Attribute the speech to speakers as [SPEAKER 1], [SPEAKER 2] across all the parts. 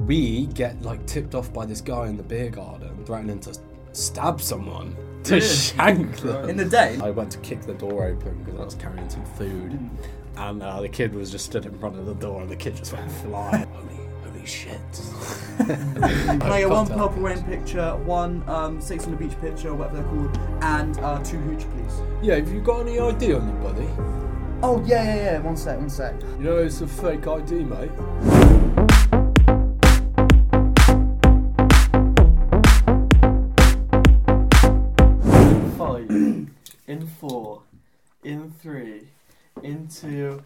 [SPEAKER 1] we get like tipped off by this guy in the beer garden threatening to stab someone to
[SPEAKER 2] Really?
[SPEAKER 1] shank them.
[SPEAKER 3] In the day?
[SPEAKER 1] I went to kick the door open because I was carrying some food, and uh, the kid was just stood in front of the door, and the kid just went flying. holy, holy shit!
[SPEAKER 3] Like a
[SPEAKER 1] Cocktail
[SPEAKER 3] one purple
[SPEAKER 1] pictures.
[SPEAKER 3] rain picture, one um, six on the beach picture, or whatever they're called, and uh, two hooch, please.
[SPEAKER 1] Yeah, have you got any ID on you, buddy?
[SPEAKER 3] Oh yeah, yeah, yeah. One sec, one sec.
[SPEAKER 1] You know it's a fake ID, mate.
[SPEAKER 2] five, in four, in three, in two,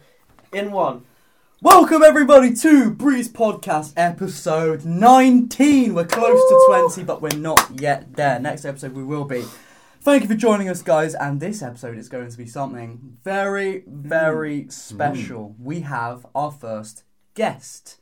[SPEAKER 2] in one.
[SPEAKER 3] Welcome everybody to Breeze Podcast episode 19. We're close to 20, but we're not yet there. Next episode we will be. Thank you for joining us, guys. And this episode is going to be something very, very
[SPEAKER 1] Mm.
[SPEAKER 3] special. We have our first guest.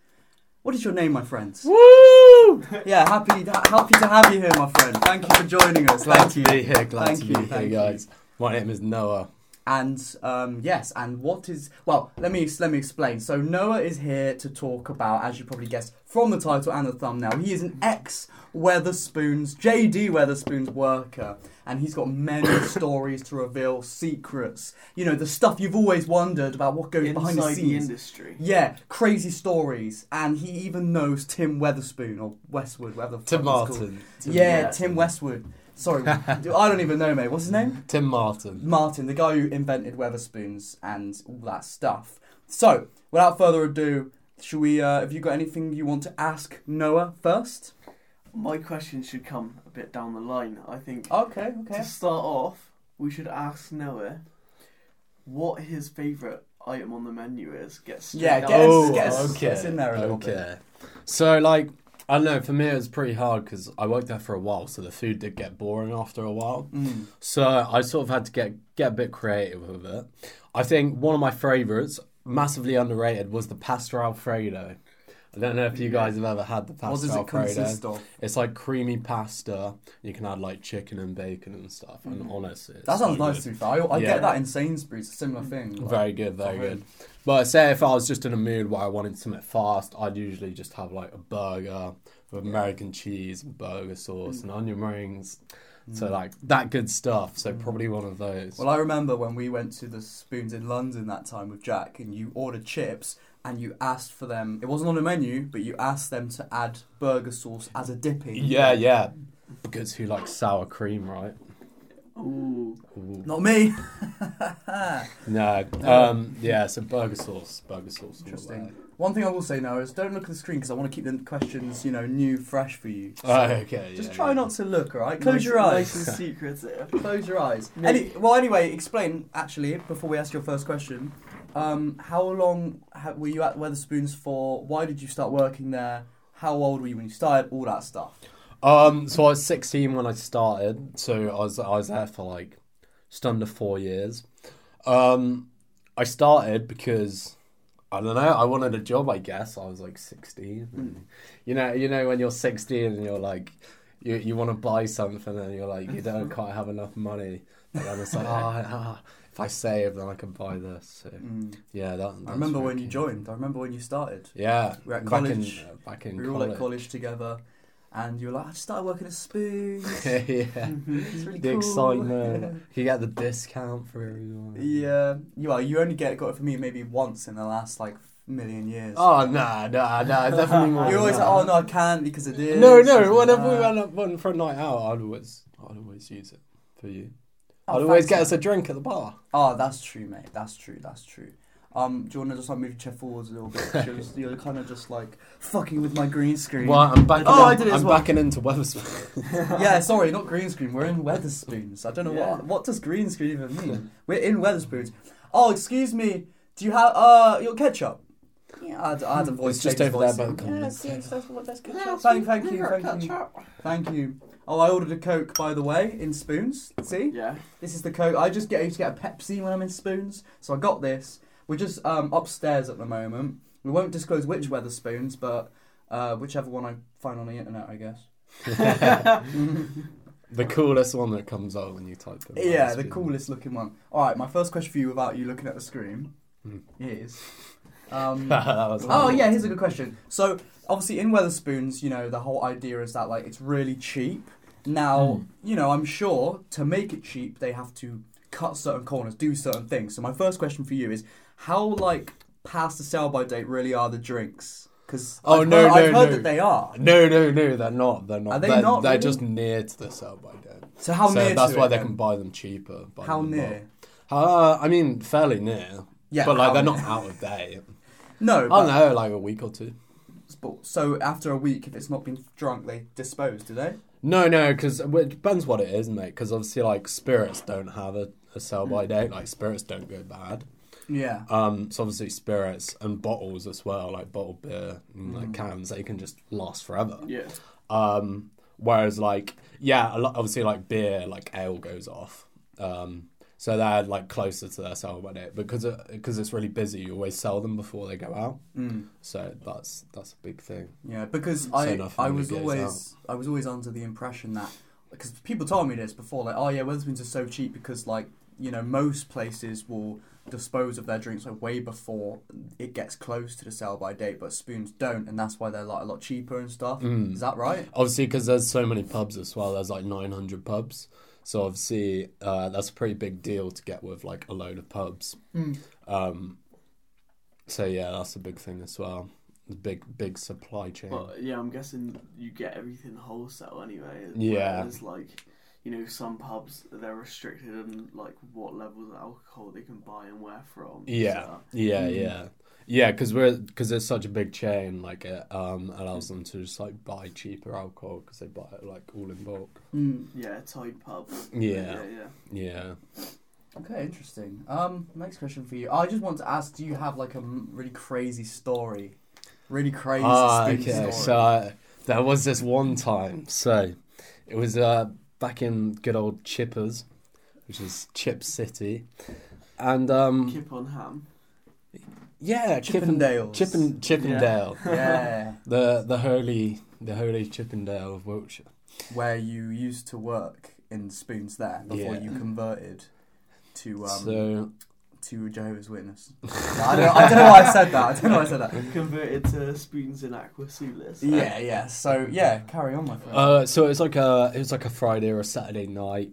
[SPEAKER 3] What is your name, my friends?
[SPEAKER 1] Woo!
[SPEAKER 3] Yeah, happy, happy to have you here, my friend. Thank you for joining us.
[SPEAKER 1] Glad
[SPEAKER 3] Thank
[SPEAKER 1] to
[SPEAKER 3] you.
[SPEAKER 1] be here. Glad
[SPEAKER 3] Thank
[SPEAKER 1] to
[SPEAKER 3] you,
[SPEAKER 1] be here,
[SPEAKER 3] thank you.
[SPEAKER 1] guys. My name is Noah.
[SPEAKER 3] And um, yes, and what is well? Let me let me explain. So Noah is here to talk about, as you probably guessed from the title and the thumbnail, he is an ex Weatherspoons, JD Weatherspoons worker, and he's got many stories to reveal, secrets. You know the stuff you've always wondered about what goes behind the
[SPEAKER 2] Inside the
[SPEAKER 3] scenes.
[SPEAKER 2] industry.
[SPEAKER 3] yeah, crazy stories, and he even knows Tim Weatherspoon or Westwood, whatever. the fuck
[SPEAKER 1] Tim
[SPEAKER 3] it's called.
[SPEAKER 1] Martin.
[SPEAKER 3] Yeah,
[SPEAKER 2] Yeah.
[SPEAKER 3] Tim Westwood. Sorry, I don't even know, mate. What's his name?
[SPEAKER 1] Tim Martin.
[SPEAKER 3] Martin, the guy who invented Weatherspoons and all that stuff. So, without further ado, should we? Uh, have you got anything you want to ask Noah first?
[SPEAKER 2] My question should come a bit down the line. I think
[SPEAKER 3] Oh, Okay,
[SPEAKER 2] to start off, we should ask Noah what his favourite item on the menu is. Get straight
[SPEAKER 3] Yeah,
[SPEAKER 2] down
[SPEAKER 3] get
[SPEAKER 2] to
[SPEAKER 3] us-
[SPEAKER 2] it.
[SPEAKER 3] get us- get us in there a little bit.
[SPEAKER 1] Oh, okay. So, like, I don't know, for me it was pretty hard because I worked there for a while, so the food did get boring after a while.
[SPEAKER 3] Mm.
[SPEAKER 1] So I sort of had to get, get a bit creative with it. I think one of my favourites, massively underrated, was the pasta alfredo. I don't know if you guys have ever had the pasta
[SPEAKER 3] What does it
[SPEAKER 1] alfredo.
[SPEAKER 3] consist of?
[SPEAKER 1] It's like creamy pasta. You can add like chicken and bacon and stuff. And honestly, it's
[SPEAKER 3] Mm. That sounds
[SPEAKER 1] so
[SPEAKER 3] nice
[SPEAKER 1] good.
[SPEAKER 3] to be fair. I, I
[SPEAKER 1] Yeah.
[SPEAKER 3] get that in Sainsbury's, a similar thing. like-
[SPEAKER 1] Very good, very
[SPEAKER 3] Very.
[SPEAKER 1] good. But say if I was just in a mood where I wanted something fast, I'd usually just have like a burger with American cheese, burger
[SPEAKER 3] Mm.
[SPEAKER 1] sauce, and onion rings. So like that good stuff. So probably one of those.
[SPEAKER 3] Mm. Well, I remember when we went to the Spoons in London that time with Jack, and you ordered chips and you asked for them. It wasn't on the menu, but you asked them to add burger sauce as a dipping.
[SPEAKER 1] yeah, yeah. Because who likes sour cream, right?
[SPEAKER 2] Ooh.
[SPEAKER 1] Ooh.
[SPEAKER 3] Not me.
[SPEAKER 1] No. Um, yeah. So burger sauce, burger sauce. all the way.
[SPEAKER 3] Interesting. One thing I will say now is don't look at the screen because I want to keep the questions, you know, new, fresh for you. So
[SPEAKER 1] Oh, okay.
[SPEAKER 3] Just
[SPEAKER 1] yeah,
[SPEAKER 3] try
[SPEAKER 1] yeah.
[SPEAKER 3] not to look, all right? Close
[SPEAKER 2] Nice-
[SPEAKER 3] your eyes.
[SPEAKER 2] Nice and secretive.
[SPEAKER 3] Close your eyes.
[SPEAKER 2] Me-
[SPEAKER 3] Any, well, anyway, explain actually before we ask your first question. Um, how long ha- were you at Weatherspoons for? Why did you start working there? How old were you when you started? All that stuff.
[SPEAKER 1] Um, so I was 16 when I started, so I was I was there for like just under four years. Um, I started because I don't know, I wanted a job. I guess I was like 16.
[SPEAKER 3] Hmm.
[SPEAKER 1] and- You know, you know when you're 16 and you're like. You, you want to buy something and you're like you don't quite have enough money, but then it's like ah ah, if I save then I can buy this. So,
[SPEAKER 3] Mm.
[SPEAKER 1] yeah, that.
[SPEAKER 3] I
[SPEAKER 1] that's
[SPEAKER 3] remember
[SPEAKER 1] really
[SPEAKER 3] when you
[SPEAKER 1] key.
[SPEAKER 3] joined. I remember when you started.
[SPEAKER 1] Yeah,
[SPEAKER 3] We were at
[SPEAKER 1] back
[SPEAKER 3] college.
[SPEAKER 1] In, uh, back in
[SPEAKER 3] We were all at college together, and you were like, "I just started working at Spoons."
[SPEAKER 1] yeah.
[SPEAKER 3] Hmm. Mm-hmm. It's really
[SPEAKER 1] the
[SPEAKER 3] cool.
[SPEAKER 1] excitement. you get the discount for everyone.
[SPEAKER 3] Yeah, you are. You only get got it for me maybe once in the last like million years.
[SPEAKER 1] Oh no, no, no, definitely more.
[SPEAKER 3] you
[SPEAKER 1] than
[SPEAKER 3] always
[SPEAKER 1] that.
[SPEAKER 3] like, oh no, I can't because it is.
[SPEAKER 1] No,
[SPEAKER 3] this
[SPEAKER 1] no.
[SPEAKER 3] and
[SPEAKER 1] Whenever we
[SPEAKER 3] that."
[SPEAKER 1] went up one for a night out, I'd always, I'd always use it for you.
[SPEAKER 3] Oh,
[SPEAKER 1] I'd always
[SPEAKER 3] thanks,
[SPEAKER 1] get
[SPEAKER 3] mate.
[SPEAKER 1] us a drink at the bar.
[SPEAKER 3] Oh, that's true, mate. That's true. That's true. Um, do you want to just like move your chair forwards a little bit? 'Cause you're, just- you're kind of just like fucking with my green screen.
[SPEAKER 1] Well, I'm backing.
[SPEAKER 2] Oh,
[SPEAKER 1] in-
[SPEAKER 2] I did it as
[SPEAKER 1] I'm
[SPEAKER 2] well.
[SPEAKER 1] backing into Weatherspoon.
[SPEAKER 3] Yeah, sorry, not green screen. We're in Weatherspoons. I don't know
[SPEAKER 2] Yeah.
[SPEAKER 3] what what does green screen even mean. We're in Weatherspoons. Oh, excuse me. Do you have uh your ketchup? Yeah, I had, I had a voice.
[SPEAKER 1] It's just
[SPEAKER 3] Jake's
[SPEAKER 1] over there
[SPEAKER 3] voice
[SPEAKER 1] by the
[SPEAKER 3] in.
[SPEAKER 1] corner.
[SPEAKER 3] Thank, thank you, thank you, thank you. Oh, I ordered a Coke, by the way, in spoons. See,
[SPEAKER 2] Yeah.
[SPEAKER 3] this is the Coke. I just get I used to get a Pepsi when I'm in spoons, so I got this. We're just um, upstairs at the moment. We won't disclose which weather spoons, but uh, whichever one I find on the internet, I guess.
[SPEAKER 1] the coolest one that comes out when you type it.
[SPEAKER 3] Yeah, the coolest looking one. All right, my first question for you, without you looking at the screen,
[SPEAKER 1] Hmm.
[SPEAKER 3] is. Um,
[SPEAKER 1] that was
[SPEAKER 3] Oh yeah, here's a good question. So obviously in Weatherspoons, you know, the whole idea is that like it's really cheap. Now,
[SPEAKER 1] Hmm.
[SPEAKER 3] you know, I'm sure to make it cheap, they have to cut certain corners, do certain things. So my first question for you is, how like past the sell-by date really are the drinks? Because
[SPEAKER 1] Oh,
[SPEAKER 3] I've
[SPEAKER 1] no,
[SPEAKER 3] heard, I've
[SPEAKER 1] no,
[SPEAKER 3] heard
[SPEAKER 1] no.
[SPEAKER 3] that they are.
[SPEAKER 1] No, no, no, they're not. They're not.
[SPEAKER 3] Are they
[SPEAKER 1] they're,
[SPEAKER 3] not
[SPEAKER 1] They're
[SPEAKER 3] really?
[SPEAKER 1] just near to the sell by date.
[SPEAKER 3] So how
[SPEAKER 1] so
[SPEAKER 3] near?
[SPEAKER 1] that's
[SPEAKER 3] to
[SPEAKER 1] why
[SPEAKER 3] it
[SPEAKER 1] they
[SPEAKER 3] then?
[SPEAKER 1] can buy them cheaper. buy
[SPEAKER 3] How
[SPEAKER 1] them in bulk.
[SPEAKER 3] near?
[SPEAKER 1] Uh, I mean, fairly near.
[SPEAKER 3] Yeah,
[SPEAKER 1] but like
[SPEAKER 3] how
[SPEAKER 1] they're
[SPEAKER 3] near?
[SPEAKER 1] not out of date.
[SPEAKER 3] No,
[SPEAKER 1] I
[SPEAKER 3] but,
[SPEAKER 1] don't know, like a week or two.
[SPEAKER 3] but- so after a week, if it's not been drunk, they dispose, do they?
[SPEAKER 1] No, no, because it depends what it is, mate. Because obviously, like spirits don't have a, a sell
[SPEAKER 3] Mm.
[SPEAKER 1] by date. Like spirits don't go bad.
[SPEAKER 3] Yeah.
[SPEAKER 1] Um, so obviously spirits and bottles as well, like bottled beer and
[SPEAKER 3] Mm.
[SPEAKER 1] like cans, they can just last forever.
[SPEAKER 2] Yeah.
[SPEAKER 1] Um, whereas like yeah, a lot, obviously like beer, like ale goes off. Um, so they're like closer to their sell by date because because it's really busy. You always sell them before they go out.
[SPEAKER 3] Mm.
[SPEAKER 1] So that's that's a big thing.
[SPEAKER 3] Yeah, because
[SPEAKER 1] So
[SPEAKER 3] I
[SPEAKER 1] nothing
[SPEAKER 3] I
[SPEAKER 1] really
[SPEAKER 3] was
[SPEAKER 1] goes
[SPEAKER 3] always I was always under the impression that because people told me this before, like oh yeah, Wetherspoons are so cheap because like you know most places will dispose of their drinks like way before it gets close to the sell by date, but Spoons don't, and that's why they're like a lot cheaper and stuff.
[SPEAKER 1] Mm.
[SPEAKER 3] Is that right?
[SPEAKER 1] Obviously, because there's so many pubs as well. There's like 900 pubs. So obviously, uh, that's a pretty big deal to get with like a load of pubs. Um, so yeah, that's a big thing as well. The big big supply chain.
[SPEAKER 2] But yeah, I'm guessing you get everything wholesale anyway.
[SPEAKER 1] Yeah.
[SPEAKER 2] Whereas like, you know, some pubs they're restricted on like what levels of alcohol they can buy and where from.
[SPEAKER 1] yeah,
[SPEAKER 2] So,
[SPEAKER 1] yeah, yeah, yeah. Because we're because it's such a big chain. Like it um, allows them to just like buy cheaper alcohol because they buy it like all in bulk.
[SPEAKER 3] Mm.
[SPEAKER 2] yeah, Tide pub.
[SPEAKER 1] Yeah.
[SPEAKER 2] Yeah. yeah.
[SPEAKER 1] Yeah.
[SPEAKER 3] Okay, interesting. Um, next question for you. I just want to ask: Do you have like a m- really crazy story? Really crazy
[SPEAKER 1] Ah,
[SPEAKER 3] Spoons
[SPEAKER 1] okay.
[SPEAKER 3] story.
[SPEAKER 1] So uh, there was this one time. So it was uh, back in good old Chippers, which is Chip City, and um,
[SPEAKER 2] Kip on ham.
[SPEAKER 1] yeah,
[SPEAKER 3] Chippendales.
[SPEAKER 1] Chippen, Chippendale,
[SPEAKER 3] yeah,
[SPEAKER 1] the the holy the holy Chippendale of Wiltshire.
[SPEAKER 3] where you used to work in Spoons there before
[SPEAKER 1] Yeah.
[SPEAKER 3] you converted to um,
[SPEAKER 1] so
[SPEAKER 3] to Jehovah's Witness. I, don't know, I don't know why I said that. I don't know why I said that.
[SPEAKER 2] Converted to spoons and aqua sulis.
[SPEAKER 3] Yeah, yeah. So yeah, carry on, my friend.
[SPEAKER 1] Uh, so it was like a it was like a Friday or a Saturday night,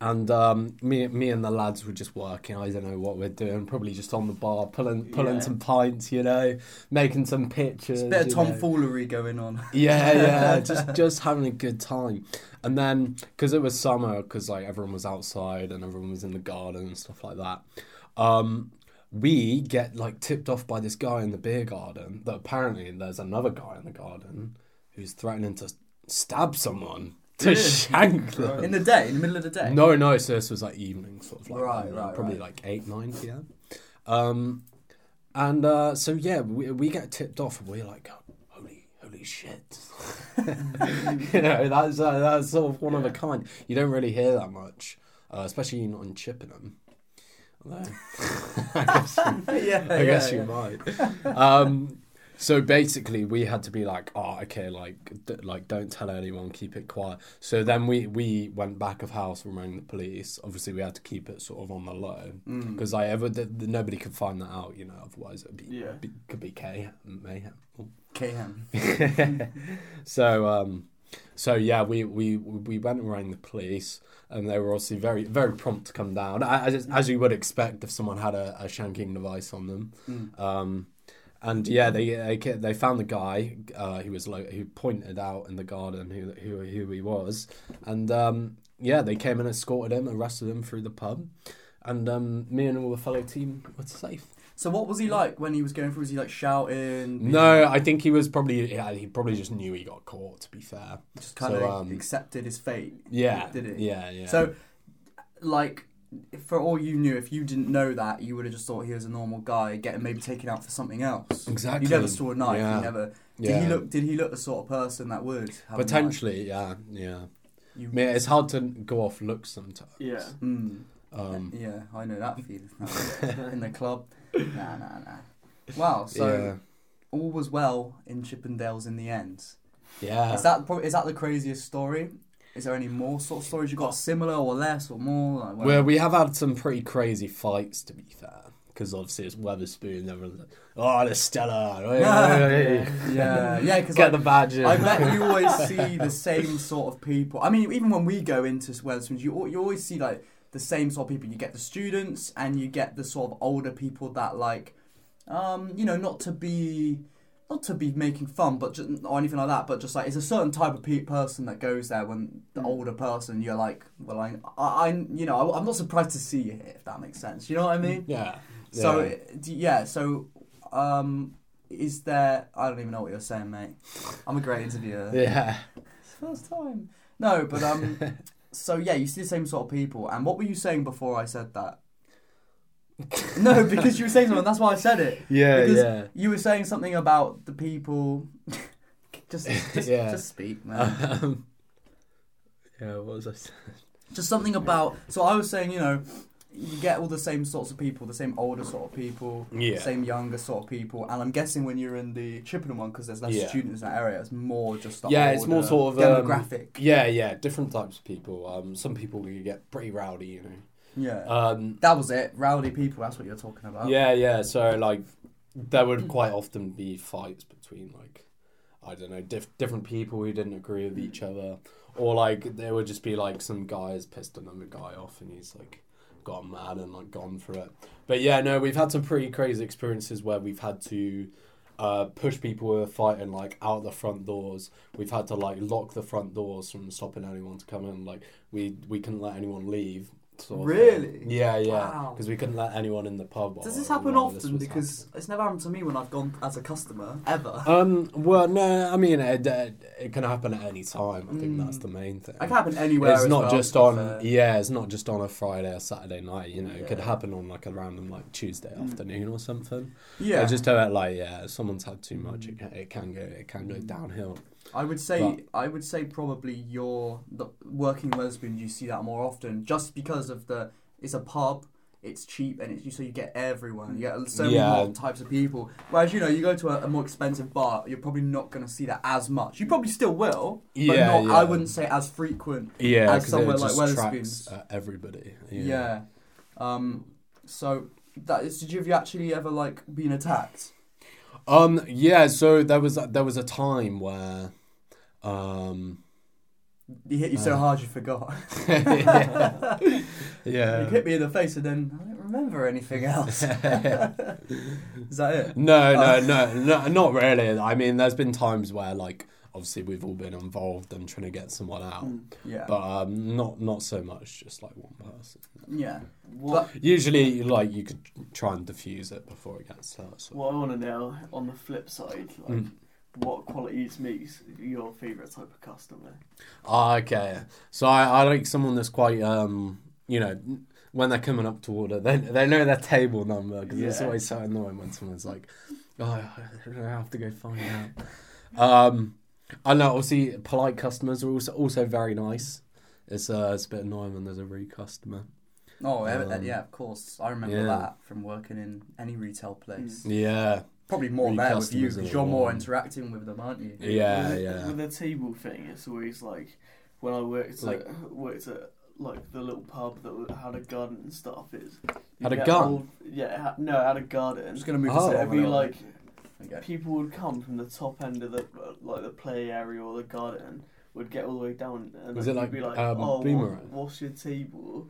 [SPEAKER 1] and um, me me and the lads were just working. I don't know what we're doing. Probably just on the bar, pulling pulling
[SPEAKER 2] Yeah.
[SPEAKER 1] some pints, you know, making some pictures.
[SPEAKER 3] There's a bit of
[SPEAKER 1] you know.
[SPEAKER 3] tomfoolery going on.
[SPEAKER 1] Yeah, yeah, just just having a good time. And then because it was summer, because like everyone was outside and everyone was in the garden and stuff like that. Um, we get like tipped off by this guy in the beer garden that apparently there's another guy in the garden who's threatening to stab someone to shank them.
[SPEAKER 3] In the day, in the middle of the day.
[SPEAKER 1] No, no. So this was like evening, sort of like
[SPEAKER 3] Right,
[SPEAKER 1] I don't know,
[SPEAKER 3] right,
[SPEAKER 1] probably
[SPEAKER 3] right.
[SPEAKER 1] like eight, nine p.m. Um, and uh, so yeah, we, we get tipped off, and we're like, holy, holy shit. you know, that's uh, that's sort of one of a kind. You don't really hear that much, uh, especially not in Chippenham. Although, I guess you,
[SPEAKER 3] yeah,
[SPEAKER 1] I
[SPEAKER 3] yeah,
[SPEAKER 1] guess
[SPEAKER 3] yeah.
[SPEAKER 1] you might. Um, so basically, we had to be like, oh, okay, like, d- like don't tell anyone, keep it quiet. So then we we went back of house, and rang the police. Obviously, we had to keep it sort of on the low
[SPEAKER 3] Mm.
[SPEAKER 1] because I ever th- th- nobody could find that out, you know. Otherwise, it'd be,
[SPEAKER 2] Yeah.
[SPEAKER 1] be could be K mayhem.
[SPEAKER 3] KM.
[SPEAKER 1] so um, so yeah, we we we went and rang the police. And they were obviously very, very prompt to come down, as, as you would expect if someone had a, a shanking device on them.
[SPEAKER 3] Mm.
[SPEAKER 1] Um, and yeah, they they ca- they found the guy uh, who was lo- who pointed out in the garden who who who he was, and um, yeah, they came and escorted him, arrested him through the pub, and um, me and all the fellow team were safe.
[SPEAKER 3] So what was he like when he was going through? Was he like shouting? being-
[SPEAKER 1] No, I think he was probably yeah, he probably just knew he got caught. To be fair,
[SPEAKER 3] just kind
[SPEAKER 1] So,
[SPEAKER 3] of
[SPEAKER 1] um,
[SPEAKER 3] accepted his fate.
[SPEAKER 1] yeah,
[SPEAKER 3] Did he?
[SPEAKER 1] yeah, yeah.
[SPEAKER 3] So, like, for all you knew, if you didn't know that, you would have just thought he was a normal guy getting maybe taken out for something else.
[SPEAKER 1] exactly,
[SPEAKER 3] You never saw a knife.
[SPEAKER 1] Yeah,
[SPEAKER 3] You never. Did
[SPEAKER 1] yeah.
[SPEAKER 3] he look? Did he look the sort of person that would have a knife?
[SPEAKER 1] potentially? Yeah, yeah.
[SPEAKER 3] You,
[SPEAKER 1] I mean, it's hard to go off looks sometimes.
[SPEAKER 2] Yeah.
[SPEAKER 3] Mm,
[SPEAKER 1] Um,
[SPEAKER 3] yeah, I know that feeling in the club. Nah, nah, nah. Wow. So
[SPEAKER 1] yeah,
[SPEAKER 3] all was well in Chippendales in the end.
[SPEAKER 1] yeah.
[SPEAKER 3] Is that prob- is that the craziest story? Is there any more sort of stories you got similar or less or more? Like,
[SPEAKER 1] Well, we have had some pretty crazy fights, to be fair. because obviously it's Weatherspoon. And everyone's like, oh, the Stella. Oi, oi, oi."
[SPEAKER 3] yeah, yeah, because
[SPEAKER 1] Get the badge in.
[SPEAKER 3] I bet you always see the same sort of people. I mean, even when we go into Wetherspoons, you al- you always see like the same sort of people. You get the students, and you get the sort of older people that like, um, you know, not to be. Not to be making fun, but just, or anything like that, but just like it's a certain type of pe- person that goes there. When the
[SPEAKER 2] Mm.
[SPEAKER 3] older person, you're like, well, I, I, I you know, I, am not surprised to see you here, if that makes sense. You know what I mean?
[SPEAKER 1] Yeah.
[SPEAKER 3] So
[SPEAKER 1] Yeah.
[SPEAKER 3] it- d- yeah, so um, is there? I don't even know what you're saying, mate. I'm a great interviewer.
[SPEAKER 1] Yeah.
[SPEAKER 3] First time. No, but um, so yeah, you see the same sort of people. And what were you saying before I said that? no, because you were saying something. That's why I said it.
[SPEAKER 1] Yeah.
[SPEAKER 3] Because-
[SPEAKER 1] yeah.
[SPEAKER 3] You were saying something about the people. just, just,
[SPEAKER 1] Yeah.
[SPEAKER 3] just speak, man.
[SPEAKER 1] Um, yeah, what was I saying?
[SPEAKER 3] just something about so i was saying you know you get all the same sorts of people the same older sort of people
[SPEAKER 1] Yeah.
[SPEAKER 3] same younger sort of people and i'm guessing when you're in the chippenham one because there's less
[SPEAKER 1] Yeah.
[SPEAKER 3] students in that area it's more just the
[SPEAKER 1] Yeah, it's more
[SPEAKER 3] older
[SPEAKER 1] sort of, um,
[SPEAKER 3] demographic
[SPEAKER 1] Yeah, yeah, different types of people. Um, some people can get pretty rowdy, you know.
[SPEAKER 3] yeah
[SPEAKER 1] Um,
[SPEAKER 3] that was it rowdy people that's what you're talking about
[SPEAKER 1] yeah, yeah. So like, there would quite often be fights between like, I don't know, diff- different people who didn't agree with each other, or like there would just be like some guys pissed another guy off, and he's like gone mad and like gone for it. But yeah, no, we've had some pretty crazy experiences where we've had to. Uh, push people who are fighting like out the front doors. We've had to like lock the front doors from stopping anyone to come in. Like we we couldn't let anyone leave. Sort of thing.
[SPEAKER 2] Really?
[SPEAKER 1] Yeah, yeah.
[SPEAKER 3] Wow.
[SPEAKER 1] Because we couldn't let anyone in the pub.
[SPEAKER 3] does
[SPEAKER 1] or
[SPEAKER 3] this happen
[SPEAKER 1] while
[SPEAKER 3] often
[SPEAKER 1] was
[SPEAKER 3] because it's never happened to me when i've gone as a customer ever
[SPEAKER 1] happening. Um. Well, no. I mean, it, it, it can happen at any time. I think
[SPEAKER 3] Mm.
[SPEAKER 1] that's the main thing.
[SPEAKER 3] it can happen anywhere
[SPEAKER 1] It's
[SPEAKER 3] as
[SPEAKER 1] not
[SPEAKER 3] well,
[SPEAKER 1] just
[SPEAKER 3] to be
[SPEAKER 1] on. e-
[SPEAKER 3] fair.
[SPEAKER 1] Yeah, it's not just on a Friday or Saturday night. You know, it could
[SPEAKER 3] Yeah. Mm.
[SPEAKER 1] happen on like a random like Tuesday afternoon or something.
[SPEAKER 3] yeah
[SPEAKER 1] I just about like yeah, if someone's had too much. It
[SPEAKER 3] Mm.
[SPEAKER 1] can, it can go. It can go
[SPEAKER 3] Mm.
[SPEAKER 1] downhill.
[SPEAKER 3] I would say
[SPEAKER 1] But-
[SPEAKER 3] I would say probably your the working lesbian you see that more often just because of the it's a pub it's cheap and it's you so you get everyone you get so
[SPEAKER 1] Yeah.
[SPEAKER 3] many more types of people whereas you know you go to a, a more expensive bar you're probably not going to see that as much you probably still will but
[SPEAKER 1] Yeah,
[SPEAKER 3] not
[SPEAKER 1] yeah.
[SPEAKER 3] I wouldn't say as frequent
[SPEAKER 1] Yeah,
[SPEAKER 3] As
[SPEAKER 1] 'cause
[SPEAKER 3] somewhere
[SPEAKER 1] it
[SPEAKER 3] like
[SPEAKER 1] just tracks,
[SPEAKER 3] Wetherspoons.
[SPEAKER 1] uh, everybody.
[SPEAKER 3] yeah, um so that is did you have you actually ever like been attacked
[SPEAKER 1] Um. Yeah. So there was there was a time where, um.
[SPEAKER 3] he hit you so
[SPEAKER 1] Uh,
[SPEAKER 3] hard you forgot
[SPEAKER 1] yeah.
[SPEAKER 3] you
[SPEAKER 1] yeah.
[SPEAKER 3] hit me in the face and then I don't remember anything else is that it
[SPEAKER 1] No, no, no, no, not really. I mean, there's been times where, like, obviously we've all been involved and trying to get someone out,
[SPEAKER 2] Mm.
[SPEAKER 3] Yeah.
[SPEAKER 1] but um, not not so much, just like one person.
[SPEAKER 3] yeah.
[SPEAKER 2] What,
[SPEAKER 1] Usually, like, you could try and diffuse it before it gets out. So.
[SPEAKER 2] what I want to know on the flip side, like,
[SPEAKER 1] Mm.
[SPEAKER 2] what qualities makes your favourite type of customer?
[SPEAKER 1] Ah, okay. So I, I like someone that's quite, um, you know, when they're coming up to order, they, they know their table number because it's
[SPEAKER 2] Yeah.
[SPEAKER 1] always so annoying when someone's like, oh, I have to go find out. um, I know, obviously, polite customers are also, also very nice. It's, uh, it's a bit annoying when there's a rude customer.
[SPEAKER 3] Oh, yeah,
[SPEAKER 1] Um,
[SPEAKER 3] yeah, of course. I remember
[SPEAKER 1] yeah.
[SPEAKER 3] that from working in any retail place.
[SPEAKER 1] Yeah,
[SPEAKER 3] Probably more
[SPEAKER 1] Really
[SPEAKER 3] there with you
[SPEAKER 1] customers are
[SPEAKER 3] because
[SPEAKER 1] the
[SPEAKER 3] you're more
[SPEAKER 1] one.
[SPEAKER 3] interacting with them, aren't you?
[SPEAKER 1] yeah,
[SPEAKER 2] with,
[SPEAKER 1] yeah.
[SPEAKER 2] With the table thing, it's always like when I worked
[SPEAKER 1] Like-
[SPEAKER 2] at worked at like the little pub that w- had a garden and stuff. Is you
[SPEAKER 1] Had a
[SPEAKER 2] get
[SPEAKER 1] gun?
[SPEAKER 2] yeah, it had, no, it had a garden.
[SPEAKER 3] I'm just going to move
[SPEAKER 1] Oh.
[SPEAKER 3] this over
[SPEAKER 2] so it'd
[SPEAKER 3] a
[SPEAKER 2] be
[SPEAKER 3] little
[SPEAKER 2] like
[SPEAKER 3] bit. Okay.
[SPEAKER 2] people would come from the top end of the uh, like the play area or the garden. Would get all the way down and
[SPEAKER 1] Was
[SPEAKER 2] then
[SPEAKER 1] it
[SPEAKER 2] you'd
[SPEAKER 1] like,
[SPEAKER 2] be like,
[SPEAKER 1] um,
[SPEAKER 2] "Oh, what,
[SPEAKER 1] Boomerang?
[SPEAKER 2] what's your table?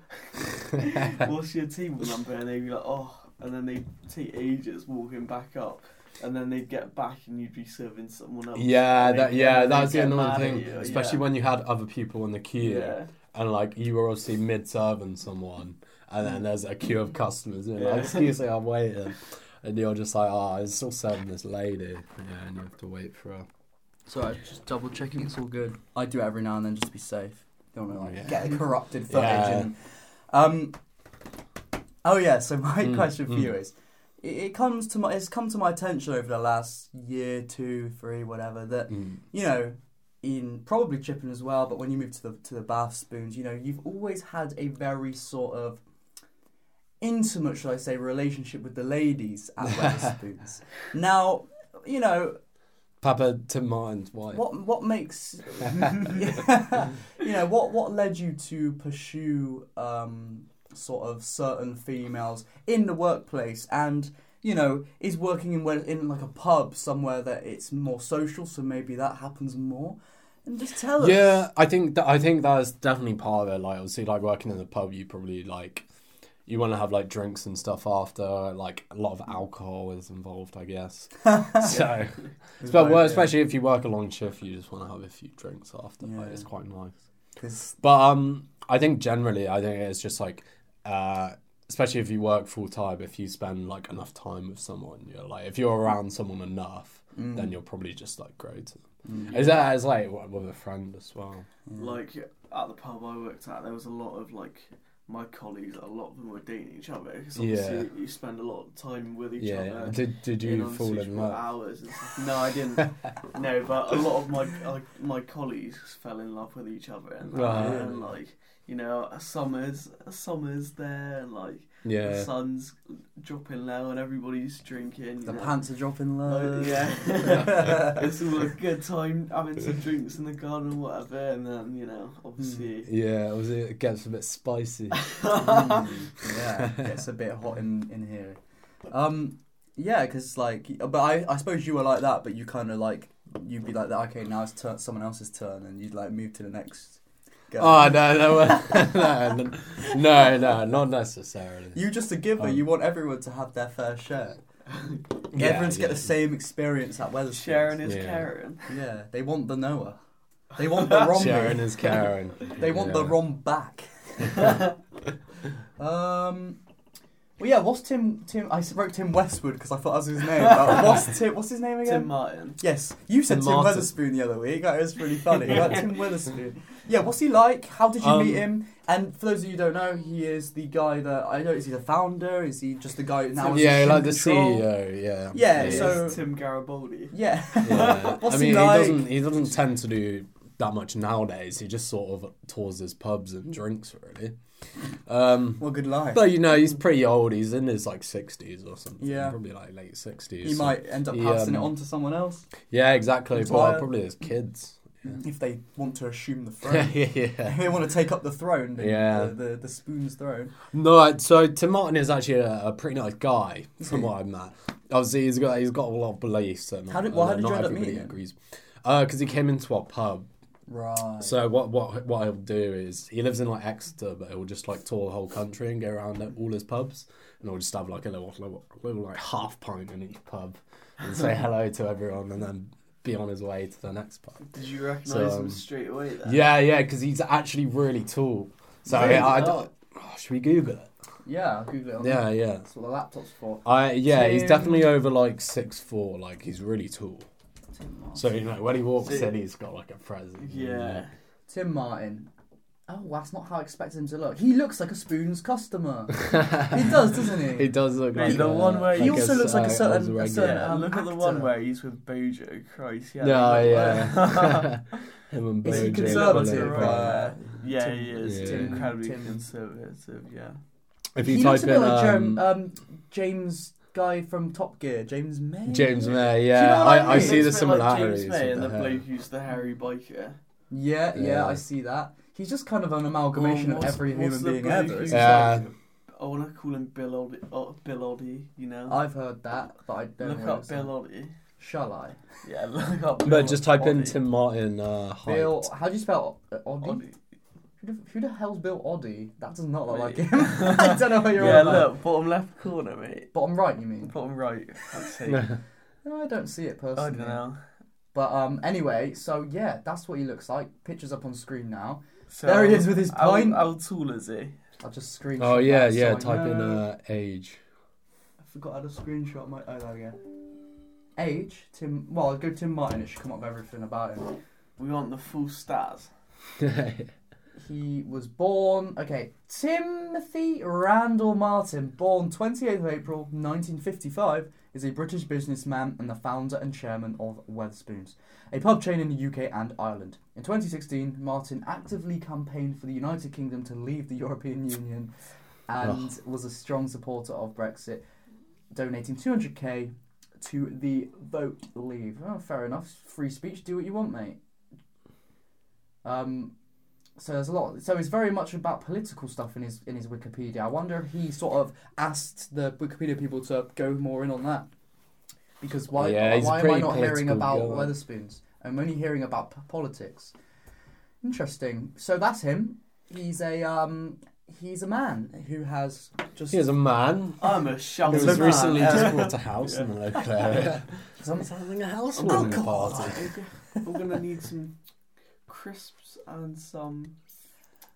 [SPEAKER 2] what's your table number?" And they'd be like, "Oh," and then they'd take ages walking back up, and then they'd get back and you'd be serving someone else.
[SPEAKER 1] Yeah,
[SPEAKER 2] And
[SPEAKER 1] that
[SPEAKER 2] they'd-
[SPEAKER 1] yeah,
[SPEAKER 2] and
[SPEAKER 1] that's
[SPEAKER 2] they'd
[SPEAKER 1] the
[SPEAKER 2] get
[SPEAKER 1] annoying
[SPEAKER 2] mad at
[SPEAKER 1] thing,
[SPEAKER 2] you,
[SPEAKER 1] especially
[SPEAKER 2] yeah.
[SPEAKER 1] when you had other people in the queue.
[SPEAKER 2] Yeah.
[SPEAKER 1] and like you were obviously mid serving someone, and then there's a queue of customers, and you're like,
[SPEAKER 2] Yeah.
[SPEAKER 1] excuse me, I'm waiting. And you're just like, oh, I'm still serving this lady. Yeah, and you have to wait for her.
[SPEAKER 3] So I just double checking it's all good. I do it every now and then just to be safe. Don't want to like
[SPEAKER 1] Yeah.
[SPEAKER 3] get corrupted footage.
[SPEAKER 1] Yeah.
[SPEAKER 3] And, um. Oh yeah. So my
[SPEAKER 1] Mm,
[SPEAKER 3] question for
[SPEAKER 1] mm.
[SPEAKER 3] you is, it, it comes to my it's come to my attention over the last year, two, three, whatever that
[SPEAKER 1] Mm.
[SPEAKER 3] you know, in probably Chipping as well, but when you move to the to the bath spoons, you know, you've always had a very sort of intimate, shall I say, relationship with the ladies at Wetherspoons. now, you know,
[SPEAKER 1] Papa Tim Martin's wife.
[SPEAKER 3] what what makes you know, what what led you to pursue um sort of certain females in the workplace and you know is working in where- in like a pub somewhere that it's more social so maybe that happens more and just tell us
[SPEAKER 1] Yeah, I think that I think that's definitely part of it. Like obviously, like working in the pub, you probably like you want to have like drinks and stuff after. Like a lot of alcohol is involved, I guess. so, it's about- well, especially if you work a long shift, you just want to have a few drinks after. Like,
[SPEAKER 3] Yeah.
[SPEAKER 1] it's quite nice.
[SPEAKER 3] This-
[SPEAKER 1] But um, I think generally, I think it's just like, uh, especially if you work full time, if you spend like enough time with someone, you're like, if you're around someone enough,
[SPEAKER 3] Mm.
[SPEAKER 1] then you'll probably just like grow to them.
[SPEAKER 3] Mm.
[SPEAKER 1] Is that as like w- with a friend as well?
[SPEAKER 2] Like at the pub I worked at, there was a lot of like my colleagues. A lot of them were dating each other because obviously
[SPEAKER 1] Yeah.
[SPEAKER 2] you spend a lot of time with each
[SPEAKER 1] Yeah.
[SPEAKER 2] other.
[SPEAKER 1] Did did you fall in
[SPEAKER 2] unsuitable
[SPEAKER 1] love?
[SPEAKER 2] Hours and stuff. No, I didn't. no, but a lot of my like, my colleagues fell in love with each other, and,
[SPEAKER 1] Right.
[SPEAKER 2] and like you know, a summers, a summers there, and like the
[SPEAKER 1] Yeah.
[SPEAKER 2] sun's dropping low, and everybody's drinking. you
[SPEAKER 3] the
[SPEAKER 2] know.
[SPEAKER 3] pants are dropping
[SPEAKER 1] Oh,
[SPEAKER 3] low
[SPEAKER 2] Like, yeah, it's all a good time having some drinks in the garden or whatever, and then you know,
[SPEAKER 1] Mm.
[SPEAKER 2] obviously,
[SPEAKER 1] Yeah, was it, it gets a bit spicy.
[SPEAKER 3] Mm, yeah, it's a bit hot in, in here. Um, yeah, because like, but I, I suppose you were like that, but you kind of like you'd be like that. Okay, now it's turn, someone else's turn, and you'd like move to the next. Girl.
[SPEAKER 1] oh no, no, no, no, no, not necessarily.
[SPEAKER 3] you just a giver.
[SPEAKER 1] Um,
[SPEAKER 3] you want everyone to have their fair share.
[SPEAKER 1] Yeah,
[SPEAKER 3] everyone to
[SPEAKER 1] yeah.
[SPEAKER 3] get the same experience at Weathersfield.
[SPEAKER 2] Sharon is
[SPEAKER 1] Yeah.
[SPEAKER 2] Karen.
[SPEAKER 3] Yeah, they want the Noah. They want the Rom.
[SPEAKER 1] Sharon is Karen.
[SPEAKER 3] They want the
[SPEAKER 1] Yeah.
[SPEAKER 3] Rom back. um, well, yeah. What's Tim? Tim? I wrote Tim Westwood because I thought that was his name. But what's Tim? What's his name again?
[SPEAKER 2] Tim Martin.
[SPEAKER 3] yes, you said
[SPEAKER 1] Tim
[SPEAKER 3] Tim,
[SPEAKER 1] Martin.
[SPEAKER 3] Weatherspoon the other week. That was really funny. Like, Tim Weatherspoon. Yeah. What's he like? How did you
[SPEAKER 1] Um,
[SPEAKER 3] meet him? And for those of you who don't know, he is the guy that I know. Is he the founder? Is he just the guy who now? is
[SPEAKER 1] yeah,
[SPEAKER 3] in
[SPEAKER 1] like the E
[SPEAKER 3] control?
[SPEAKER 1] CEO. Yeah.
[SPEAKER 3] Yeah,
[SPEAKER 2] It is
[SPEAKER 3] so-
[SPEAKER 2] Tim Garibaldi.
[SPEAKER 3] Yeah.
[SPEAKER 1] Yeah.
[SPEAKER 3] what's
[SPEAKER 1] I mean,
[SPEAKER 3] he like?
[SPEAKER 1] doesn't. He doesn't tend to do that much nowadays. He just sort of tours his pubs and drinks, really. Um,
[SPEAKER 3] Well, good life.
[SPEAKER 1] but you know, he's pretty old. He's in his like sixties or something.
[SPEAKER 3] Yeah.
[SPEAKER 1] probably like late sixties.
[SPEAKER 3] He might end up
[SPEAKER 1] he,
[SPEAKER 3] passing it
[SPEAKER 1] um,
[SPEAKER 3] on to someone else
[SPEAKER 1] Yeah, exactly. Well,
[SPEAKER 3] Retired.
[SPEAKER 1] probably his kids.
[SPEAKER 3] if they want to assume the throne.
[SPEAKER 1] yeah.
[SPEAKER 3] they want to take up the throne. The,
[SPEAKER 1] Yeah.
[SPEAKER 3] The, the, the spoon's throne.
[SPEAKER 1] No, I- so Tim Martin is actually a, a pretty nice guy, from what I met. Obviously, he's got he's got a lot of beliefs. And
[SPEAKER 3] How did- well, how
[SPEAKER 1] and
[SPEAKER 3] did you
[SPEAKER 1] not
[SPEAKER 3] end up
[SPEAKER 1] everybody
[SPEAKER 3] meeting him?
[SPEAKER 1] agrees. Because he came into our pub.
[SPEAKER 3] Right.
[SPEAKER 1] So what what what he'll do is he lives in like Exeter, but he'll just like tour the whole country and go around at all his pubs, and he'll just have like a little little, little like half pint in each pub, and say hello to everyone, and then be on his way to the next pub.
[SPEAKER 2] Did you recognise
[SPEAKER 1] So, um,
[SPEAKER 2] him straight away? Then?
[SPEAKER 1] Yeah, yeah, because he's actually really tall. So
[SPEAKER 2] Really?
[SPEAKER 1] yeah, I,
[SPEAKER 2] Oh.
[SPEAKER 1] oh, should we Google it?
[SPEAKER 3] yeah, I'll Google it. On
[SPEAKER 1] Yeah, yeah.
[SPEAKER 3] That's what the laptop's for.
[SPEAKER 1] I yeah, he's
[SPEAKER 3] Tim-
[SPEAKER 1] definitely over like six four. Like he's really tall.
[SPEAKER 3] Tim Martin.
[SPEAKER 1] So you know when he walks
[SPEAKER 2] See-
[SPEAKER 1] in, he's got like a presence.
[SPEAKER 2] Yeah.
[SPEAKER 3] Tim Martin. Oh, well, that's not how I expected him to look. He looks like a spoon's customer. he does, doesn't he?
[SPEAKER 1] He does look
[SPEAKER 2] Mate,
[SPEAKER 1] like
[SPEAKER 2] the
[SPEAKER 1] a-
[SPEAKER 2] one where
[SPEAKER 1] like
[SPEAKER 2] he
[SPEAKER 1] a
[SPEAKER 3] also looks like a
[SPEAKER 1] s-
[SPEAKER 3] certain-
[SPEAKER 1] old
[SPEAKER 3] a
[SPEAKER 1] regular.
[SPEAKER 3] certain,
[SPEAKER 2] Yeah,
[SPEAKER 3] Um,
[SPEAKER 2] look at the one
[SPEAKER 3] actor.
[SPEAKER 2] where he's with Bojo. Christ, yeah.
[SPEAKER 1] Yeah,
[SPEAKER 2] look
[SPEAKER 1] yeah.
[SPEAKER 2] at
[SPEAKER 1] Him and
[SPEAKER 3] He's
[SPEAKER 1] Bojack
[SPEAKER 3] a
[SPEAKER 2] Bojack
[SPEAKER 3] conservative.
[SPEAKER 1] Horseman.
[SPEAKER 3] Uh,
[SPEAKER 2] that. yeah, he
[SPEAKER 3] Tim-
[SPEAKER 2] is.
[SPEAKER 1] Tim-
[SPEAKER 2] incredibly
[SPEAKER 3] Tim-
[SPEAKER 2] conservative, yeah.
[SPEAKER 1] If you
[SPEAKER 3] he
[SPEAKER 1] type
[SPEAKER 3] looks a
[SPEAKER 1] in
[SPEAKER 3] bit like
[SPEAKER 1] um,
[SPEAKER 3] Jerem- um, James guy from Top Gear, James May.
[SPEAKER 1] James May,
[SPEAKER 3] Do you
[SPEAKER 1] yeah,
[SPEAKER 3] know what I
[SPEAKER 1] I, I
[SPEAKER 3] mean?
[SPEAKER 1] see the
[SPEAKER 2] Looks a bit like
[SPEAKER 1] similarities.
[SPEAKER 2] James May
[SPEAKER 1] with
[SPEAKER 2] and the
[SPEAKER 1] the hair.
[SPEAKER 2] bloke who's the hairy biker.
[SPEAKER 3] Yeah, yeah,
[SPEAKER 1] Yeah.
[SPEAKER 3] I see that. He's just kind of an amalgamation
[SPEAKER 2] Oh,
[SPEAKER 3] of
[SPEAKER 2] what's-
[SPEAKER 3] every
[SPEAKER 2] what's
[SPEAKER 3] human
[SPEAKER 2] the
[SPEAKER 3] being
[SPEAKER 2] bloke
[SPEAKER 3] ever.
[SPEAKER 2] who's
[SPEAKER 3] isn't
[SPEAKER 1] Yeah.
[SPEAKER 2] like- I want to call him Bill Oddie, oh, Bill Oddie you know?
[SPEAKER 3] he? I've heard that, but I don't
[SPEAKER 2] look
[SPEAKER 3] know.
[SPEAKER 2] up Bill Oddie.
[SPEAKER 3] Shall I?
[SPEAKER 2] Yeah, look up Bill
[SPEAKER 1] But just type in
[SPEAKER 2] Oddie.
[SPEAKER 1] Tim Martin. Uh, height.
[SPEAKER 3] Bill, how do you spell O- Oddie?
[SPEAKER 2] Oddie.
[SPEAKER 3] Who the, who the hell's Bill Oddie? That does not look like
[SPEAKER 2] Mate.
[SPEAKER 3] him. I don't know what you're
[SPEAKER 2] Yeah,
[SPEAKER 3] on about.
[SPEAKER 2] look, bottom left corner, mate.
[SPEAKER 3] Bottom right, you mean?
[SPEAKER 2] Bottom right. I'd say. I
[SPEAKER 1] Yeah.
[SPEAKER 3] No, I don't see it personally.
[SPEAKER 2] don't know.
[SPEAKER 3] But um, anyway, so yeah, that's what he looks like. Pictures up on screen now.
[SPEAKER 2] So
[SPEAKER 3] There he is with his
[SPEAKER 2] how-
[SPEAKER 3] pint.
[SPEAKER 2] How, tall is he?
[SPEAKER 3] I'll just screenshot.
[SPEAKER 1] oh yeah,
[SPEAKER 3] that so
[SPEAKER 1] yeah.
[SPEAKER 3] I
[SPEAKER 1] Type in
[SPEAKER 3] know.
[SPEAKER 1] uh, age.
[SPEAKER 3] I forgot how to screenshot my. Oh, there we go. Age Tim. Well, I'd go Tim Martin. It should come up with everything about him.
[SPEAKER 2] We want the full stats.
[SPEAKER 3] He was born, okay, Timothy Randall Martin, born 28th of April 1955, is a British businessman and the founder and chairman of Weatherspoons, a pub chain in the UK and Ireland. In 2016, Martin actively campaigned for the United Kingdom to leave the European Union and was a strong supporter of Brexit, donating 200k to the Vote Leave. Oh, fair enough. Free speech, do what you want, mate. Um, So there's a lot. So it's very much about political stuff in his in his Wikipedia. I wonder if he sort of asked the Wikipedia people to go more in on that. Because why
[SPEAKER 1] Yeah, he's a
[SPEAKER 3] why am I
[SPEAKER 1] pretty
[SPEAKER 3] not hearing
[SPEAKER 1] political
[SPEAKER 3] about
[SPEAKER 1] guy.
[SPEAKER 3] Weatherspoons? I'm only hearing about p- politics. Interesting. So that's him. He's a um he's a man who has just
[SPEAKER 1] Here's a man
[SPEAKER 2] I'm a
[SPEAKER 1] who
[SPEAKER 2] shovel
[SPEAKER 3] He's a
[SPEAKER 1] was
[SPEAKER 3] man.
[SPEAKER 1] recently
[SPEAKER 3] Yeah.
[SPEAKER 1] just bought a house in the local area.
[SPEAKER 3] some-
[SPEAKER 1] having a
[SPEAKER 3] housewarming
[SPEAKER 1] housewarming
[SPEAKER 3] Oh, God.
[SPEAKER 1] party.
[SPEAKER 2] We're gonna need some crisps and some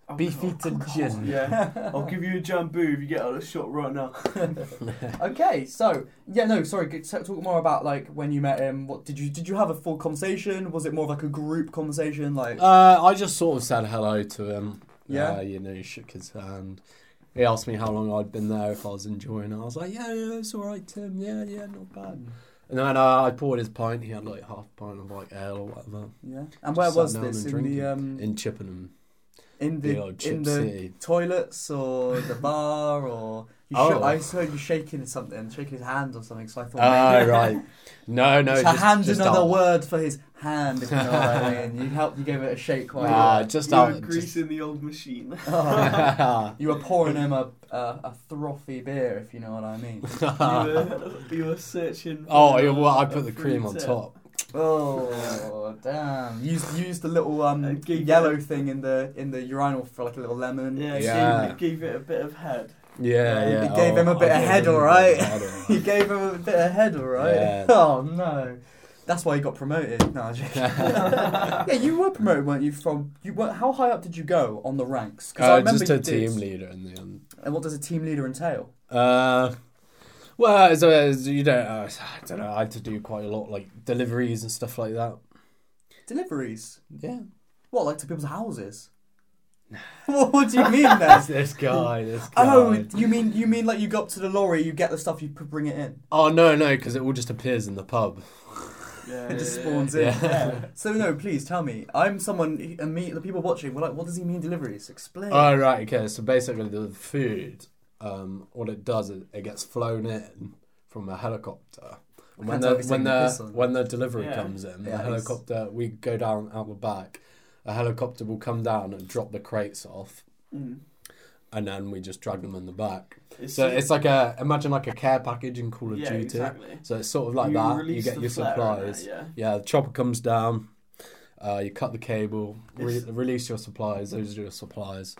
[SPEAKER 2] alcohol.
[SPEAKER 1] Beefy to gin.
[SPEAKER 2] Yeah, I'll give you a jamboo if you get out of the shot right now.
[SPEAKER 3] Okay, so yeah, no, sorry. g- t- Talk more about like when you met him. What did you did you have a full conversation? Was it more of like a group conversation? Like
[SPEAKER 1] Uh, I just sort of said hello to him.
[SPEAKER 3] Yeah?
[SPEAKER 1] Uh, you know, he shook his hand. He asked me how long I'd been there, if I was enjoying it. I was like, yeah, yeah, it's all right, Tim. Yeah, yeah, not bad. And then uh, I poured his pint. He had like half a pint of like ale or whatever
[SPEAKER 3] yeah. And where
[SPEAKER 1] Just sat
[SPEAKER 3] was
[SPEAKER 1] down
[SPEAKER 3] this
[SPEAKER 1] and
[SPEAKER 3] in the
[SPEAKER 1] drinking.
[SPEAKER 3] um
[SPEAKER 1] in Chippenham,
[SPEAKER 3] in
[SPEAKER 1] the,
[SPEAKER 3] the
[SPEAKER 1] old Chip
[SPEAKER 3] in the
[SPEAKER 1] City.
[SPEAKER 3] toilets or the bar or you
[SPEAKER 1] Oh.
[SPEAKER 3] sho- I heard you shaking something, shaking his hand or something. So I thought
[SPEAKER 1] Oh,
[SPEAKER 3] maybe-
[SPEAKER 1] right. No, no.
[SPEAKER 3] So
[SPEAKER 1] just,
[SPEAKER 3] hand's
[SPEAKER 1] just
[SPEAKER 3] another
[SPEAKER 1] out.
[SPEAKER 3] word for his hand. If you know what I mean, you helped. You gave it a shake. While
[SPEAKER 1] Nah,
[SPEAKER 3] you,
[SPEAKER 1] Ah, just
[SPEAKER 2] you were
[SPEAKER 1] out. just-
[SPEAKER 2] greasing the old machine.
[SPEAKER 3] you were pouring him a, a a frothy beer, if you know what I mean.
[SPEAKER 2] you, were, you were searching.
[SPEAKER 1] oh,
[SPEAKER 2] for
[SPEAKER 1] yeah, well, I
[SPEAKER 2] a
[SPEAKER 1] put the
[SPEAKER 2] free
[SPEAKER 1] cream on
[SPEAKER 2] tip.
[SPEAKER 1] top.
[SPEAKER 3] Oh damn! Use use the little
[SPEAKER 2] I
[SPEAKER 3] um
[SPEAKER 2] gave it
[SPEAKER 3] yellow
[SPEAKER 2] a-
[SPEAKER 3] thing in the in the urinal for like a little lemon.
[SPEAKER 2] Yeah, it
[SPEAKER 1] Yeah.
[SPEAKER 2] Gave, it gave it a bit of head.
[SPEAKER 1] Yeah,
[SPEAKER 3] Yeah,
[SPEAKER 1] yeah. Oh,
[SPEAKER 3] it gave him a
[SPEAKER 1] I
[SPEAKER 3] bit of
[SPEAKER 1] gave
[SPEAKER 3] head,
[SPEAKER 1] him a bit
[SPEAKER 3] alright.
[SPEAKER 1] of head, alright.
[SPEAKER 3] He gave him a bit of head, all right.
[SPEAKER 1] Yeah.
[SPEAKER 3] Oh no, that's why he got promoted. No, I'm joking. yeah, you were promoted, weren't you? From you were how high up did you go on the ranks?
[SPEAKER 1] Uh, just
[SPEAKER 3] you
[SPEAKER 1] a
[SPEAKER 3] did.
[SPEAKER 1] team leader in the end.
[SPEAKER 3] And what does a team leader entail?
[SPEAKER 1] Uh, well, as, as you don't, uh, I don't know. I had to do quite a lot, like deliveries and stuff like that.
[SPEAKER 3] Deliveries.
[SPEAKER 1] Yeah.
[SPEAKER 3] What, like to people's houses? what, what do you mean then?
[SPEAKER 1] this guy. This guy.
[SPEAKER 3] Oh,
[SPEAKER 1] Oh,
[SPEAKER 3] you mean you mean like you go up to the lorry, you get the stuff, you p- bring it in.
[SPEAKER 1] Oh, no, no, because it all just appears in the pub.
[SPEAKER 2] Yeah,
[SPEAKER 3] It just
[SPEAKER 2] yeah,
[SPEAKER 3] spawns in.
[SPEAKER 1] Yeah.
[SPEAKER 3] So no, please tell me. I'm someone, and me, the people watching, we're like, what does he mean deliveries? Explain.
[SPEAKER 1] Oh right, okay. So basically, the food, um, what it does is it gets flown in from a helicopter. And when
[SPEAKER 3] Can't tell
[SPEAKER 1] the
[SPEAKER 3] if he's
[SPEAKER 1] when
[SPEAKER 3] taking a piss
[SPEAKER 1] the
[SPEAKER 3] or not.
[SPEAKER 1] when the delivery
[SPEAKER 2] Yeah.
[SPEAKER 1] comes in,
[SPEAKER 3] Yeah,
[SPEAKER 1] the
[SPEAKER 3] he's-
[SPEAKER 1] helicopter we go down out the back. A helicopter will come down and drop the crates off,
[SPEAKER 2] yeah. Mm.
[SPEAKER 1] and then we just drag them in the back.
[SPEAKER 2] It's
[SPEAKER 1] So it's like a imagine like a care package in Call of
[SPEAKER 2] yeah,
[SPEAKER 1] Duty.
[SPEAKER 2] Exactly.
[SPEAKER 1] So it's sort of like
[SPEAKER 2] You
[SPEAKER 1] that. You
[SPEAKER 2] release
[SPEAKER 1] get
[SPEAKER 2] the
[SPEAKER 1] your
[SPEAKER 2] flare in there,
[SPEAKER 1] supplies.
[SPEAKER 2] yeah.
[SPEAKER 1] Yeah, the chopper comes down. Uh, you cut the cable, re-
[SPEAKER 2] It's-
[SPEAKER 1] release your supplies. Those are your supplies,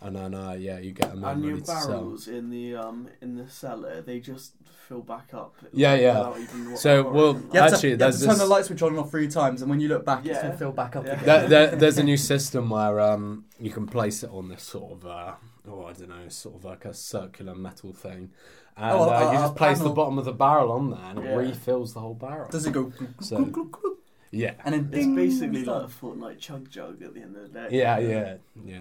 [SPEAKER 1] and then uh, yeah, you get them in
[SPEAKER 2] And your
[SPEAKER 1] ready to sell.
[SPEAKER 2] barrels in the um in the cellar, they just fill back up.
[SPEAKER 1] Yeah, yeah.
[SPEAKER 2] without even wa-
[SPEAKER 1] So,
[SPEAKER 2] worrying.
[SPEAKER 1] well,
[SPEAKER 3] You have
[SPEAKER 1] Actually,
[SPEAKER 3] to, you have
[SPEAKER 1] there's
[SPEAKER 3] to turn the
[SPEAKER 1] this-
[SPEAKER 3] light switch on and off three times, and when you look back, it's
[SPEAKER 2] Yeah.
[SPEAKER 3] going to fill back up
[SPEAKER 2] Yeah.
[SPEAKER 3] again.
[SPEAKER 1] There, there, there's a new system where um, you can place it on this sort of uh, oh I don't know sort of like a circular metal thing, and
[SPEAKER 3] Oh,
[SPEAKER 1] uh, you
[SPEAKER 3] a- a
[SPEAKER 1] just place the
[SPEAKER 3] panel.
[SPEAKER 1] bottom of the barrel on there and
[SPEAKER 2] Yeah.
[SPEAKER 1] it refills the whole barrel.
[SPEAKER 3] Does it go?
[SPEAKER 1] So-
[SPEAKER 3] glug, glug, glug,
[SPEAKER 1] yeah,
[SPEAKER 3] and then
[SPEAKER 2] it's
[SPEAKER 3] ding,
[SPEAKER 2] basically
[SPEAKER 3] stop.
[SPEAKER 2] like a Fortnite chug jug at the end of the day.
[SPEAKER 1] yeah, yeah, yeah.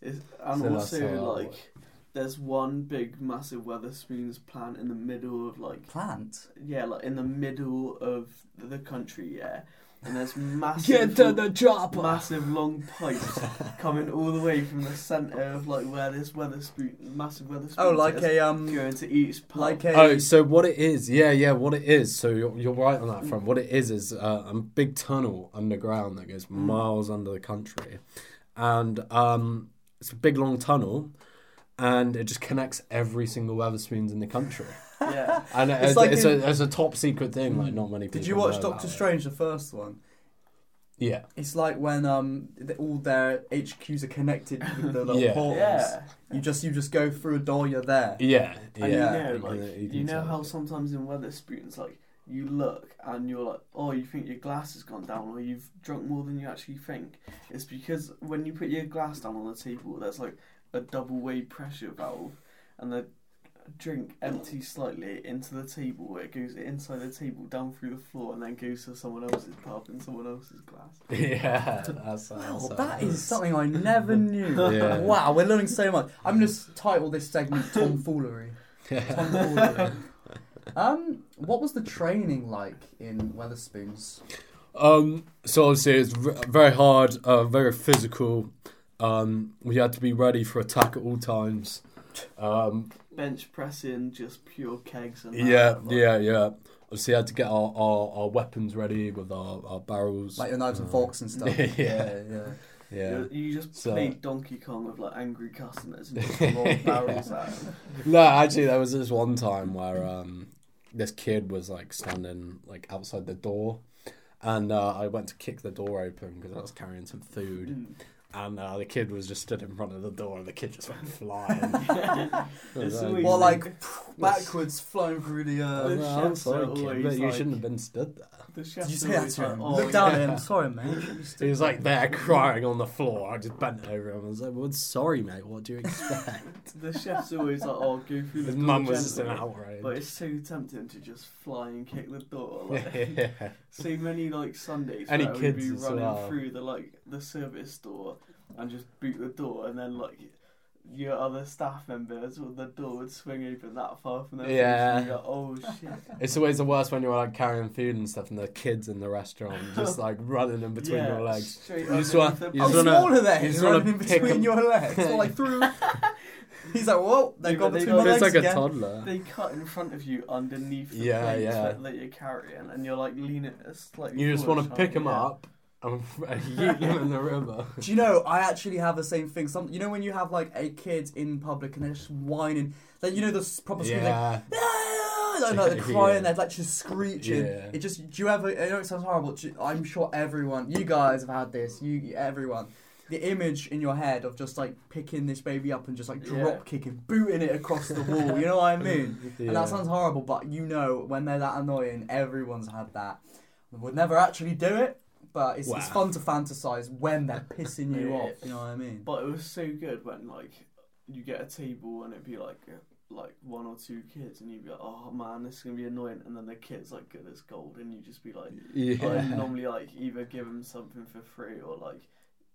[SPEAKER 2] It's, and
[SPEAKER 1] So that's
[SPEAKER 2] also
[SPEAKER 1] how that
[SPEAKER 2] like, there's one big massive Weatherspoons plant in the middle of like
[SPEAKER 3] plant.
[SPEAKER 2] yeah, like in the middle of the country, yeah. And there's massive
[SPEAKER 1] chopper.
[SPEAKER 2] massive long pipes coming all the way from the centre of like where this Weatherspoon massive Weatherspoon
[SPEAKER 3] Oh, like
[SPEAKER 2] is,
[SPEAKER 3] a um,
[SPEAKER 2] going to each pub.
[SPEAKER 3] like a.
[SPEAKER 1] Oh, so what it is? Yeah, yeah, what it is. So you're, you're right on that front. What it is is uh, a big tunnel underground that goes
[SPEAKER 3] Hmm.
[SPEAKER 1] miles under the country, and um, it's a big long tunnel, and it just connects every single Weatherspoons in the country.
[SPEAKER 2] yeah.
[SPEAKER 1] And it-
[SPEAKER 3] It's
[SPEAKER 1] it's, it's,
[SPEAKER 3] like in-
[SPEAKER 1] a, it's a top secret thing. Like not many people.
[SPEAKER 3] Did you watch
[SPEAKER 1] know about
[SPEAKER 3] Doctor
[SPEAKER 1] it.
[SPEAKER 3] Strange, the first one?
[SPEAKER 1] Yeah,
[SPEAKER 3] It's like when um, th- all their HQs are connected with the little
[SPEAKER 1] Yeah.
[SPEAKER 3] portals.
[SPEAKER 2] Yeah.
[SPEAKER 3] You just you just go through a door, you're there.
[SPEAKER 1] yeah, yeah.
[SPEAKER 2] And
[SPEAKER 3] Yeah.
[SPEAKER 2] you know,
[SPEAKER 1] can-
[SPEAKER 2] like, you,
[SPEAKER 1] can
[SPEAKER 2] know
[SPEAKER 1] tell.
[SPEAKER 2] how sometimes in Weatherspoons, like, you look and you're like, oh, you think your glass has gone down or you've drunk more than you actually think. It's because when you put your glass down on the table, there's like a double way pressure valve and the drink empties slightly into the table where it goes inside the table, down through the floor, and then goes to someone else's pub and someone else's glass.
[SPEAKER 1] yeah, that's
[SPEAKER 3] Wow,
[SPEAKER 1] that's
[SPEAKER 3] Oh, that is something I never knew.
[SPEAKER 1] Yeah.
[SPEAKER 3] Wow, we're learning so much. I'm going to title this segment Tomfoolery. Tomfoolery. um, what was the training like in Weatherspoons?
[SPEAKER 1] Um, so obviously it's v- very hard, uh, very physical. Um, we had to be ready for attack at all times. Um,
[SPEAKER 2] Bench pressing, just pure kegs and that,
[SPEAKER 1] yeah,
[SPEAKER 2] like-
[SPEAKER 1] yeah, yeah. Obviously, had to get our, our, our weapons ready with our, our barrels.
[SPEAKER 3] Like your knives and forks and stuff.
[SPEAKER 1] Yeah.
[SPEAKER 3] uh, yeah.
[SPEAKER 1] Yeah.
[SPEAKER 2] You, you just
[SPEAKER 1] So-
[SPEAKER 2] played Donkey Kong with like angry customers and just roll barrels at 'em.
[SPEAKER 1] No, actually, there was this one time where um, this kid was like standing like outside the door, and uh, I went to kick the door open because I was carrying some food,
[SPEAKER 2] Mm.
[SPEAKER 1] and uh, the kid was just stood in front of the door, and the kid just went flying. It was,
[SPEAKER 2] It's
[SPEAKER 1] uh,
[SPEAKER 2] always
[SPEAKER 3] Well, like
[SPEAKER 1] Yes.
[SPEAKER 3] backwards, flowing through the.
[SPEAKER 1] I was
[SPEAKER 3] Uh,
[SPEAKER 2] the
[SPEAKER 1] like, I'm
[SPEAKER 2] chefs
[SPEAKER 1] sorry,
[SPEAKER 2] are
[SPEAKER 1] kid,
[SPEAKER 2] always
[SPEAKER 1] but you
[SPEAKER 2] like-
[SPEAKER 1] shouldn't have been stood there.
[SPEAKER 2] The
[SPEAKER 3] did
[SPEAKER 2] chef's
[SPEAKER 3] you say that
[SPEAKER 2] always
[SPEAKER 3] to him?
[SPEAKER 2] like,
[SPEAKER 3] Look
[SPEAKER 2] "Oh,
[SPEAKER 3] down
[SPEAKER 2] yeah."
[SPEAKER 3] at him. Sorry, mate.
[SPEAKER 1] He was like there crying on the floor. I just bent over him. I was like, "Well, sorry, mate. What do you expect?"
[SPEAKER 2] The chef's always like, "Oh, go through the
[SPEAKER 1] His
[SPEAKER 2] door
[SPEAKER 1] mum was just in
[SPEAKER 2] gently." But
[SPEAKER 1] outrage.
[SPEAKER 2] it's so tempting to just fly and kick the door. Like,
[SPEAKER 1] yeah.
[SPEAKER 2] so many like Sundays
[SPEAKER 1] Any
[SPEAKER 2] where we'd
[SPEAKER 1] kids
[SPEAKER 2] be
[SPEAKER 1] as
[SPEAKER 2] running
[SPEAKER 1] well.
[SPEAKER 2] through the like the service door and just boot the door, and then like your other staff members or the door would swing open that far from their face, and
[SPEAKER 1] Yeah.
[SPEAKER 2] you'd go, oh shit.
[SPEAKER 1] It's always the worst when you're like carrying food and stuff, and the kids in the restaurant just like running in between
[SPEAKER 2] yeah,
[SPEAKER 1] your legs.
[SPEAKER 2] straight
[SPEAKER 1] You just want-
[SPEAKER 2] underneath the
[SPEAKER 1] you
[SPEAKER 3] How
[SPEAKER 1] just wanna-
[SPEAKER 2] bus.
[SPEAKER 3] small are they?
[SPEAKER 1] you just wanna
[SPEAKER 3] running in
[SPEAKER 1] pick
[SPEAKER 3] between
[SPEAKER 1] 'em.
[SPEAKER 3] your legs. Well, like through. He's like, whoa, they
[SPEAKER 2] Yeah,
[SPEAKER 3] got
[SPEAKER 2] but they
[SPEAKER 3] between
[SPEAKER 2] got-
[SPEAKER 3] my
[SPEAKER 1] It's
[SPEAKER 3] legs
[SPEAKER 1] like a
[SPEAKER 3] again.
[SPEAKER 1] toddler.
[SPEAKER 2] They cut in front of you underneath the
[SPEAKER 1] Yeah,
[SPEAKER 2] plates
[SPEAKER 1] yeah.
[SPEAKER 2] that- that you're carrying, and you're like leaning it slightly.
[SPEAKER 1] You just want
[SPEAKER 2] forward,
[SPEAKER 1] to pick them
[SPEAKER 2] yeah.
[SPEAKER 1] up and yeet them in the river.
[SPEAKER 3] Do you know? I actually have the same thing. Some, you know, when you have like a kid in public and they're just whining, like you know the s- proper screaming, like,
[SPEAKER 1] Yeah,
[SPEAKER 3] "Ah!" like, like, they're crying,
[SPEAKER 1] Yeah.
[SPEAKER 3] they're like just screeching.
[SPEAKER 1] Yeah.
[SPEAKER 3] It just do you ever? I know it sounds horrible. do you- I'm sure everyone, you guys have had this. You, everyone, the image in your head of just like picking this baby up and just like
[SPEAKER 2] Yeah.
[SPEAKER 3] drop kicking, booting it across the wall. You know what I mean? And
[SPEAKER 1] Yeah.
[SPEAKER 3] that sounds horrible, but you know when they're that annoying, everyone's had that. Would never actually do it, but it's, it's
[SPEAKER 1] Wow.
[SPEAKER 3] fun to fantasize when they're pissing you
[SPEAKER 2] Yeah.
[SPEAKER 3] off. You know what I mean?
[SPEAKER 2] But it was so good when like you get a table and it'd be like uh, like one or two kids and you'd be like, oh man, this is gonna be annoying, and then the kids like good as gold, and you just be like, I
[SPEAKER 1] yeah.
[SPEAKER 2] normally like either give them something for free or like.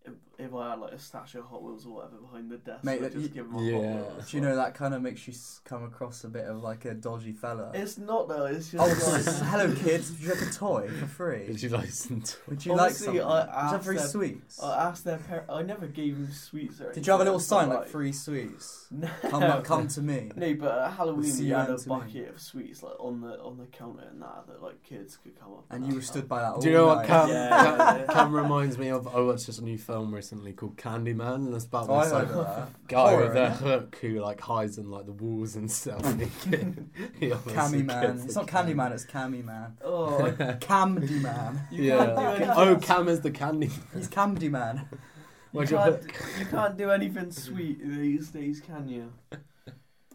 [SPEAKER 2] If, if I had like a stash of Hot Wheels or whatever behind the desk,
[SPEAKER 3] Mate,
[SPEAKER 2] I'd
[SPEAKER 3] that-
[SPEAKER 2] just
[SPEAKER 3] y-
[SPEAKER 2] give them a Hot
[SPEAKER 1] yeah.
[SPEAKER 2] Wheels.
[SPEAKER 3] Do you know that kind of makes you s- come across a bit of like a dodgy fella?
[SPEAKER 2] It's not though. It's
[SPEAKER 3] oh,
[SPEAKER 2] just
[SPEAKER 3] it's
[SPEAKER 2] like,
[SPEAKER 3] like, hello kids, would you like a toy for free?
[SPEAKER 1] Did you listen to?
[SPEAKER 3] Would you like
[SPEAKER 2] Honestly, I
[SPEAKER 3] something? Did you have
[SPEAKER 2] asked
[SPEAKER 3] free
[SPEAKER 2] them-
[SPEAKER 3] sweets?
[SPEAKER 2] I asked their parents. I never gave them sweets or anything.
[SPEAKER 3] Did you have a little
[SPEAKER 2] but,
[SPEAKER 3] sign like free sweets?
[SPEAKER 2] No.
[SPEAKER 3] Come, up- come to me.
[SPEAKER 2] No, but at Halloween
[SPEAKER 3] See
[SPEAKER 2] we
[SPEAKER 3] you
[SPEAKER 2] had a
[SPEAKER 3] later, mate.
[SPEAKER 2] bucket of sweets like on the on the counter and that that like kids could come up.
[SPEAKER 3] And you were
[SPEAKER 2] have.
[SPEAKER 3] stood by that all
[SPEAKER 1] Do you know what
[SPEAKER 3] night.
[SPEAKER 1] Cam,
[SPEAKER 2] Yeah.
[SPEAKER 1] Cam, Cam reminds me of? I watched this new film recently called Candyman, and it's about
[SPEAKER 3] Oh, I
[SPEAKER 1] this like,
[SPEAKER 3] remember that.
[SPEAKER 1] guy
[SPEAKER 3] Horror,
[SPEAKER 1] with a
[SPEAKER 3] innit?
[SPEAKER 1] hook who like hides in like the walls and stuff. And he, he obviously
[SPEAKER 3] Cammy man.
[SPEAKER 1] gets
[SPEAKER 3] It's
[SPEAKER 1] the
[SPEAKER 3] not Candy man, it's Cammy man.
[SPEAKER 2] Oh, I-
[SPEAKER 3] Camdy man.
[SPEAKER 2] you can't do
[SPEAKER 1] yeah.
[SPEAKER 2] anything.
[SPEAKER 1] Oh, Cam is the candy.
[SPEAKER 3] He's Camdy man.
[SPEAKER 2] you,
[SPEAKER 1] Where's your
[SPEAKER 2] can't,
[SPEAKER 1] hook?
[SPEAKER 2] you can't do anything sweet these days, can you?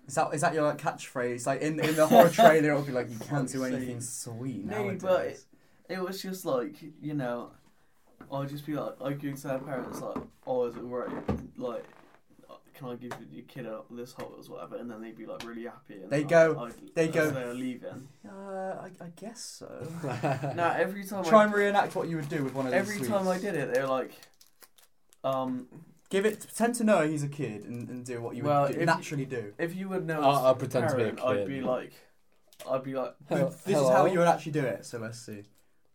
[SPEAKER 3] Is that is that your like, catchphrase? Like in in the horror trailer, it'll be like you can't do
[SPEAKER 2] Fuck's
[SPEAKER 3] anything sweet
[SPEAKER 2] No,
[SPEAKER 3] nowadays.
[SPEAKER 2] but it- It was just like you know, I'd just be like, I go to their parents like, oh, is it alright? Like, can I give your kid a, this hot or whatever? And then they'd be like really happy. And
[SPEAKER 3] They
[SPEAKER 2] I-
[SPEAKER 3] go-
[SPEAKER 2] I'd-
[SPEAKER 3] they
[SPEAKER 2] as
[SPEAKER 3] go-
[SPEAKER 2] They're leaving.
[SPEAKER 3] uh, I, I guess so.
[SPEAKER 2] Now every time
[SPEAKER 3] Try
[SPEAKER 2] I
[SPEAKER 3] and reenact what you would do with one of these.
[SPEAKER 2] every
[SPEAKER 3] sweets.
[SPEAKER 2] time I did it, they were like, um,
[SPEAKER 3] give it pretend to know he's a kid and, and do what you
[SPEAKER 2] Well,
[SPEAKER 3] would
[SPEAKER 2] if
[SPEAKER 3] do,
[SPEAKER 2] you-
[SPEAKER 3] naturally do.
[SPEAKER 2] if you would know,
[SPEAKER 1] I'll-
[SPEAKER 2] as
[SPEAKER 1] I'll pretend to be a
[SPEAKER 2] parent, I'd
[SPEAKER 1] kid.
[SPEAKER 2] be like, I'd be like,
[SPEAKER 1] Hel-
[SPEAKER 3] this is how
[SPEAKER 1] hello?
[SPEAKER 3] you would actually do it. So let's see.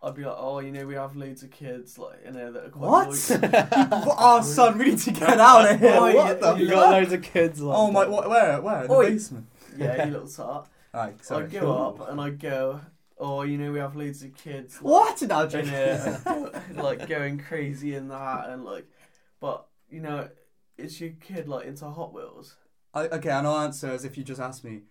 [SPEAKER 2] I'd be like, oh, you know, we have loads of kids, like, you know, that are quite
[SPEAKER 3] What?
[SPEAKER 2] noisy."
[SPEAKER 3] oh, son, we need to get out of here.
[SPEAKER 2] Oh,
[SPEAKER 3] what
[SPEAKER 2] yeah,
[SPEAKER 3] the?
[SPEAKER 1] You
[SPEAKER 2] yeah.
[SPEAKER 1] got loads of kids. Like
[SPEAKER 3] Oh my!
[SPEAKER 1] that.
[SPEAKER 3] What, where? Where? In the
[SPEAKER 2] Oi.
[SPEAKER 3] basement.
[SPEAKER 2] yeah, you little tart.
[SPEAKER 3] Alright,
[SPEAKER 2] So
[SPEAKER 3] sorry.
[SPEAKER 2] I'd go up and I'd go, oh, you know, we have loads of kids. Like,
[SPEAKER 3] What? No, I'm
[SPEAKER 2] in
[SPEAKER 3] joking.
[SPEAKER 2] here, and, like, going crazy and that, and like, but, you know, it's your kid, like, into Hot Wheels.
[SPEAKER 3] I, okay, and I'll answer as if you just asked me.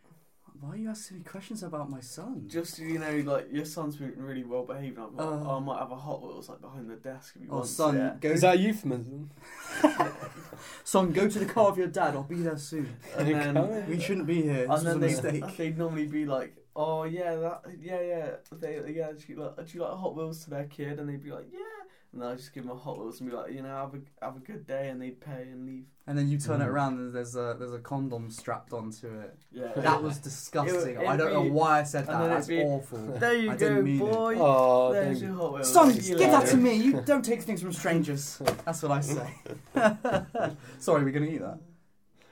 [SPEAKER 3] Why are you asking me questions about my son?
[SPEAKER 2] Just, you know, like, your son's been really well behaved. and I'm like,
[SPEAKER 3] Oh.
[SPEAKER 2] oh, I might have a Hot Wheels, like, behind the desk if you
[SPEAKER 3] Oh,
[SPEAKER 2] want.
[SPEAKER 3] son,
[SPEAKER 2] yeah.
[SPEAKER 3] go
[SPEAKER 1] Is that a euphemism?
[SPEAKER 3] Son, go to the car of your dad. I'll be there soon.
[SPEAKER 2] And
[SPEAKER 1] You're
[SPEAKER 2] then,
[SPEAKER 1] coming?
[SPEAKER 3] We shouldn't be here. This
[SPEAKER 2] and
[SPEAKER 3] was a
[SPEAKER 2] then they,
[SPEAKER 3] mistake.
[SPEAKER 2] they'd normally be like, "Oh yeah, that yeah yeah they yeah do you like, do you like Hot Wheels to their kid?" And they'd be like, "Yeah," and I would just give them a Hot Wheels and be like, "You know, have a have a good day," and they'd pay and leave.
[SPEAKER 3] And then you turn it
[SPEAKER 1] Mm.
[SPEAKER 3] around and there's a there's a condom strapped onto it.
[SPEAKER 2] Yeah,
[SPEAKER 3] That was disgusting.
[SPEAKER 2] It would-
[SPEAKER 3] I don't know
[SPEAKER 2] it'd be-
[SPEAKER 3] why I said
[SPEAKER 2] and
[SPEAKER 3] that.
[SPEAKER 2] then
[SPEAKER 3] That's
[SPEAKER 2] it'd be-
[SPEAKER 3] awful.
[SPEAKER 2] there you
[SPEAKER 3] I didn't
[SPEAKER 2] go,
[SPEAKER 3] mean it.
[SPEAKER 2] boy.
[SPEAKER 1] Oh,
[SPEAKER 2] There's
[SPEAKER 1] thank-
[SPEAKER 2] your Hot Wheels.
[SPEAKER 3] Son,
[SPEAKER 2] See you
[SPEAKER 3] give that
[SPEAKER 2] later.
[SPEAKER 3] to me. You don't take things from strangers. That's what I say. Sorry, we're gonna eat that.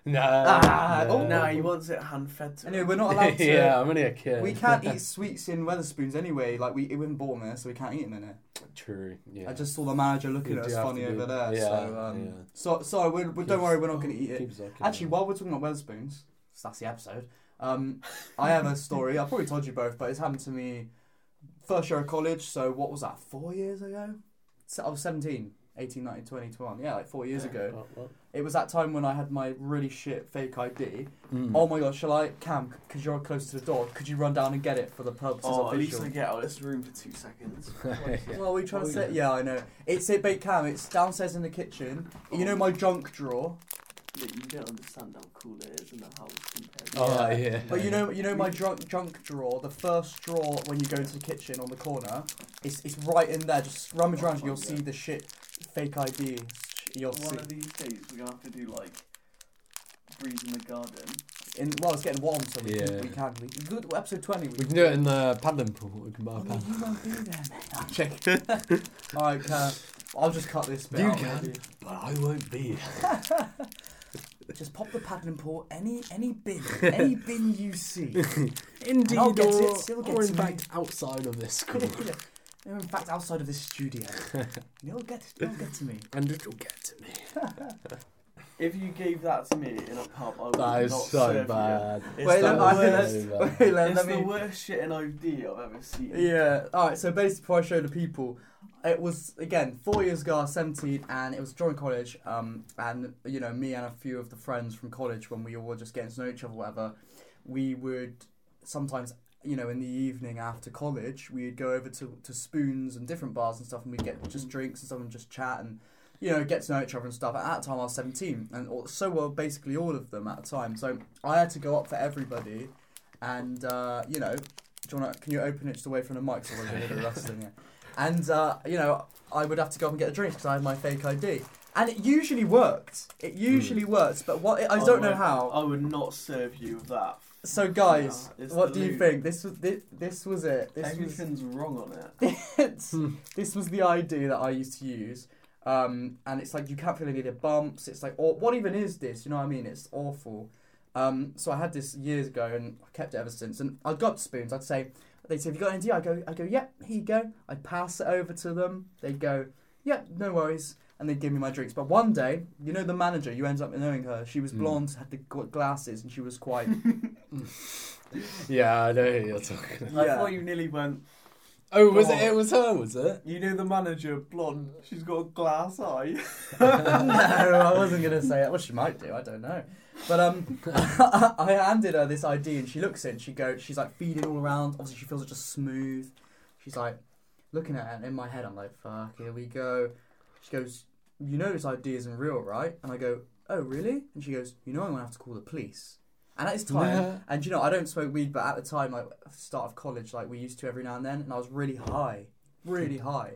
[SPEAKER 1] no.
[SPEAKER 3] Ah, oh,
[SPEAKER 2] No, he wants it hand fed to
[SPEAKER 3] Anyway,
[SPEAKER 2] him.
[SPEAKER 3] we're not allowed to.
[SPEAKER 1] yeah, I'm only a kid.
[SPEAKER 3] We can't eat sweets in Weatherspoons anyway. Like we, it wasn't bought there, so we can't eat them in it.
[SPEAKER 1] True. Yeah.
[SPEAKER 3] I just saw the manager looking
[SPEAKER 1] You
[SPEAKER 3] at
[SPEAKER 1] do
[SPEAKER 3] us
[SPEAKER 1] have
[SPEAKER 3] funny
[SPEAKER 1] to do
[SPEAKER 3] over
[SPEAKER 1] that.
[SPEAKER 3] there. so,
[SPEAKER 1] Yeah,
[SPEAKER 3] um,
[SPEAKER 1] yeah.
[SPEAKER 3] so sorry. We're, we don't
[SPEAKER 1] Keeps-
[SPEAKER 3] worry. We're not going to eat it.
[SPEAKER 1] Oh, Keeps sucking
[SPEAKER 3] Actually,
[SPEAKER 1] it.
[SPEAKER 3] while we're talking about Weatherspoons, that's the episode. Um, I have a story. I probably told you both, but it's happened to me first year of college. So what was that? Four years ago. So I was seventeen. 18, 19, 20, 21. Yeah, like four years
[SPEAKER 2] Yeah.
[SPEAKER 3] ago.
[SPEAKER 1] Oh,
[SPEAKER 3] It was that time when I had my really shit fake ID.
[SPEAKER 1] Mm.
[SPEAKER 3] Oh my god, shall I, Cam? Because you're close to the door, could you run down and get it for the purposes
[SPEAKER 2] Oh,
[SPEAKER 3] of
[SPEAKER 2] at least
[SPEAKER 3] visual?
[SPEAKER 2] I get out of this room for two seconds.
[SPEAKER 3] What are we trying to say? Yeah, I know. It's it, bait Cam. It's downstairs in the kitchen.
[SPEAKER 2] Oh.
[SPEAKER 3] You know my junk drawer.
[SPEAKER 2] Yeah, you don't understand how cool it is in the house compared to
[SPEAKER 1] Oh, yeah.
[SPEAKER 3] But you know, you know my junk junk drawer. The first drawer when you go into the kitchen on the corner, it's it's right in there. Just rummage around, and you'll see the shit fake ID. You'll see.
[SPEAKER 2] One of these days we're gonna have to do like breeze in the garden.
[SPEAKER 3] In, well, it's getting warm, so we,
[SPEAKER 1] Yeah.
[SPEAKER 3] can, we can. We good episode twenty.
[SPEAKER 1] We can do it in the paddling pool. We can buy a
[SPEAKER 3] Oh, no,
[SPEAKER 1] paddling.
[SPEAKER 3] you won't be there, mate.
[SPEAKER 1] Check.
[SPEAKER 3] All right, Cam. I'll just cut this bit.
[SPEAKER 1] You
[SPEAKER 3] out,
[SPEAKER 1] can.
[SPEAKER 3] maybe.
[SPEAKER 1] But I won't be.
[SPEAKER 3] Just pop the paddling pool. Any any bin, any bin you see.
[SPEAKER 1] Indeed,
[SPEAKER 3] I'll get
[SPEAKER 1] or,
[SPEAKER 3] it, still get
[SPEAKER 1] or in
[SPEAKER 3] it.
[SPEAKER 1] fact outside of this school.
[SPEAKER 3] They're in fact outside of this studio. You'll get, you'll get to me.
[SPEAKER 1] and it'll get to me.
[SPEAKER 2] If you gave that to me in a pub, I would
[SPEAKER 1] That is
[SPEAKER 2] not
[SPEAKER 1] so
[SPEAKER 2] serve
[SPEAKER 1] bad.
[SPEAKER 2] You. It's
[SPEAKER 3] Wait,
[SPEAKER 2] the
[SPEAKER 3] let- I think
[SPEAKER 2] worst.
[SPEAKER 1] that's-
[SPEAKER 3] Wait, let-
[SPEAKER 2] It's
[SPEAKER 3] let
[SPEAKER 2] the
[SPEAKER 3] me-
[SPEAKER 2] worst shit in ID I've ever seen.
[SPEAKER 3] Yeah. All right. So basically, before I show the people, it was again four years ago, I was seventeen, and it was during college. Um, and you know, me and a few of the friends from college, when we all were just getting to know each other, whatever, we would sometimes, you know, in the evening after college, we'd go over to to spoons and different bars and stuff, and we'd get just drinks and stuff and just chat and. You know, get to know each other and stuff. At that time, I was seventeen, and all, so were basically all of them at the time. So I had to go up for everybody, and uh, you know, do you wanna, can you open it just away from the mic so I can hear the rustling? Yeah. And uh, you know, I would have to go up and get a drink because I had my fake ID, and it usually worked.
[SPEAKER 2] Hmm.
[SPEAKER 3] It usually works, but what I don't know
[SPEAKER 2] would-
[SPEAKER 3] how.
[SPEAKER 2] I would not serve you with that.
[SPEAKER 3] So guys,
[SPEAKER 2] Yeah, it's
[SPEAKER 3] what
[SPEAKER 2] the
[SPEAKER 3] do you
[SPEAKER 2] loot.
[SPEAKER 3] think? This was this, this was it. This was
[SPEAKER 2] Everything's wrong on it.
[SPEAKER 3] it's, this was the idea that I used to use. Um, and it's like you can't feel any of the bumps. It's like, or what even is this? You know what I mean? It's awful. Um, so I had this years ago, and I kept it ever since. And I'd go up to spoons. I'd say, they'd say, "Have you got an idea?" I go, I go, "Yep, here you go." I'd pass it over to them. They'd go, "Yep, no worries," and they'd give me my drinks. But one day, you know, the manager, you end up knowing her. She was
[SPEAKER 1] Mm.
[SPEAKER 3] blonde, had the gl- glasses, and she was quite.
[SPEAKER 1] Yeah, I know who you're talking. about.
[SPEAKER 2] I
[SPEAKER 3] Yeah.
[SPEAKER 2] thought you nearly went.
[SPEAKER 1] Oh, was
[SPEAKER 2] Go
[SPEAKER 1] it? It was her, was it?
[SPEAKER 2] You know the manager, blonde. She's got a glass eye.
[SPEAKER 3] no, I wasn't gonna say it. Well, she might do. I don't know. But um, I handed her this ID, and she looks at it. And she goes, she's like feeding all around. Obviously, she feels it just smooth. She's like looking at it, and in my head, I'm like, "Fuck, here we go." She goes, "You know this ID isn't real, right?" And I go, "Oh, really?" And she goes, "You know I'm gonna have to call the police." And at this time,
[SPEAKER 1] Nah.
[SPEAKER 3] and you know, I don't smoke weed, but at the time, like start of college, like we used to every now and then, and I was really high, really
[SPEAKER 1] Hmm.
[SPEAKER 3] high,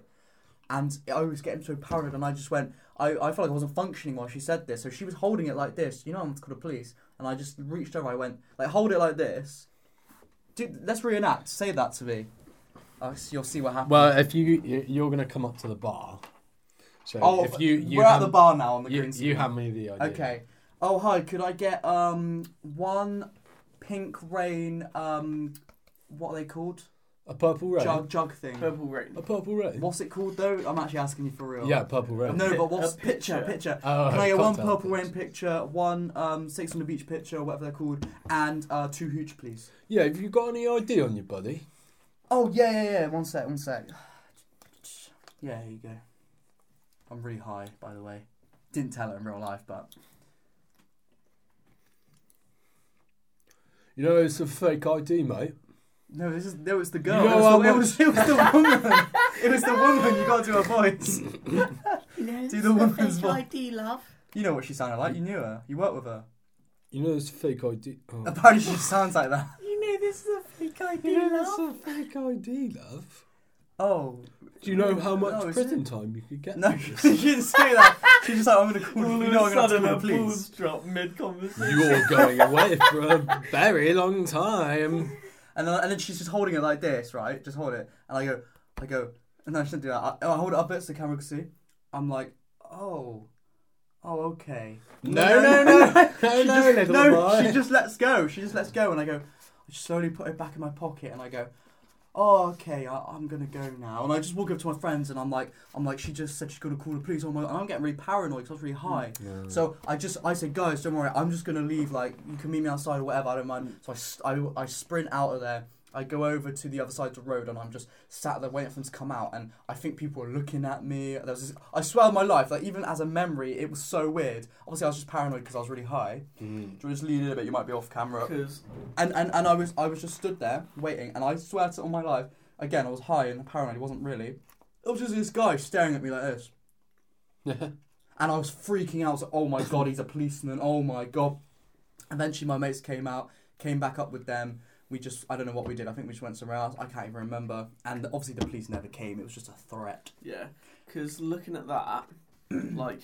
[SPEAKER 3] and I was getting so paranoid, and I just went, I, I felt like I wasn't functioning while she said this, so she was holding it like this, you know, I'm called the police, and I just reached over, I went, like hold it like this, dude, let's reenact, say that to me, uh, so you'll see what happens.
[SPEAKER 1] Well, if you you- you're gonna come up to the bar, so
[SPEAKER 3] oh,
[SPEAKER 1] if you you
[SPEAKER 3] we're
[SPEAKER 1] hand,
[SPEAKER 3] at the bar now on the
[SPEAKER 1] you,
[SPEAKER 3] green
[SPEAKER 1] you
[SPEAKER 3] screen.
[SPEAKER 1] hand me the idea.
[SPEAKER 3] Okay. Oh hi, could I get um one pink rain um what are they called?
[SPEAKER 1] a purple rain.
[SPEAKER 3] Jug jug thing.
[SPEAKER 2] Purple rain.
[SPEAKER 1] A purple rain.
[SPEAKER 3] What's it called though? I'm actually asking you for real.
[SPEAKER 1] Yeah, purple rain.
[SPEAKER 3] No, but what's
[SPEAKER 2] A
[SPEAKER 3] picture?
[SPEAKER 2] picture.
[SPEAKER 3] Picture.
[SPEAKER 1] Oh,
[SPEAKER 3] Can I get one
[SPEAKER 1] cocktail
[SPEAKER 3] purple rain
[SPEAKER 1] picture.
[SPEAKER 3] picture, one um six on the beach picture, whatever they're called, and uh two hooch, please.
[SPEAKER 1] Yeah, have you got any ID on you, buddy?
[SPEAKER 3] Oh yeah, yeah, yeah. One sec, one sec. Yeah, here you go. I'm really high, by the way. Didn't tell her in real life, but
[SPEAKER 1] You know it's a fake ID, mate.
[SPEAKER 3] No, this is no, it's the girl.
[SPEAKER 1] You know
[SPEAKER 3] it, was
[SPEAKER 1] how
[SPEAKER 3] the, it, was, it was the woman. it was the woman. You gotta do her voice. do the woman's voice.
[SPEAKER 2] love.
[SPEAKER 3] You know what she sounded like. You knew her. You worked with her.
[SPEAKER 1] You know it's a fake ID. Oh.
[SPEAKER 3] Apparently, she sounds like that.
[SPEAKER 2] You know this is a fake ID,
[SPEAKER 1] You know it's a fake ID, love.
[SPEAKER 3] Oh
[SPEAKER 1] Do you know how much
[SPEAKER 3] No, is
[SPEAKER 1] prison time you could get?
[SPEAKER 3] no,
[SPEAKER 1] for
[SPEAKER 3] she
[SPEAKER 1] this?
[SPEAKER 3] didn't say that. She's just like, I'm gonna call.
[SPEAKER 2] All
[SPEAKER 3] you
[SPEAKER 2] of
[SPEAKER 3] know,
[SPEAKER 2] a
[SPEAKER 3] I'm gonna have to
[SPEAKER 2] sudden,
[SPEAKER 3] call
[SPEAKER 2] her
[SPEAKER 3] the police.
[SPEAKER 2] balls drop mid conversation.
[SPEAKER 1] You're going away for a very long time.
[SPEAKER 3] And then, and then she's just holding it like this, right? Just hold it. And I go, I go. No, I shouldn't do that. I, I hold it up a bit so the camera can see. I'm like, oh, oh, okay.
[SPEAKER 1] No, no, no, no, no,
[SPEAKER 3] She just-
[SPEAKER 1] little
[SPEAKER 3] no,
[SPEAKER 1] boy.
[SPEAKER 3] she just lets go. She just lets go, and I go. I just slowly put it back in my pocket, and I go. Oh, okay. I, I'm gonna go now, and I just walk up to my friends, and I'm like, I'm like, she just said she's gonna call the police. Oh my! And I'm getting really paranoid because I was really
[SPEAKER 1] Hmm.
[SPEAKER 3] high. So I just, I say, guys, don't worry. I'm just gonna leave. Like, you can meet me outside or whatever. I don't mind. So I s- I, I sprint out of there, I go over to the other side of the road and I'm just sat there waiting for them to come out and I think people are looking at me. There was this, I swear on my life, like even as a memory, it was so weird. Obviously, I was just paranoid because I was really high. Do you want to just lean in a bit? You might be off camera.
[SPEAKER 2] Because
[SPEAKER 3] And, and and I was I was just stood there waiting and I swear to on my life, again I was high and paranoid. It wasn't really. It was just this guy staring at me like this, and I was freaking out. I was like, oh my god, he's a policeman. Oh my god. Eventually, my mates came out, came back up with them. We just I don't know what we did. I think we just went somewhere else. I can't even remember. And obviously, the police never came. It was just a threat.
[SPEAKER 2] yeah, because looking at that, like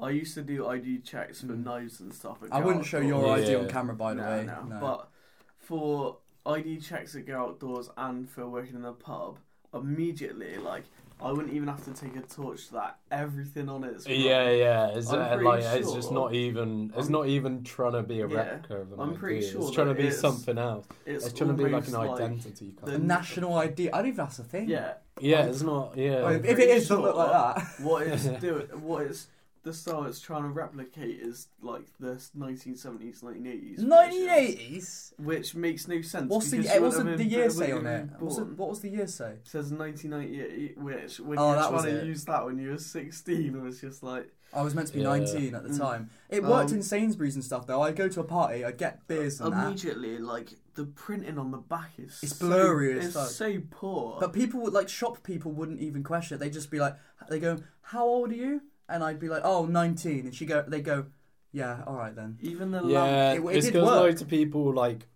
[SPEAKER 2] I used to do ID checks for
[SPEAKER 3] Mm.
[SPEAKER 2] knives and stuff. at
[SPEAKER 3] I
[SPEAKER 2] Go
[SPEAKER 3] wouldn't show your
[SPEAKER 2] Outdoors.
[SPEAKER 3] ID on
[SPEAKER 1] Yeah.
[SPEAKER 3] camera, by the
[SPEAKER 2] Oh no,
[SPEAKER 3] way.
[SPEAKER 2] no.
[SPEAKER 3] No.
[SPEAKER 2] But for ID checks at Go Outdoors and for working in a pub, immediately like I wouldn't even have to take a torch to that. Everything on it is right.
[SPEAKER 1] Yeah, yeah. It's,
[SPEAKER 2] I'm
[SPEAKER 1] uh,
[SPEAKER 2] pretty
[SPEAKER 1] like it's just
[SPEAKER 2] sure-
[SPEAKER 1] not even. It's
[SPEAKER 2] I'm-
[SPEAKER 1] not even trying to be a
[SPEAKER 2] Yeah,
[SPEAKER 1] replica of an
[SPEAKER 2] I'm
[SPEAKER 1] idea.
[SPEAKER 2] pretty sure
[SPEAKER 1] it's trying to
[SPEAKER 2] that
[SPEAKER 1] be
[SPEAKER 2] it's-
[SPEAKER 1] something else.
[SPEAKER 2] It's,
[SPEAKER 1] It's, trying to be like
[SPEAKER 2] almost
[SPEAKER 1] an identity.
[SPEAKER 3] a
[SPEAKER 1] kind
[SPEAKER 2] the-
[SPEAKER 3] national ID. I don't even know if that's a thing.
[SPEAKER 2] Yeah,
[SPEAKER 1] of. Yeah, it's not. Yeah.
[SPEAKER 3] Well,
[SPEAKER 2] I'm
[SPEAKER 3] if it
[SPEAKER 2] pretty
[SPEAKER 3] is, doesn't look like
[SPEAKER 2] sure-
[SPEAKER 3] that.
[SPEAKER 2] what it's doing, what it's the style it's trying to replicate is like the 1970s, 1980s.
[SPEAKER 3] Nineteen
[SPEAKER 2] versions,
[SPEAKER 3] eighties.
[SPEAKER 2] which makes no sense.
[SPEAKER 3] What's the
[SPEAKER 2] because you
[SPEAKER 3] what's the,
[SPEAKER 2] wouldn't have
[SPEAKER 3] the
[SPEAKER 2] been-
[SPEAKER 3] year say on
[SPEAKER 2] wouldn't have
[SPEAKER 3] it?
[SPEAKER 2] been
[SPEAKER 3] What's the,
[SPEAKER 2] born.
[SPEAKER 3] what was the year say?
[SPEAKER 2] says 1998, which when
[SPEAKER 3] Oh,
[SPEAKER 2] you're
[SPEAKER 3] that was
[SPEAKER 2] trying to
[SPEAKER 3] it.
[SPEAKER 2] use that when you were 16, it was just like
[SPEAKER 3] I was meant to be
[SPEAKER 1] Yeah.
[SPEAKER 3] nineteen at the
[SPEAKER 2] Mm.
[SPEAKER 3] time. It worked
[SPEAKER 2] Um,
[SPEAKER 3] in Sainsbury's and stuff though. I'd go to a party, I'd get beers and that.
[SPEAKER 2] immediately like the printing on the back is
[SPEAKER 3] It's
[SPEAKER 2] so,
[SPEAKER 3] blurry as
[SPEAKER 2] It's
[SPEAKER 3] fuck.
[SPEAKER 2] so poor.
[SPEAKER 3] But people would like shop people wouldn't even question it. They'd just be like they go, How old are you? And I'd be like, Oh, 19 and she go they go, Yeah, alright then.
[SPEAKER 2] even the lamp,
[SPEAKER 1] yeah,
[SPEAKER 3] it- it
[SPEAKER 1] it's
[SPEAKER 3] did
[SPEAKER 1] because
[SPEAKER 3] work.
[SPEAKER 1] loads of people like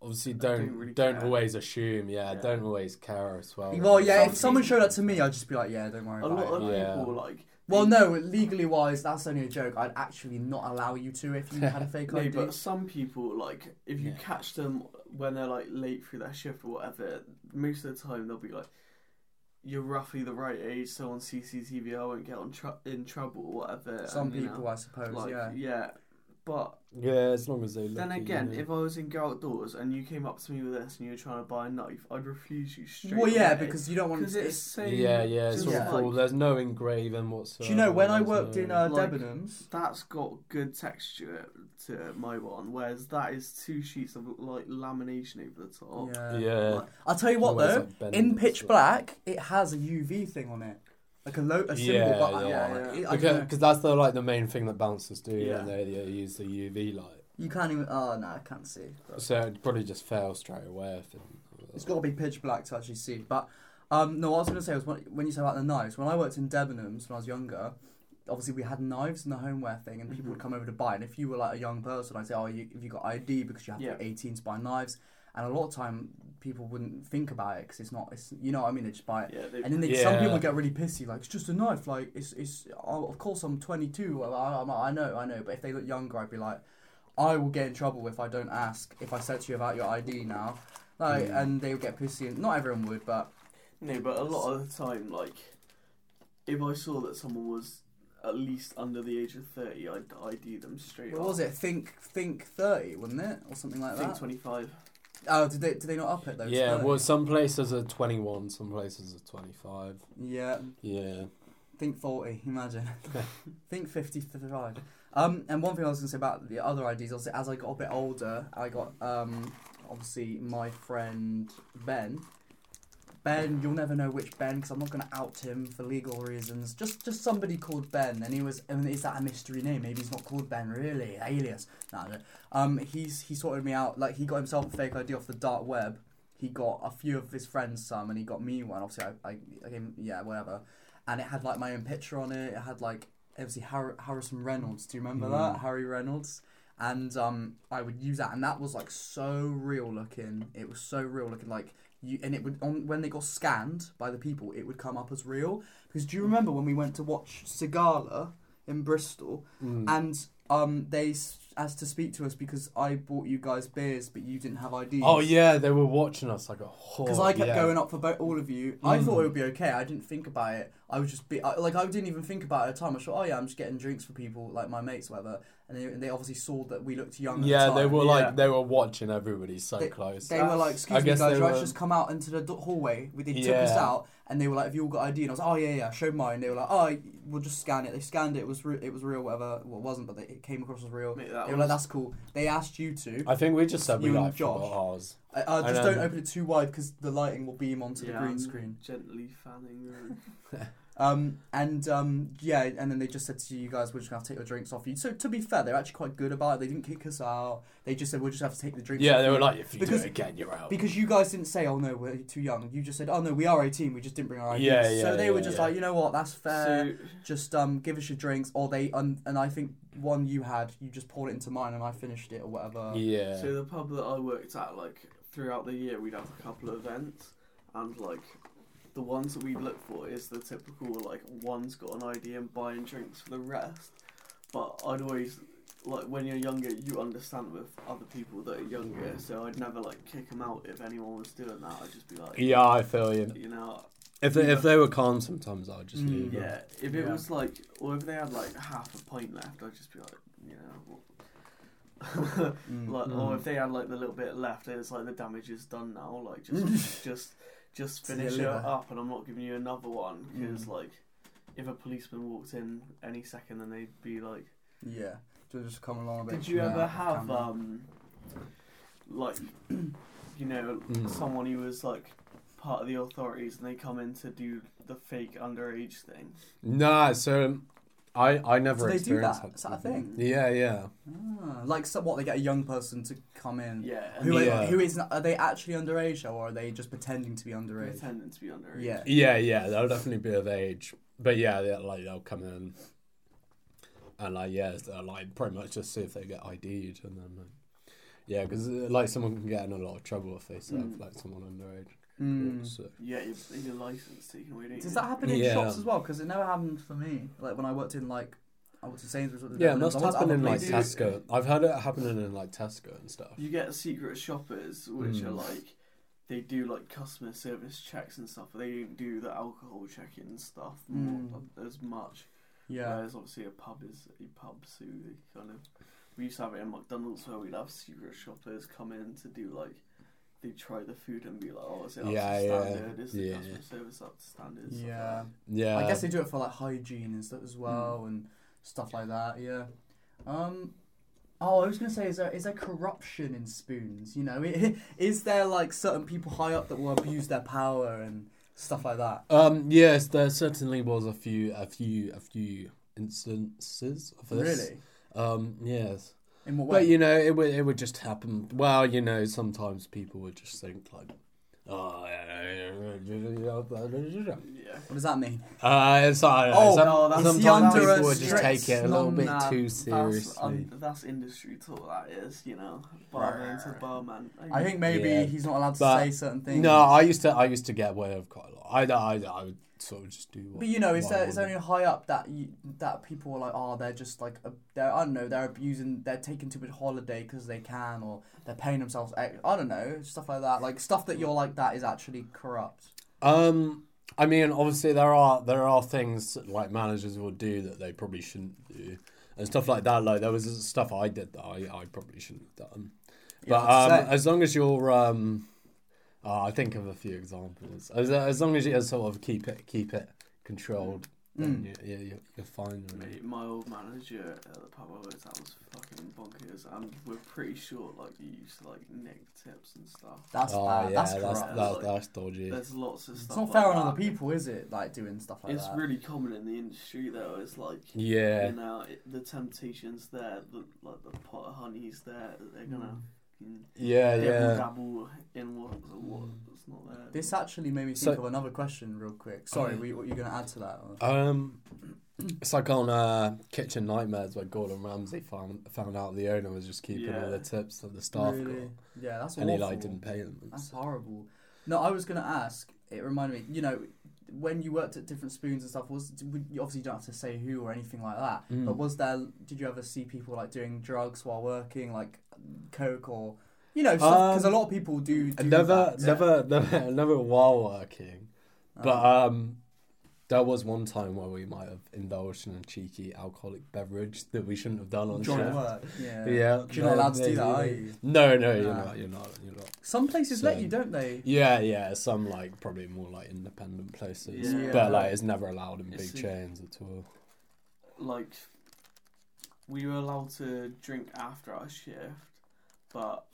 [SPEAKER 1] obviously don't
[SPEAKER 2] don't
[SPEAKER 1] don't,
[SPEAKER 2] really care.
[SPEAKER 1] always assume. Yeah,
[SPEAKER 2] Yeah.
[SPEAKER 1] don't always care as well.
[SPEAKER 3] Well yeah, if
[SPEAKER 2] Oh, something-
[SPEAKER 3] someone showed that to me I'd just be like, Yeah, don't worry
[SPEAKER 2] a
[SPEAKER 3] about it.
[SPEAKER 2] lot of
[SPEAKER 1] Yeah.
[SPEAKER 2] people like.
[SPEAKER 3] Well
[SPEAKER 2] they-
[SPEAKER 3] no, legally wise, that's only a joke. I'd actually not allow you to if you had a fake
[SPEAKER 2] No,
[SPEAKER 3] ID.
[SPEAKER 2] but some people like if you
[SPEAKER 1] Yeah.
[SPEAKER 2] catch them when they're like late through their shift or whatever, most of the time they'll be like, "You're roughly the right age, so on CCTV I won't get on tr- in trouble or whatever."
[SPEAKER 3] Some
[SPEAKER 2] and, you
[SPEAKER 3] people
[SPEAKER 2] know,
[SPEAKER 3] I suppose,
[SPEAKER 2] like
[SPEAKER 3] yeah.
[SPEAKER 2] But
[SPEAKER 1] Yeah, as long as they.
[SPEAKER 2] then again, if I was in Go Outdoors and you came up to me with this and you were trying to buy a knife, I'd refuse you straight.
[SPEAKER 3] Well yeah,
[SPEAKER 2] away.
[SPEAKER 3] because you don't want
[SPEAKER 2] 'Cause
[SPEAKER 3] to
[SPEAKER 2] it's so
[SPEAKER 1] yeah, yeah, it's
[SPEAKER 2] just
[SPEAKER 3] Yeah.
[SPEAKER 1] awful.
[SPEAKER 2] like-
[SPEAKER 1] There's no engraving
[SPEAKER 3] Do
[SPEAKER 1] whatsoever.
[SPEAKER 3] you know when I
[SPEAKER 1] there's
[SPEAKER 3] worked in
[SPEAKER 1] no-
[SPEAKER 3] uh,
[SPEAKER 2] Like-
[SPEAKER 3] Debenhams?
[SPEAKER 2] that's got good texture to my one, whereas that is two sheets of like lamination over the top.
[SPEAKER 1] oh, yeah,
[SPEAKER 2] Like,
[SPEAKER 3] I'll tell you what
[SPEAKER 1] Always,
[SPEAKER 3] though,
[SPEAKER 1] like, bend
[SPEAKER 3] in
[SPEAKER 1] and
[SPEAKER 3] pitch
[SPEAKER 1] stuff.
[SPEAKER 3] black, it has a UV thing on it, like a, lo- a symbol.
[SPEAKER 1] Yeah,
[SPEAKER 3] but
[SPEAKER 2] yeah,
[SPEAKER 3] I,
[SPEAKER 2] yeah.
[SPEAKER 3] I, I don't
[SPEAKER 1] because
[SPEAKER 3] know.
[SPEAKER 1] cause that's the like the main thing that bouncers do.
[SPEAKER 2] Yeah.
[SPEAKER 1] and they, they use the UV light,
[SPEAKER 3] you can't even. Oh no, I can't see.
[SPEAKER 1] so it'd probably just fail straight away. If it,
[SPEAKER 3] It's got to be pitch black to actually see. But um, no, what I was going to say was when, when you say about the knives. When I worked in Debenhams when I was younger, obviously we had knives in the homeware thing, and people would come over to buy. And if you were like a young person, I'd say, "Oh, you, have you got ID because you have
[SPEAKER 2] Yeah.
[SPEAKER 3] to be 18 to buy knives." And a lot of time, people wouldn't think about it because it's not. It's you know what I mean. They just buy it.
[SPEAKER 2] Yeah, they,
[SPEAKER 3] And then they, some people
[SPEAKER 1] Yeah.
[SPEAKER 3] get really pissy, like it's just a knife. Like it's it's. Oh, of course I'm 22. Well, I, I'm- I know, I know. But if they look younger, I'd be like, I will get in trouble if I don't ask. If I said to you about your ID now, like,
[SPEAKER 1] Mm.
[SPEAKER 3] and they would get pissy. And not everyone would, but
[SPEAKER 2] No, but a lot of the time, like, if I saw that someone was at least under the age of 30, I'd ID them straight
[SPEAKER 3] what
[SPEAKER 2] off.
[SPEAKER 3] was it? Think Think 30, wasn't it, or something like
[SPEAKER 2] I think
[SPEAKER 3] that?
[SPEAKER 2] 25.
[SPEAKER 3] Oh, did they did they not up it though? to
[SPEAKER 1] yeah,
[SPEAKER 3] 30?
[SPEAKER 1] well, some places are 21, some places are 25.
[SPEAKER 3] yeah.
[SPEAKER 1] Yeah,
[SPEAKER 3] Think 40, imagine. Think 55. Um, and one thing I was going to say about the other IDs, obviously, as I got a bit older, I got, um, obviously, my friend Ben. Ben, you'll never know which Ben because I'm not going to out him for legal reasons. Just, just somebody called Ben, and he was. And is that a mystery name? Maybe he's not called Ben really. Alias. No, no. Um, he's he sorted me out. Like he got himself a fake ID off the dark web. He got a few of his friends some, and he got me one. Obviously, I, I, I gave him, yeah, whatever and it had like my own picture on it. It had like obviously Har- Harrison Reynolds. Do you remember
[SPEAKER 1] Mm.
[SPEAKER 3] that Harry Reynolds? And um, I would use that, and that was like so real looking. It was so real looking, like you. And it would on when they got scanned by the people, it would come up as real. Because do you remember when we went to watch Cigala in Bristol,
[SPEAKER 1] Mm.
[SPEAKER 3] and um, they s- asked to speak to us because I bought you guys beers, but you didn't have IDs.
[SPEAKER 1] oh, yeah, they were watching us like a whore.
[SPEAKER 3] Because I kept
[SPEAKER 1] yeah.
[SPEAKER 3] going up for bo- all of you. I
[SPEAKER 1] Mm.
[SPEAKER 3] thought it would be okay. I didn't think about it. I was just be I, like I didn't even think about it at the time. I thought, oh yeah, I'm just getting drinks for people like my mates, whatever. And they, and they obviously saw that we looked young. At
[SPEAKER 1] Yeah,
[SPEAKER 3] the time.
[SPEAKER 1] they were
[SPEAKER 2] yeah.
[SPEAKER 1] like, they were watching everybody so close.
[SPEAKER 3] They were like,
[SPEAKER 1] I
[SPEAKER 3] excuse me,
[SPEAKER 1] guess
[SPEAKER 3] guys,
[SPEAKER 1] they
[SPEAKER 3] you guys
[SPEAKER 1] were-
[SPEAKER 3] just come out into the do- hallway. We They took us
[SPEAKER 1] Yeah.
[SPEAKER 3] out, and they were like, have you all got ID? And I was like, oh yeah, yeah, I showed mine. They were like, oh, we'll just scan it. They scanned it. It was re- it was real, whatever. Well, it wasn't, but they, it came across as real.
[SPEAKER 2] Mate,
[SPEAKER 3] They
[SPEAKER 2] that
[SPEAKER 3] were like,
[SPEAKER 2] was,
[SPEAKER 3] that's cool. They asked you to.
[SPEAKER 1] I think we just said we
[SPEAKER 3] You and
[SPEAKER 1] like
[SPEAKER 3] Josh.
[SPEAKER 1] forgot ours.
[SPEAKER 3] I, I just
[SPEAKER 1] And,
[SPEAKER 3] don't
[SPEAKER 1] um,
[SPEAKER 3] open it too wide because the lighting will beam onto the
[SPEAKER 2] Yeah,
[SPEAKER 3] green
[SPEAKER 2] I'm
[SPEAKER 3] screen.
[SPEAKER 2] Gently fanning the roof.
[SPEAKER 3] Um, and um, yeah, and then they just said to you guys, "We're just gonna have to take your drinks off you." So to be fair, they're actually quite good about it. They didn't kick us out. They just said, "We'll just have to take the drinks."
[SPEAKER 1] Yeah,
[SPEAKER 3] off
[SPEAKER 1] they
[SPEAKER 3] you."
[SPEAKER 1] were like, if you
[SPEAKER 3] Because-
[SPEAKER 1] do it again, you're out.
[SPEAKER 3] Because you guys didn't say, "Oh no, we're too young." You just said, "Oh no, we are 18. We just didn't bring our IDs."
[SPEAKER 1] Yeah, yeah,
[SPEAKER 3] so they were
[SPEAKER 1] yeah,
[SPEAKER 3] just
[SPEAKER 1] yeah.
[SPEAKER 3] like, "You know what? That's fair.
[SPEAKER 2] so
[SPEAKER 3] just um, give us your drinks." Or they um, and I think one you had, you just poured it into mine, and I finished it or whatever.
[SPEAKER 1] yeah.
[SPEAKER 2] So the pub that I worked at, like throughout the year, we'd have a couple of events, and like the ones that we'd look for is the typical like one's got an ID and buying drinks for the rest. But I'd always like when you're younger, you understand with other people that are younger, so I'd never like kick them out if anyone was doing that. I'd just be like,
[SPEAKER 1] yeah, I feel you.
[SPEAKER 2] you know,
[SPEAKER 1] If they, if they were calm, sometimes I would just
[SPEAKER 3] Mm.
[SPEAKER 1] leave. them.
[SPEAKER 2] yeah. If it
[SPEAKER 3] Yeah.
[SPEAKER 2] was like, or if they had like half a pint left, I'd just be like, you know. What?
[SPEAKER 3] Mm.
[SPEAKER 2] Like,
[SPEAKER 1] Mm.
[SPEAKER 2] or if they had like the little bit left, and it's like the damage is done now. Like, just, just, just
[SPEAKER 3] To the
[SPEAKER 2] finish it
[SPEAKER 3] liver.
[SPEAKER 2] up, and I'm not giving you another one because,
[SPEAKER 3] Mm.
[SPEAKER 2] like, if a policeman walked in any second, then they'd be like,
[SPEAKER 3] yeah. So just come along. A bit
[SPEAKER 2] "Did you
[SPEAKER 3] Yeah,
[SPEAKER 2] ever
[SPEAKER 3] off
[SPEAKER 2] have
[SPEAKER 3] camera.
[SPEAKER 2] um, like, you know,
[SPEAKER 1] Mm.
[SPEAKER 2] someone who was like part of the authorities, and they come in to do the fake underage thing?"
[SPEAKER 1] Nah, so I I
[SPEAKER 3] So
[SPEAKER 1] never
[SPEAKER 3] they do
[SPEAKER 1] experienced
[SPEAKER 3] that?
[SPEAKER 1] that.
[SPEAKER 3] Is that a thing?
[SPEAKER 1] Mm. Yeah, yeah.
[SPEAKER 3] Ah, like so, what they get a young person to come in.
[SPEAKER 2] Yeah, and
[SPEAKER 3] Who,
[SPEAKER 2] they
[SPEAKER 1] Yeah.
[SPEAKER 3] who is are they actually underage or are they just pretending to be underage?
[SPEAKER 2] pretending to be underage.
[SPEAKER 3] Yeah.
[SPEAKER 1] Yeah, yeah, they'll definitely be of age. But yeah, they, like they'll come in and like yeah, they'll, like pretty much just see if they get ID'd and then like yeah, because like someone can get in a lot of trouble if they serve
[SPEAKER 2] Mm.
[SPEAKER 1] like someone underage.
[SPEAKER 3] Mm.
[SPEAKER 1] So.
[SPEAKER 2] yeah, your, your license taken away. don't you?
[SPEAKER 3] Does that happen in
[SPEAKER 1] Yeah.
[SPEAKER 3] shops as well? Because it never happened for me. Like when I worked in like I worked in Sainsbury's. worked in
[SPEAKER 1] Yeah, it
[SPEAKER 3] Debenhams,
[SPEAKER 1] must
[SPEAKER 3] I worked at
[SPEAKER 1] happen
[SPEAKER 3] other
[SPEAKER 1] in like
[SPEAKER 3] places.
[SPEAKER 2] places.
[SPEAKER 1] Tesco. I've heard it happening in like Tesco and stuff.
[SPEAKER 2] You get secret shoppers, which
[SPEAKER 1] Mm.
[SPEAKER 2] are like they do like customer service checks and stuff, but they don't do the alcohol checking stuff more,
[SPEAKER 3] Mm.
[SPEAKER 2] as much.
[SPEAKER 3] Yeah.
[SPEAKER 2] Whereas obviously a pub is a pub, so they kind of we used to have it in McDonald's where we'd have secret shoppers come in to do like they try the food and be like, oh, is it up
[SPEAKER 1] Yeah,
[SPEAKER 2] to
[SPEAKER 1] yeah,
[SPEAKER 2] standard? Is the
[SPEAKER 1] yeah.
[SPEAKER 2] customer service up to standard? Stuff like
[SPEAKER 3] Yeah.
[SPEAKER 1] Yeah,
[SPEAKER 3] I guess they do it for like hygiene and stuff as
[SPEAKER 1] hmm.
[SPEAKER 3] well and stuff like that. Yeah. Um. Oh, I was gonna say, is there is there corruption in spoons? You know, i- is there like certain people high up that will abuse their power and stuff like that?
[SPEAKER 1] Um, yes, there certainly was a few, a few, a few instances of this.
[SPEAKER 3] Really?
[SPEAKER 1] Um, yes,
[SPEAKER 3] In what way?
[SPEAKER 1] but you know, it would it would just happen. Well, you know, sometimes people would just think like, oh, yeah,
[SPEAKER 2] that. Yeah.
[SPEAKER 3] what does that mean?
[SPEAKER 1] uh, it's, I don't know,
[SPEAKER 3] Oh,
[SPEAKER 1] some-
[SPEAKER 2] no, that's the
[SPEAKER 1] sometimes
[SPEAKER 2] under
[SPEAKER 1] people would just
[SPEAKER 2] strict
[SPEAKER 1] take it a little bit
[SPEAKER 2] Nah,
[SPEAKER 1] too
[SPEAKER 2] That's,
[SPEAKER 1] seriously.
[SPEAKER 2] um, that's industry talk, that is, you know. Barman to barman.
[SPEAKER 3] I think maybe
[SPEAKER 1] Yeah.
[SPEAKER 3] he's not allowed to
[SPEAKER 1] But-
[SPEAKER 3] say certain things.
[SPEAKER 1] no, I used to I used to get away with quite a lot. I I, I would sort of just do. What,
[SPEAKER 3] But you know, it's
[SPEAKER 1] what I
[SPEAKER 3] that it's
[SPEAKER 1] wanted.
[SPEAKER 3] only high up that you, that people are like, oh, they're just like, a, they're I don't know, they're abusing, they're taking too much holiday because they can, or they're paying themselves, ex- I don't know, stuff like that. Like stuff that you're like that is actually corrupt.
[SPEAKER 1] Um, I mean, obviously there are there are things that, like managers will do that they probably shouldn't do, and stuff like that. Like there was stuff I did that I, I probably shouldn't have done.
[SPEAKER 3] Yeah,
[SPEAKER 1] But
[SPEAKER 3] I'd
[SPEAKER 1] um,
[SPEAKER 3] say.
[SPEAKER 1] as long as you're, um, oh, I think of a few examples. As, uh, as long as you sort of keep it keep it controlled,
[SPEAKER 3] Mm.
[SPEAKER 1] then you, you, you- you're fine. Really.
[SPEAKER 2] Mate, my old manager at the pub I worked at was fucking bonkers, and we're pretty sure like you used to like nick tips and stuff.
[SPEAKER 3] That's
[SPEAKER 1] oh
[SPEAKER 3] bad.
[SPEAKER 1] yeah,
[SPEAKER 3] that's
[SPEAKER 1] that's that's,
[SPEAKER 3] corrupt.
[SPEAKER 1] that, that's dodgy.
[SPEAKER 2] There's lots of stuff.
[SPEAKER 3] it's not
[SPEAKER 2] like
[SPEAKER 3] fair on
[SPEAKER 2] that.
[SPEAKER 3] other people, is it? Like doing stuff like
[SPEAKER 2] It's
[SPEAKER 3] that.
[SPEAKER 2] really common in the industry though. It's like
[SPEAKER 1] yeah,
[SPEAKER 2] you know it, the temptations there, the, like the pot of honey's there. that They're gonna
[SPEAKER 3] Mm.
[SPEAKER 2] fucking
[SPEAKER 1] yeah,
[SPEAKER 2] dibble
[SPEAKER 1] yeah.
[SPEAKER 2] dabble in what what's not there.
[SPEAKER 3] This actually made me think
[SPEAKER 1] So- Um,
[SPEAKER 3] of another question real quick. Sorry,
[SPEAKER 1] Okay.
[SPEAKER 3] were you, what you going to add to that? or-
[SPEAKER 1] Um, it's like on uh, Kitchen Nightmares where Gordon Ramsay found found out the owner was just keeping all
[SPEAKER 2] Yeah.
[SPEAKER 1] the tips that the staff got,
[SPEAKER 3] Yeah, that's
[SPEAKER 1] and
[SPEAKER 3] awful.
[SPEAKER 1] he like didn't pay them. and
[SPEAKER 3] That's
[SPEAKER 1] stuff.
[SPEAKER 3] horrible. No, I was going to ask. It reminded me, you know, when you worked at different spoons and stuff, was would- you obviously don't have to say who or anything like that.
[SPEAKER 1] Mm.
[SPEAKER 3] But was there? Did you ever see people like doing drugs while working, like coke or, you know, because
[SPEAKER 1] Um,
[SPEAKER 3] a lot of people do. do
[SPEAKER 1] Never,
[SPEAKER 3] that.
[SPEAKER 1] never, never, never while working,
[SPEAKER 3] Uh,
[SPEAKER 1] but um, there was one time where we might have indulged in a cheeky alcoholic beverage that we shouldn't have done on
[SPEAKER 3] during
[SPEAKER 1] shift.
[SPEAKER 3] work. Yeah.
[SPEAKER 1] Yeah,
[SPEAKER 3] You're not allowed to
[SPEAKER 1] they-
[SPEAKER 3] do that,
[SPEAKER 1] they-
[SPEAKER 3] are you?
[SPEAKER 1] No, no, you're
[SPEAKER 3] Nah.
[SPEAKER 1] not. You're not. You're not.
[SPEAKER 3] Some places let
[SPEAKER 1] So-
[SPEAKER 3] you, don't they?
[SPEAKER 1] Yeah, yeah. Some like probably more like independent places,
[SPEAKER 2] Yeah.
[SPEAKER 1] but like it's never allowed in
[SPEAKER 2] It's
[SPEAKER 1] big
[SPEAKER 2] a-
[SPEAKER 1] chains at all.
[SPEAKER 2] like we were allowed to drink after our shift, but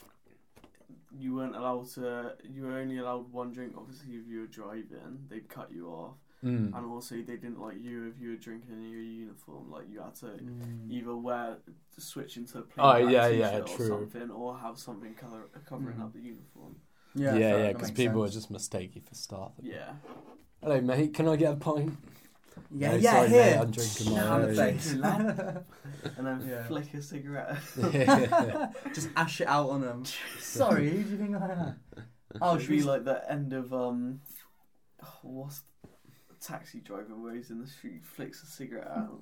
[SPEAKER 2] you weren't allowed to. You were only allowed one drink. Obviously, if you were driving, they'd cut you off,
[SPEAKER 1] Mm.
[SPEAKER 2] and also they didn't like you if you were drinking in your uniform. Like you had to
[SPEAKER 3] Mm.
[SPEAKER 2] either wear switch into a plain
[SPEAKER 1] Hmm. Oh,
[SPEAKER 2] black
[SPEAKER 1] yeah,
[SPEAKER 2] t-shirt
[SPEAKER 1] yeah,
[SPEAKER 2] or
[SPEAKER 1] true. Hmm.
[SPEAKER 2] something, or have something color covering
[SPEAKER 3] Mhm.
[SPEAKER 2] up the uniform.
[SPEAKER 1] Yeah,
[SPEAKER 3] fair,
[SPEAKER 1] yeah,
[SPEAKER 3] that
[SPEAKER 1] because
[SPEAKER 3] makes
[SPEAKER 1] people
[SPEAKER 3] sense.
[SPEAKER 1] are just mistake you for staff.
[SPEAKER 2] Yeah,
[SPEAKER 1] Hello, mate. Can I get a pint?
[SPEAKER 3] Yeah,
[SPEAKER 1] No,
[SPEAKER 3] yeah,
[SPEAKER 1] sorry,
[SPEAKER 3] here.
[SPEAKER 1] mate, I'm drinking my
[SPEAKER 3] Down the
[SPEAKER 1] own.
[SPEAKER 3] face.
[SPEAKER 2] and then
[SPEAKER 3] Yeah.
[SPEAKER 2] flick a cigarette.
[SPEAKER 3] Just ash it out on them. Sorry, who do you think I am? Oh,
[SPEAKER 2] Oh,
[SPEAKER 3] should
[SPEAKER 2] should be
[SPEAKER 3] we
[SPEAKER 2] like the end of um, oh, what's taxi driver where he's in the street flicks a cigarette out.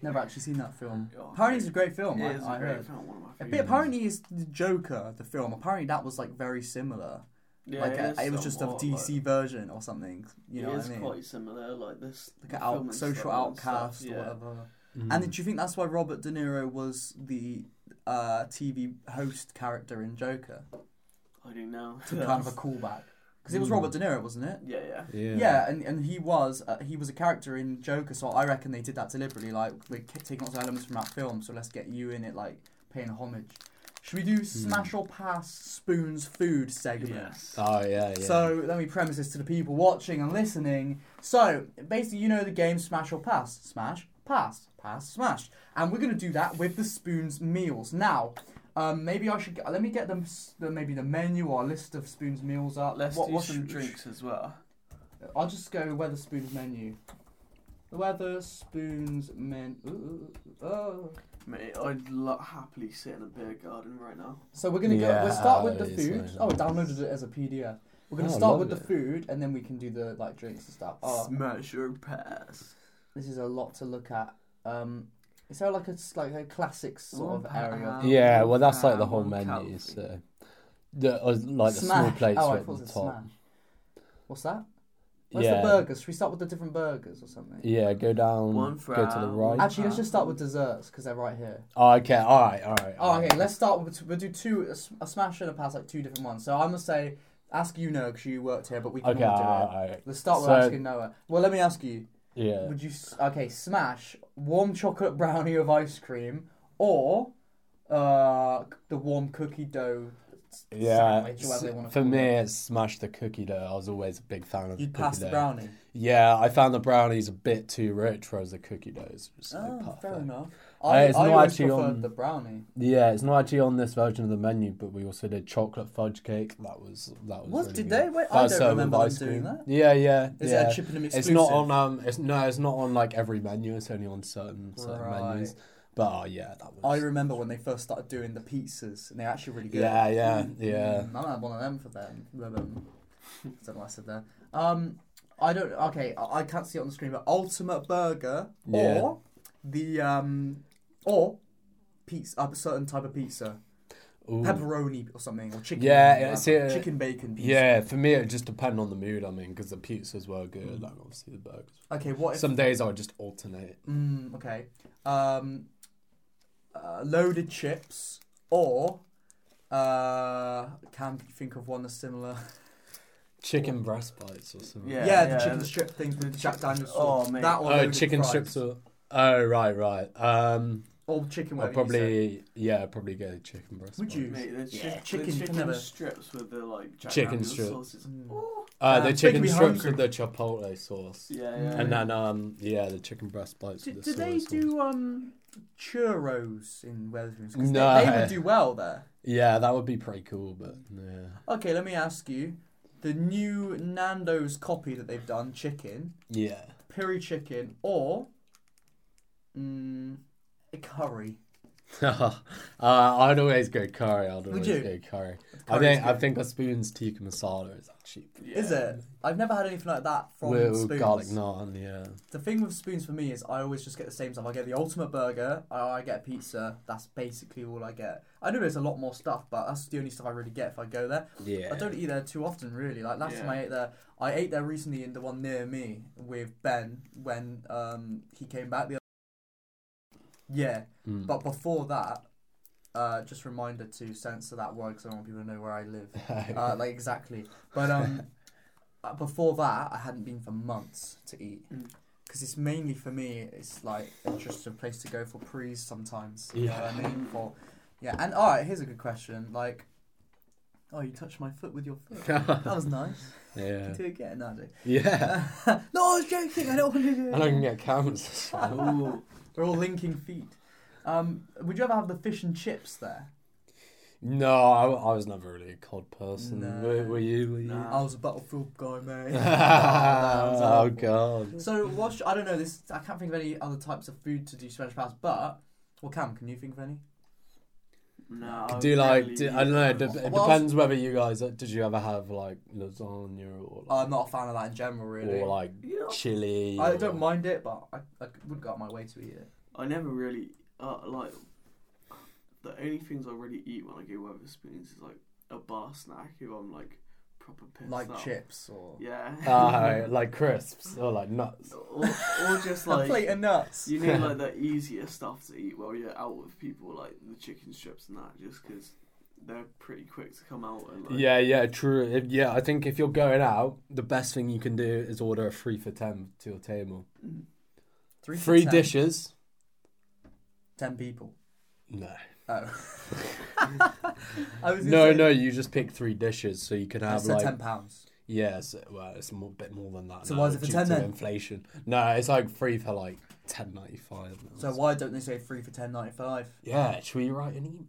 [SPEAKER 3] Never actually seen that film.
[SPEAKER 2] Oh,
[SPEAKER 3] Apparently, it's a great film.
[SPEAKER 2] It
[SPEAKER 3] I,
[SPEAKER 2] is a
[SPEAKER 3] I
[SPEAKER 2] great
[SPEAKER 3] heard.
[SPEAKER 2] film, one of my
[SPEAKER 3] A
[SPEAKER 2] favourites.
[SPEAKER 3] bit- apparently, it's the Joker, the film. Apparently, that was like very similar.
[SPEAKER 2] Yeah,
[SPEAKER 3] like uh,
[SPEAKER 2] is
[SPEAKER 3] it, was just a
[SPEAKER 2] somewhat,
[SPEAKER 3] DC
[SPEAKER 2] Like,
[SPEAKER 3] version or something. You know
[SPEAKER 2] it
[SPEAKER 3] what
[SPEAKER 2] is
[SPEAKER 3] I mean?
[SPEAKER 2] quite similar, like this.
[SPEAKER 3] like
[SPEAKER 2] the
[SPEAKER 3] an
[SPEAKER 2] film
[SPEAKER 3] out,
[SPEAKER 2] and
[SPEAKER 3] social
[SPEAKER 2] stuff and stuff,
[SPEAKER 3] outcast
[SPEAKER 2] yeah.
[SPEAKER 3] or whatever. And
[SPEAKER 1] Mm.
[SPEAKER 3] did you think that's why Robert De Niro was the uh, TV host character in Joker?
[SPEAKER 2] I don't know.
[SPEAKER 3] To kind of a callback because it was
[SPEAKER 2] Hmm.
[SPEAKER 1] Mm.
[SPEAKER 3] Robert De Niro, wasn't it?
[SPEAKER 2] yeah, yeah.
[SPEAKER 1] Yeah.
[SPEAKER 3] Yeah, and, and he was uh, he was a character in Joker, so I reckon they did that deliberately. Like we're k- taking lots of elements from that film, so let's get you in it, like paying homage. Should we do smash or pass spoons food segment?
[SPEAKER 2] Yes.
[SPEAKER 1] Oh yeah, yeah.
[SPEAKER 3] So let me premise this to the people watching and listening. So basically, you know the game Smash or Pass, Smash, Pass, Pass, Smash, and we're gonna do that with the spoons meals. Now, um, maybe I should get, let me get them s- the, maybe the menu or a list of spoons meals up.
[SPEAKER 2] Let's
[SPEAKER 3] What-
[SPEAKER 2] do
[SPEAKER 3] what
[SPEAKER 2] some
[SPEAKER 3] should-
[SPEAKER 2] drinks as well.
[SPEAKER 3] I'll just go Weatherspoon's menu. The Weatherspoon's men. Ooh, ooh, ooh, oh.
[SPEAKER 2] Mate, I'd lo- happily sit in a beer garden right now.
[SPEAKER 3] So we're gonna go. We'll
[SPEAKER 1] Yeah,
[SPEAKER 3] start with the
[SPEAKER 1] it is
[SPEAKER 3] food.
[SPEAKER 1] nice.
[SPEAKER 3] Oh, I downloaded it as a PDF. We're gonna
[SPEAKER 1] Oh,
[SPEAKER 3] start with the
[SPEAKER 1] lovely.
[SPEAKER 3] food, and then we can do the like drinks and stuff. Oh,
[SPEAKER 2] Smash your pass.
[SPEAKER 3] this is a lot to look at. Um, is there like a s- like a classic sort of
[SPEAKER 2] One
[SPEAKER 3] area?
[SPEAKER 2] pound.
[SPEAKER 1] yeah, well, that's like the whole
[SPEAKER 2] Um,
[SPEAKER 1] menu.
[SPEAKER 2] Calvary.
[SPEAKER 1] So the uh, like the small
[SPEAKER 3] Smash.
[SPEAKER 1] plates
[SPEAKER 3] Oh,
[SPEAKER 1] are
[SPEAKER 3] I
[SPEAKER 1] at
[SPEAKER 3] thought it
[SPEAKER 1] the
[SPEAKER 3] was
[SPEAKER 1] top.
[SPEAKER 3] smash. What's that? Where's
[SPEAKER 1] yeah,
[SPEAKER 3] the burgers? Should we start with the different burgers or something?
[SPEAKER 1] yeah. Go down.
[SPEAKER 2] One
[SPEAKER 1] go to the
[SPEAKER 2] frown.
[SPEAKER 1] right.
[SPEAKER 3] Actually, let's just start with desserts because they're right here.
[SPEAKER 1] Oh, okay. All right. All right.
[SPEAKER 3] Oh, okay. Let's start with we'll do two a, s- a smash and a pass, like two different ones. So I'm gonna say, ask you Noah because you worked here, but we can
[SPEAKER 1] Okay.
[SPEAKER 3] all do
[SPEAKER 1] All
[SPEAKER 3] it.
[SPEAKER 1] right.
[SPEAKER 3] Let's start with
[SPEAKER 1] So-
[SPEAKER 3] asking Noah. Well, let me ask you.
[SPEAKER 1] Yeah.
[SPEAKER 3] Would you s- okay smash warm chocolate brownie with ice cream or uh the warm cookie dough? s-
[SPEAKER 1] Yeah.
[SPEAKER 3] sandwich, whatever they
[SPEAKER 1] s-
[SPEAKER 3] wanna
[SPEAKER 1] For
[SPEAKER 3] call
[SPEAKER 1] me,
[SPEAKER 3] it?
[SPEAKER 1] it's smash the cookie dough. I was always a big fan of
[SPEAKER 3] you'd
[SPEAKER 1] cookie
[SPEAKER 3] pass the
[SPEAKER 1] dough.
[SPEAKER 3] brownie.
[SPEAKER 1] Yeah, I found the brownies a bit too rich, whereas the cookie doughs were just like
[SPEAKER 3] Oh,
[SPEAKER 1] perfect.
[SPEAKER 3] fair enough.
[SPEAKER 1] Uh,
[SPEAKER 3] I,
[SPEAKER 1] it's
[SPEAKER 3] I
[SPEAKER 1] not
[SPEAKER 3] always
[SPEAKER 1] actually
[SPEAKER 3] preferred
[SPEAKER 1] on-
[SPEAKER 3] the brownie.
[SPEAKER 1] Yeah, it's not actually on this version of the menu, but we also did chocolate fudge cake. That was that was.
[SPEAKER 3] What
[SPEAKER 1] really
[SPEAKER 3] did
[SPEAKER 1] good.
[SPEAKER 3] they? Wait,
[SPEAKER 1] That
[SPEAKER 3] I
[SPEAKER 1] was
[SPEAKER 3] don't
[SPEAKER 1] served with
[SPEAKER 3] remember them
[SPEAKER 1] ice
[SPEAKER 3] doing
[SPEAKER 1] cream.
[SPEAKER 3] that.
[SPEAKER 1] Yeah, yeah.
[SPEAKER 3] Is
[SPEAKER 1] yeah.
[SPEAKER 3] it a chip and an exclusive?
[SPEAKER 1] It's not on um. It's no. It's not on like every menu. It's only on certain certain
[SPEAKER 3] Right.
[SPEAKER 1] menus. But oh yeah, that was.
[SPEAKER 3] I remember when they first started doing the pizzas, and they're actually really good.
[SPEAKER 1] Yeah, yeah, yeah.
[SPEAKER 3] Mm, I might have one of them for them. Blah, blah, blah. I don't know what I said there. Um, I don't. Okay, I, I can't see it on the screen, but ultimate burger
[SPEAKER 1] Yeah.
[SPEAKER 3] or the um or pizza, a certain type of pizza, Mm.
[SPEAKER 1] Ooh.
[SPEAKER 3] pepperoni or something, or chicken.
[SPEAKER 1] Yeah,
[SPEAKER 3] or
[SPEAKER 1] it's,
[SPEAKER 3] whatever.
[SPEAKER 1] uh,
[SPEAKER 3] chicken bacon. Pizza.
[SPEAKER 1] Yeah, for me it just depended on the mood. I mean, because the pizzas were
[SPEAKER 3] Mm.
[SPEAKER 1] good, like obviously the burgers.
[SPEAKER 3] Okay, what if?
[SPEAKER 1] Some days I would just alternate.
[SPEAKER 3] Mm, okay. Um, uh, loaded chips or uh, can you think of one that's similar?
[SPEAKER 1] Chicken breast bites or something.
[SPEAKER 2] Yeah,
[SPEAKER 3] Yeah, the
[SPEAKER 2] yeah,
[SPEAKER 3] chicken
[SPEAKER 2] the-
[SPEAKER 3] strip thing
[SPEAKER 2] the
[SPEAKER 3] with
[SPEAKER 2] chi-
[SPEAKER 3] Jack Daniels.
[SPEAKER 2] Oh,
[SPEAKER 3] sauce.
[SPEAKER 2] mate.
[SPEAKER 3] That or
[SPEAKER 1] Oh,
[SPEAKER 3] loaded
[SPEAKER 1] chicken
[SPEAKER 3] fries.
[SPEAKER 1] strips or. Oh right, right. Um,
[SPEAKER 3] Or chicken,
[SPEAKER 1] I'll
[SPEAKER 3] whatever you
[SPEAKER 1] probably yeah, I'd probably go chicken breast.
[SPEAKER 3] Would
[SPEAKER 1] bites.
[SPEAKER 3] you?
[SPEAKER 2] Mate, the, chi-
[SPEAKER 3] Yeah,
[SPEAKER 2] the
[SPEAKER 3] chicken
[SPEAKER 2] chicken,
[SPEAKER 3] can never-
[SPEAKER 2] strips with the like Jack
[SPEAKER 1] Chicken
[SPEAKER 2] Daniel's
[SPEAKER 1] strip.
[SPEAKER 2] sauces.
[SPEAKER 3] Mm.
[SPEAKER 2] Oh,
[SPEAKER 1] Uh,
[SPEAKER 3] Um,
[SPEAKER 1] the
[SPEAKER 3] Big
[SPEAKER 1] chicken
[SPEAKER 3] Me
[SPEAKER 1] strips
[SPEAKER 3] Hungry.
[SPEAKER 1] with the chipotle sauce,
[SPEAKER 2] yeah, yeah.
[SPEAKER 1] and then um, yeah, the chicken breast bites
[SPEAKER 3] Do,
[SPEAKER 1] with
[SPEAKER 3] do
[SPEAKER 1] the soy
[SPEAKER 3] they
[SPEAKER 1] sauce.
[SPEAKER 3] do um, churros in Wetherspoons? 'Cause
[SPEAKER 1] No.
[SPEAKER 3] they, they would do well there.
[SPEAKER 1] Yeah, that would be pretty cool, but yeah,
[SPEAKER 3] Okay, let me ask you. The new Nando's copy that they've done, chicken,
[SPEAKER 1] yeah.
[SPEAKER 3] piri chicken, or mm, a curry.
[SPEAKER 1] uh, I'd always go curry. I'd always
[SPEAKER 3] you?
[SPEAKER 1] go curry. I
[SPEAKER 3] Curry's
[SPEAKER 1] think I
[SPEAKER 3] good.
[SPEAKER 1] think a spoon's tikka masala is actually
[SPEAKER 2] Yeah.
[SPEAKER 3] Is it? I've never had anything like that from
[SPEAKER 1] with
[SPEAKER 3] spoons.
[SPEAKER 1] garlic naan. Yeah,
[SPEAKER 3] The thing with spoons for me is I always just get the same stuff. I get the ultimate burger, I I get pizza. That's basically all I get. I know there's a lot more stuff, but that's the only stuff I really get if I go there.
[SPEAKER 1] yeah.
[SPEAKER 3] I don't eat there too often, really. Like last time
[SPEAKER 2] Yeah.
[SPEAKER 3] I ate there, I ate there recently in the one near me with Ben when um, he came back. The other- yeah,
[SPEAKER 1] Mm.
[SPEAKER 3] but before that, uh, just reminder to censor that word because I don't want people to know where I live. Uh, like exactly. But um, uh, before that, I hadn't been for months to eat
[SPEAKER 2] Mm.
[SPEAKER 3] because it's mainly for me. It's like it's just a place to go for pre's sometimes. You know what I
[SPEAKER 1] Yeah.
[SPEAKER 3] mean? For yeah. And all right, here's a good question. Like, Oh, you touched my foot with your foot. that was nice.
[SPEAKER 1] Yeah.
[SPEAKER 3] Do it again, no, I do.
[SPEAKER 1] Yeah.
[SPEAKER 3] no, I was joking. I don't want to do it.
[SPEAKER 1] And I can get cameras as well.
[SPEAKER 3] Ooh, we're all linking feet. Um, would you ever have the fish and chips there?
[SPEAKER 1] No, I, I was never really a cod person.
[SPEAKER 3] No.
[SPEAKER 1] Were, were you? Were you?
[SPEAKER 2] No.
[SPEAKER 3] I was a battlefield guy, mate.
[SPEAKER 1] oh god.
[SPEAKER 3] So what's I don't know this. I can't think of any other types of food to do Spanish pasta. But well, Cam, can you think of any?
[SPEAKER 2] No.
[SPEAKER 1] Could
[SPEAKER 2] I
[SPEAKER 1] do like
[SPEAKER 2] really-
[SPEAKER 1] do, I don't know. It, de- it
[SPEAKER 3] uh, Well,
[SPEAKER 1] depends whether you guys uh, did you ever have like lasagna or like,
[SPEAKER 3] I'm Uh, not a fan of that in general, really.
[SPEAKER 1] or like
[SPEAKER 2] You know,
[SPEAKER 1] chili.
[SPEAKER 3] I
[SPEAKER 1] or-
[SPEAKER 3] don't mind it, but I, I wouldn't go out of my way to eat it.
[SPEAKER 2] I never really uh, like the only things I really eat when I go Weatherspoons is like a bar snack if I'm like proper pissed
[SPEAKER 3] Like
[SPEAKER 2] up.
[SPEAKER 3] chips or
[SPEAKER 2] Yeah.
[SPEAKER 1] Ah, like crisps or like nuts.
[SPEAKER 2] or, or just
[SPEAKER 3] a plate
[SPEAKER 2] like
[SPEAKER 3] of nuts.
[SPEAKER 2] you know like the easier stuff to eat while you're out with people like the chicken strips and that just because they're pretty quick to come out and like
[SPEAKER 1] Yeah, yeah, true. If- yeah, I think if you're going out, the best thing you can do is order a three for ten to your table.
[SPEAKER 2] Mm.
[SPEAKER 3] Three, for
[SPEAKER 1] Three
[SPEAKER 3] 10.
[SPEAKER 1] dishes.
[SPEAKER 3] Ten people.
[SPEAKER 1] No,
[SPEAKER 3] Oh. I was gonna
[SPEAKER 1] no,
[SPEAKER 3] say-
[SPEAKER 1] no. You just pick three dishes, so you could
[SPEAKER 3] I
[SPEAKER 1] have
[SPEAKER 3] said
[SPEAKER 1] like
[SPEAKER 3] ten pounds.
[SPEAKER 1] Yes, well, it's a more, bit more than that.
[SPEAKER 3] So
[SPEAKER 1] now
[SPEAKER 3] why is it for
[SPEAKER 1] due
[SPEAKER 3] 10
[SPEAKER 1] to
[SPEAKER 3] then?
[SPEAKER 1] Inflation. No, it's like free for like ten ninety five.
[SPEAKER 3] So why don't they say three for ten ninety five?
[SPEAKER 1] Yeah, should we write an email?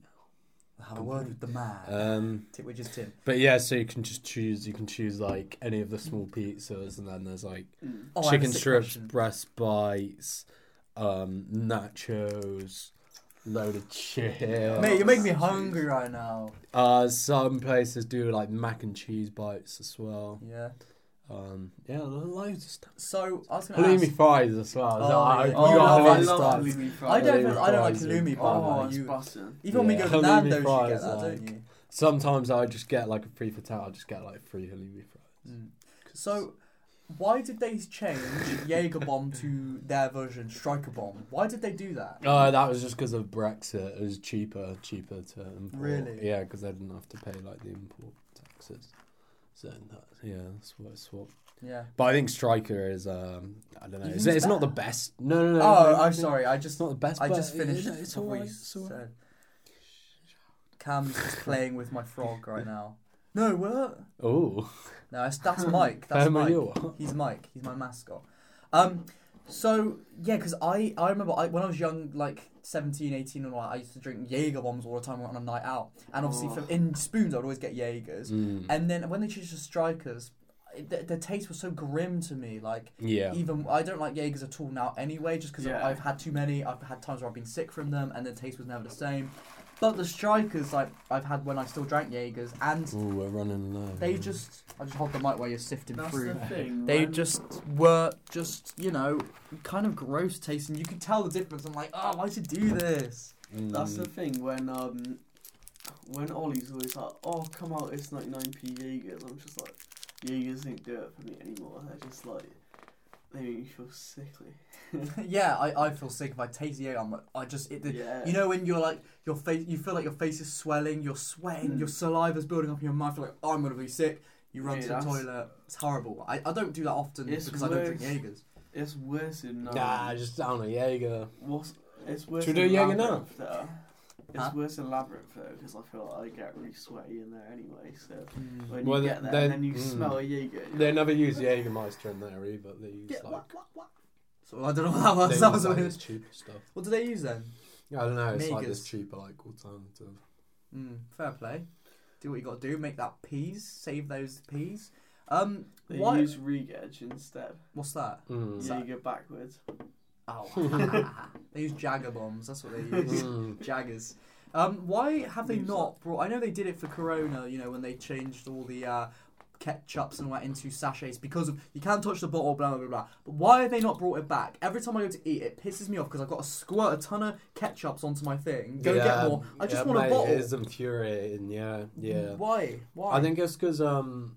[SPEAKER 3] Have a word with the man,
[SPEAKER 1] Um,
[SPEAKER 3] Ti- which is Tim.
[SPEAKER 1] but yeah, so you can just choose. You can choose like any of the small pizzas, and then there's like
[SPEAKER 2] Mm.
[SPEAKER 3] Oh, I have a
[SPEAKER 1] chicken
[SPEAKER 3] sick
[SPEAKER 1] strips,
[SPEAKER 3] question.
[SPEAKER 1] breast bites, um, nachos, load of chips.
[SPEAKER 3] Mate, you're making me hungry right now.
[SPEAKER 1] Uh, some places do like mac and cheese bites as well.
[SPEAKER 3] Yeah.
[SPEAKER 1] Um, yeah, loads of stuff.
[SPEAKER 3] So I was gonna ask.
[SPEAKER 1] Halloumi fries as well.
[SPEAKER 3] Oh,
[SPEAKER 1] I-
[SPEAKER 3] yeah.
[SPEAKER 1] I-
[SPEAKER 3] Oh,
[SPEAKER 1] you got
[SPEAKER 3] I
[SPEAKER 2] I
[SPEAKER 3] love
[SPEAKER 1] loads of
[SPEAKER 3] it.
[SPEAKER 1] stuff.
[SPEAKER 2] love halloumi fries.
[SPEAKER 3] I don't. I don't like
[SPEAKER 1] fries
[SPEAKER 3] halloumi, but
[SPEAKER 2] Oh, it's
[SPEAKER 3] you,
[SPEAKER 2] busting.
[SPEAKER 3] even when we
[SPEAKER 1] Yeah.
[SPEAKER 3] go to
[SPEAKER 1] Halloumi
[SPEAKER 3] Nando's, you get
[SPEAKER 1] fries,
[SPEAKER 3] that,
[SPEAKER 1] like-
[SPEAKER 3] don't you?
[SPEAKER 1] Sometimes I just get like a free for ten. I just get like free halloumi fries.
[SPEAKER 3] Mm. So, why did they change Jaeger bomb to their version Striker bomb? Why did they do that?
[SPEAKER 1] Uh, that was just because of Brexit. It was cheaper, cheaper to import.
[SPEAKER 3] Really?
[SPEAKER 1] Yeah, because they didn't have to pay like the import taxes. So that, yeah, that's what it's what.
[SPEAKER 3] Yeah.
[SPEAKER 1] But I think Striker is um, I don't know.
[SPEAKER 3] You
[SPEAKER 1] It's,
[SPEAKER 3] use
[SPEAKER 1] it's not
[SPEAKER 3] that?
[SPEAKER 1] the best. No, no, no.
[SPEAKER 3] Oh,
[SPEAKER 1] no, no.
[SPEAKER 3] I'm sorry. I just
[SPEAKER 1] It's not the best.
[SPEAKER 3] I
[SPEAKER 1] but
[SPEAKER 3] just finished.
[SPEAKER 1] It, it's
[SPEAKER 3] what we
[SPEAKER 1] alright. It's alright.
[SPEAKER 3] said. Cam's just playing with my frog right now. No, what?
[SPEAKER 1] Oh,
[SPEAKER 3] No, that's, that's Mike. That's Mike.
[SPEAKER 1] you.
[SPEAKER 3] He's Mike. He's my mascot. Um, so yeah, because I I remember I, when I was young, like 17, 18 and all that, I used to drink Jaeger bombs all the time on a night out, and obviously
[SPEAKER 2] Oh.
[SPEAKER 3] for, in spoons I'd always get Jaegers,
[SPEAKER 1] Mm.
[SPEAKER 3] and then when they changed to Strikers, it, the, the taste was so grim to me. Like
[SPEAKER 1] Yeah.
[SPEAKER 3] even I don't like Jaegers at all now anyway, just because
[SPEAKER 2] Yeah.
[SPEAKER 3] I've had too many. I've had times where I've been sick from them, and the taste was never the same. But the Strikers, like I've had when I still drank Jaegers, and
[SPEAKER 1] Oh, we're running low.
[SPEAKER 3] they just I just hold the mic while you're sifting
[SPEAKER 2] That's
[SPEAKER 3] through.
[SPEAKER 2] the thing.
[SPEAKER 3] They
[SPEAKER 2] when-
[SPEAKER 3] just were just, you know, kind of gross tasting. You could tell the difference. I'm like, oh, why'd you do this?
[SPEAKER 1] Mm.
[SPEAKER 2] That's the thing when um when Ollie's always like, oh come out, it's 99p Jaegers. I'm just like, Jaegers don't do it for me anymore. They're just like they make me feel sickly.
[SPEAKER 3] yeah, I, I feel sick if I taste the egg. I'm like, I just, it, the,
[SPEAKER 2] yeah.
[SPEAKER 3] you know, when you're like, your face, you feel like your face is swelling, you're sweating,
[SPEAKER 2] Mm.
[SPEAKER 3] your saliva's building up in your mouth. You're like, oh, I'm gonna be sick. You run
[SPEAKER 2] Yeah,
[SPEAKER 3] to the
[SPEAKER 2] that's-
[SPEAKER 3] toilet. It's horrible. I, I don't do that often
[SPEAKER 2] It's
[SPEAKER 3] because I don't drink
[SPEAKER 2] worse.
[SPEAKER 3] Jaegers.
[SPEAKER 2] it's worse than um,
[SPEAKER 1] Nah, just down a Jaeger.
[SPEAKER 2] what's, it's worse.
[SPEAKER 1] Should we
[SPEAKER 2] than
[SPEAKER 1] do Jaeger now?
[SPEAKER 2] Labyrinth, though. It's
[SPEAKER 3] Huh?
[SPEAKER 2] worse than labyrinth though because I feel like I get really sweaty in there anyway. So when
[SPEAKER 1] Well,
[SPEAKER 2] you
[SPEAKER 1] they-
[SPEAKER 2] get there
[SPEAKER 1] they-
[SPEAKER 2] and then you
[SPEAKER 1] mm.
[SPEAKER 2] smell a Jaeger, you're
[SPEAKER 1] They
[SPEAKER 2] like,
[SPEAKER 1] never use Jägermeister in there either. They use
[SPEAKER 2] "Yeah,
[SPEAKER 1] like
[SPEAKER 2] what, what, what?"
[SPEAKER 3] So I don't know what that
[SPEAKER 1] they
[SPEAKER 3] was.
[SPEAKER 1] use,
[SPEAKER 3] That was
[SPEAKER 1] like,
[SPEAKER 3] weird.
[SPEAKER 1] this cheaper stuff.
[SPEAKER 3] What do they use then?
[SPEAKER 1] I don't know. It's like this
[SPEAKER 3] Megas.
[SPEAKER 1] cheaper like alternative.
[SPEAKER 3] Mm, fair play. Do what you got to do. Make that peas. Save those peas. Um,
[SPEAKER 2] They
[SPEAKER 3] why?
[SPEAKER 2] use Regedge instead.
[SPEAKER 3] What's that?
[SPEAKER 1] Mm.
[SPEAKER 3] So-
[SPEAKER 2] Jaeger backwards.
[SPEAKER 3] Oh, they use Jagger bombs. That's what they use.
[SPEAKER 1] Mm.
[SPEAKER 3] Jaggers. Um, why have they
[SPEAKER 2] Use
[SPEAKER 3] not brought? I know they did it for Corona. You know when they changed all the uh, ketchups and went into sachets because of you can't touch the bottle. Blah blah blah. blah. But why have they not brought it back? Every time I go to eat, it pisses me off because I've got to squirt a ton of ketchups onto my thing. Go
[SPEAKER 1] Yeah,
[SPEAKER 3] get more. I just
[SPEAKER 1] yeah,
[SPEAKER 3] want
[SPEAKER 1] mate,
[SPEAKER 3] a bottle.
[SPEAKER 1] It is infuriating. Yeah, yeah.
[SPEAKER 3] Why? Why?
[SPEAKER 1] I think it's because um,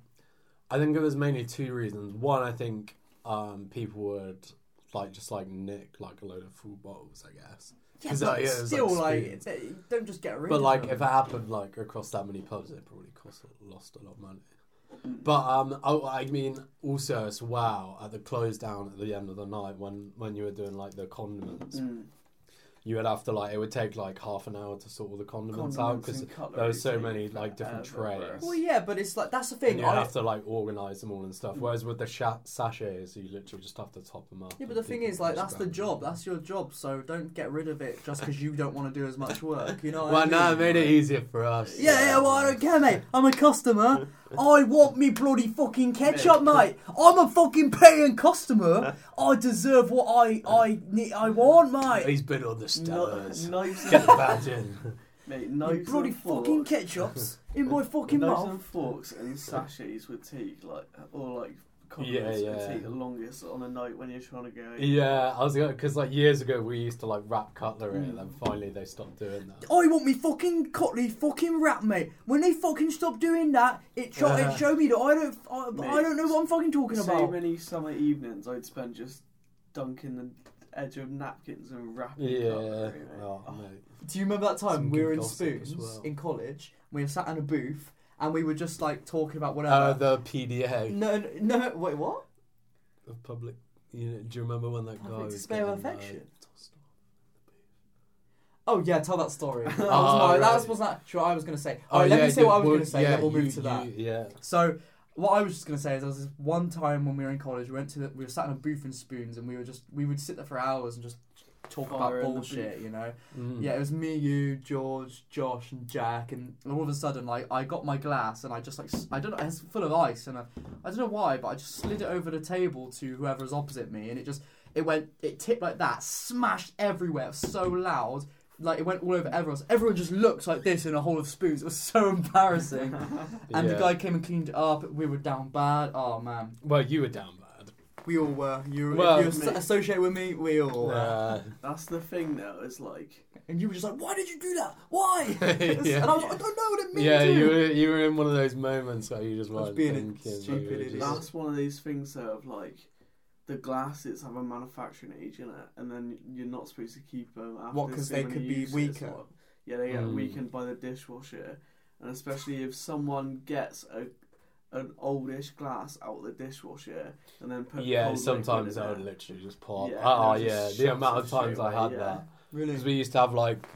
[SPEAKER 1] I think it was mainly two reasons. One, I think um, people would like just like nick like a load of full bottles. I guess.
[SPEAKER 3] yeah,
[SPEAKER 1] 'Cause
[SPEAKER 3] but
[SPEAKER 1] that- yeah, it's
[SPEAKER 3] still,
[SPEAKER 1] like
[SPEAKER 3] like,
[SPEAKER 1] spoons.
[SPEAKER 3] it's- eh, don't just get rid.
[SPEAKER 1] But
[SPEAKER 3] of
[SPEAKER 1] like,
[SPEAKER 3] them.
[SPEAKER 1] if it happened like across that many pubs, it probably cost a- lost a lot of money. But um, I, I mean, also as well at the close down at the end of the night when when you were doing like the condiments,
[SPEAKER 2] Mm.
[SPEAKER 1] you would have to like it would take like half an hour to sort all the condiments, out
[SPEAKER 2] Condiments
[SPEAKER 1] because
[SPEAKER 2] and cutlery
[SPEAKER 1] there were so
[SPEAKER 2] take
[SPEAKER 1] many like different
[SPEAKER 2] forever, bro.
[SPEAKER 1] trays.
[SPEAKER 3] Well, yeah, but it's like that's the
[SPEAKER 1] And
[SPEAKER 3] thing.
[SPEAKER 1] you
[SPEAKER 3] I,
[SPEAKER 1] have to like organize them all and stuff. Whereas with the sha- sachets, you literally just have to top them up.
[SPEAKER 3] yeah,
[SPEAKER 1] and
[SPEAKER 3] but the thing
[SPEAKER 1] people
[SPEAKER 3] is, like,
[SPEAKER 1] just
[SPEAKER 3] that's the
[SPEAKER 1] grab them.
[SPEAKER 3] job. That's your job. So don't get rid of it just because you don't want to do as much work. You know. What
[SPEAKER 1] Well,
[SPEAKER 3] I mean?
[SPEAKER 1] no, it made it easier for us.
[SPEAKER 3] Yeah, yeah, well, I don't care, mate. I'm a customer. I want me bloody fucking ketchup, mate. I'm a fucking paying customer. I deserve what I I need. I want, mate.
[SPEAKER 1] Uh, He's been on the stairs.
[SPEAKER 2] Kn- knives
[SPEAKER 1] Get
[SPEAKER 2] and,
[SPEAKER 1] the badge in.
[SPEAKER 2] mate,
[SPEAKER 3] You
[SPEAKER 2] knives
[SPEAKER 3] bloody
[SPEAKER 2] and forks,
[SPEAKER 3] fucking ketchups in my fucking
[SPEAKER 2] knives
[SPEAKER 3] mouth.
[SPEAKER 2] and forks and sachets would take like or like
[SPEAKER 1] Yeah,
[SPEAKER 2] condiments
[SPEAKER 1] yeah.
[SPEAKER 2] would take the longest on a night when you're trying to go.
[SPEAKER 1] Yeah, I was going because like years ago we used to like wrap cutlery, and then finally they stopped doing that.
[SPEAKER 3] I want me fucking cutlery fucking wrap, mate. When they fucking stop doing that, it, sho-
[SPEAKER 1] Yeah.
[SPEAKER 3] it showed me that I don't, I, I
[SPEAKER 2] Mate,
[SPEAKER 3] don't know what I'm fucking talking
[SPEAKER 2] so
[SPEAKER 3] about.
[SPEAKER 2] many summer evenings I'd spend just dunking the edge of napkins and wrapping.
[SPEAKER 1] Yeah,
[SPEAKER 2] cutlery, mate.
[SPEAKER 1] oh, mate.
[SPEAKER 3] Do you remember that
[SPEAKER 1] Some
[SPEAKER 3] time we
[SPEAKER 1] good
[SPEAKER 3] were in
[SPEAKER 1] gossip as
[SPEAKER 3] Spoons
[SPEAKER 1] well.
[SPEAKER 3] in college? We were sat in a booth and we were just like talking about whatever.
[SPEAKER 1] Uh, the PDA,
[SPEAKER 3] no, no, no, wait, what?
[SPEAKER 1] the public. You know, do you remember when that
[SPEAKER 3] Public
[SPEAKER 1] guy was
[SPEAKER 3] display of
[SPEAKER 1] getting, uh,
[SPEAKER 3] affection.
[SPEAKER 1] tossed off?
[SPEAKER 3] Oh yeah, tell that story. That was
[SPEAKER 1] Oh,
[SPEAKER 3] my, that
[SPEAKER 1] right.
[SPEAKER 3] was, was that sure I was gonna say. Alright, let me say
[SPEAKER 1] Oh, yeah,
[SPEAKER 3] what I was
[SPEAKER 1] well,
[SPEAKER 3] gonna say, then we'll move
[SPEAKER 1] you-
[SPEAKER 3] to that.
[SPEAKER 1] you- yeah,
[SPEAKER 3] So what I was just gonna say is there was this one time when we were in college, we went to the, we were sat in a booth in Spoons and we were just we would sit there for hours and just talk
[SPEAKER 2] Fire in
[SPEAKER 3] about
[SPEAKER 2] the
[SPEAKER 3] bullshit,
[SPEAKER 2] booth.
[SPEAKER 3] you know.
[SPEAKER 1] Mm.
[SPEAKER 3] Yeah, it was me, you, George, Josh, and Jack, and all of a sudden, like, I got my glass and I just like s- I don't know, it's full of ice, and I, I don't know why, but I just slid it over the table to whoever was opposite me, and it just it went it tipped like that, smashed everywhere, it was so loud. Like it went all over everyone. else. Everyone just looked like this in a hole of spoons. It was so embarrassing. And the
[SPEAKER 1] Yeah.
[SPEAKER 3] guy came and cleaned it up. We were down bad. Oh man,
[SPEAKER 1] Well, you were down bad.
[SPEAKER 3] we all were. You were,
[SPEAKER 1] Well,
[SPEAKER 3] if you were
[SPEAKER 2] mate.
[SPEAKER 3] associated with me. We all were.
[SPEAKER 1] Uh,
[SPEAKER 2] That's the thing though. It's like
[SPEAKER 3] And you were just like, "Why did you do that? Why?"
[SPEAKER 1] Yeah.
[SPEAKER 3] And I was like, "I don't know what it means."
[SPEAKER 1] yeah,
[SPEAKER 3] to.
[SPEAKER 1] you were you were in one of those moments where you just
[SPEAKER 3] I was
[SPEAKER 1] weren't
[SPEAKER 3] being a
[SPEAKER 1] thinking. you
[SPEAKER 3] stupid
[SPEAKER 1] were
[SPEAKER 3] idiot.
[SPEAKER 1] just-
[SPEAKER 2] that's one of those things though of like the glasses have a manufacturing age in it, and then you're not supposed to keep them. After
[SPEAKER 3] What, 'cause
[SPEAKER 2] so
[SPEAKER 3] they
[SPEAKER 2] many
[SPEAKER 3] could be
[SPEAKER 2] uses,
[SPEAKER 3] weaker?
[SPEAKER 2] like- yeah, they get
[SPEAKER 1] Mm.
[SPEAKER 2] weakened by the dishwasher, and especially if someone gets a an oldish glass out of the dishwasher and then put
[SPEAKER 1] Yeah,
[SPEAKER 2] cold
[SPEAKER 1] sometimes I
[SPEAKER 2] liquid
[SPEAKER 1] would
[SPEAKER 2] in it.
[SPEAKER 1] literally just pop.
[SPEAKER 2] Yeah,
[SPEAKER 1] oh
[SPEAKER 2] and it
[SPEAKER 1] yeah,
[SPEAKER 2] just
[SPEAKER 1] the
[SPEAKER 2] shuts
[SPEAKER 1] amount
[SPEAKER 2] it
[SPEAKER 1] of times
[SPEAKER 2] straight
[SPEAKER 1] I
[SPEAKER 2] away,
[SPEAKER 1] had
[SPEAKER 2] yeah.
[SPEAKER 1] that
[SPEAKER 3] Really?
[SPEAKER 1] because we used to have like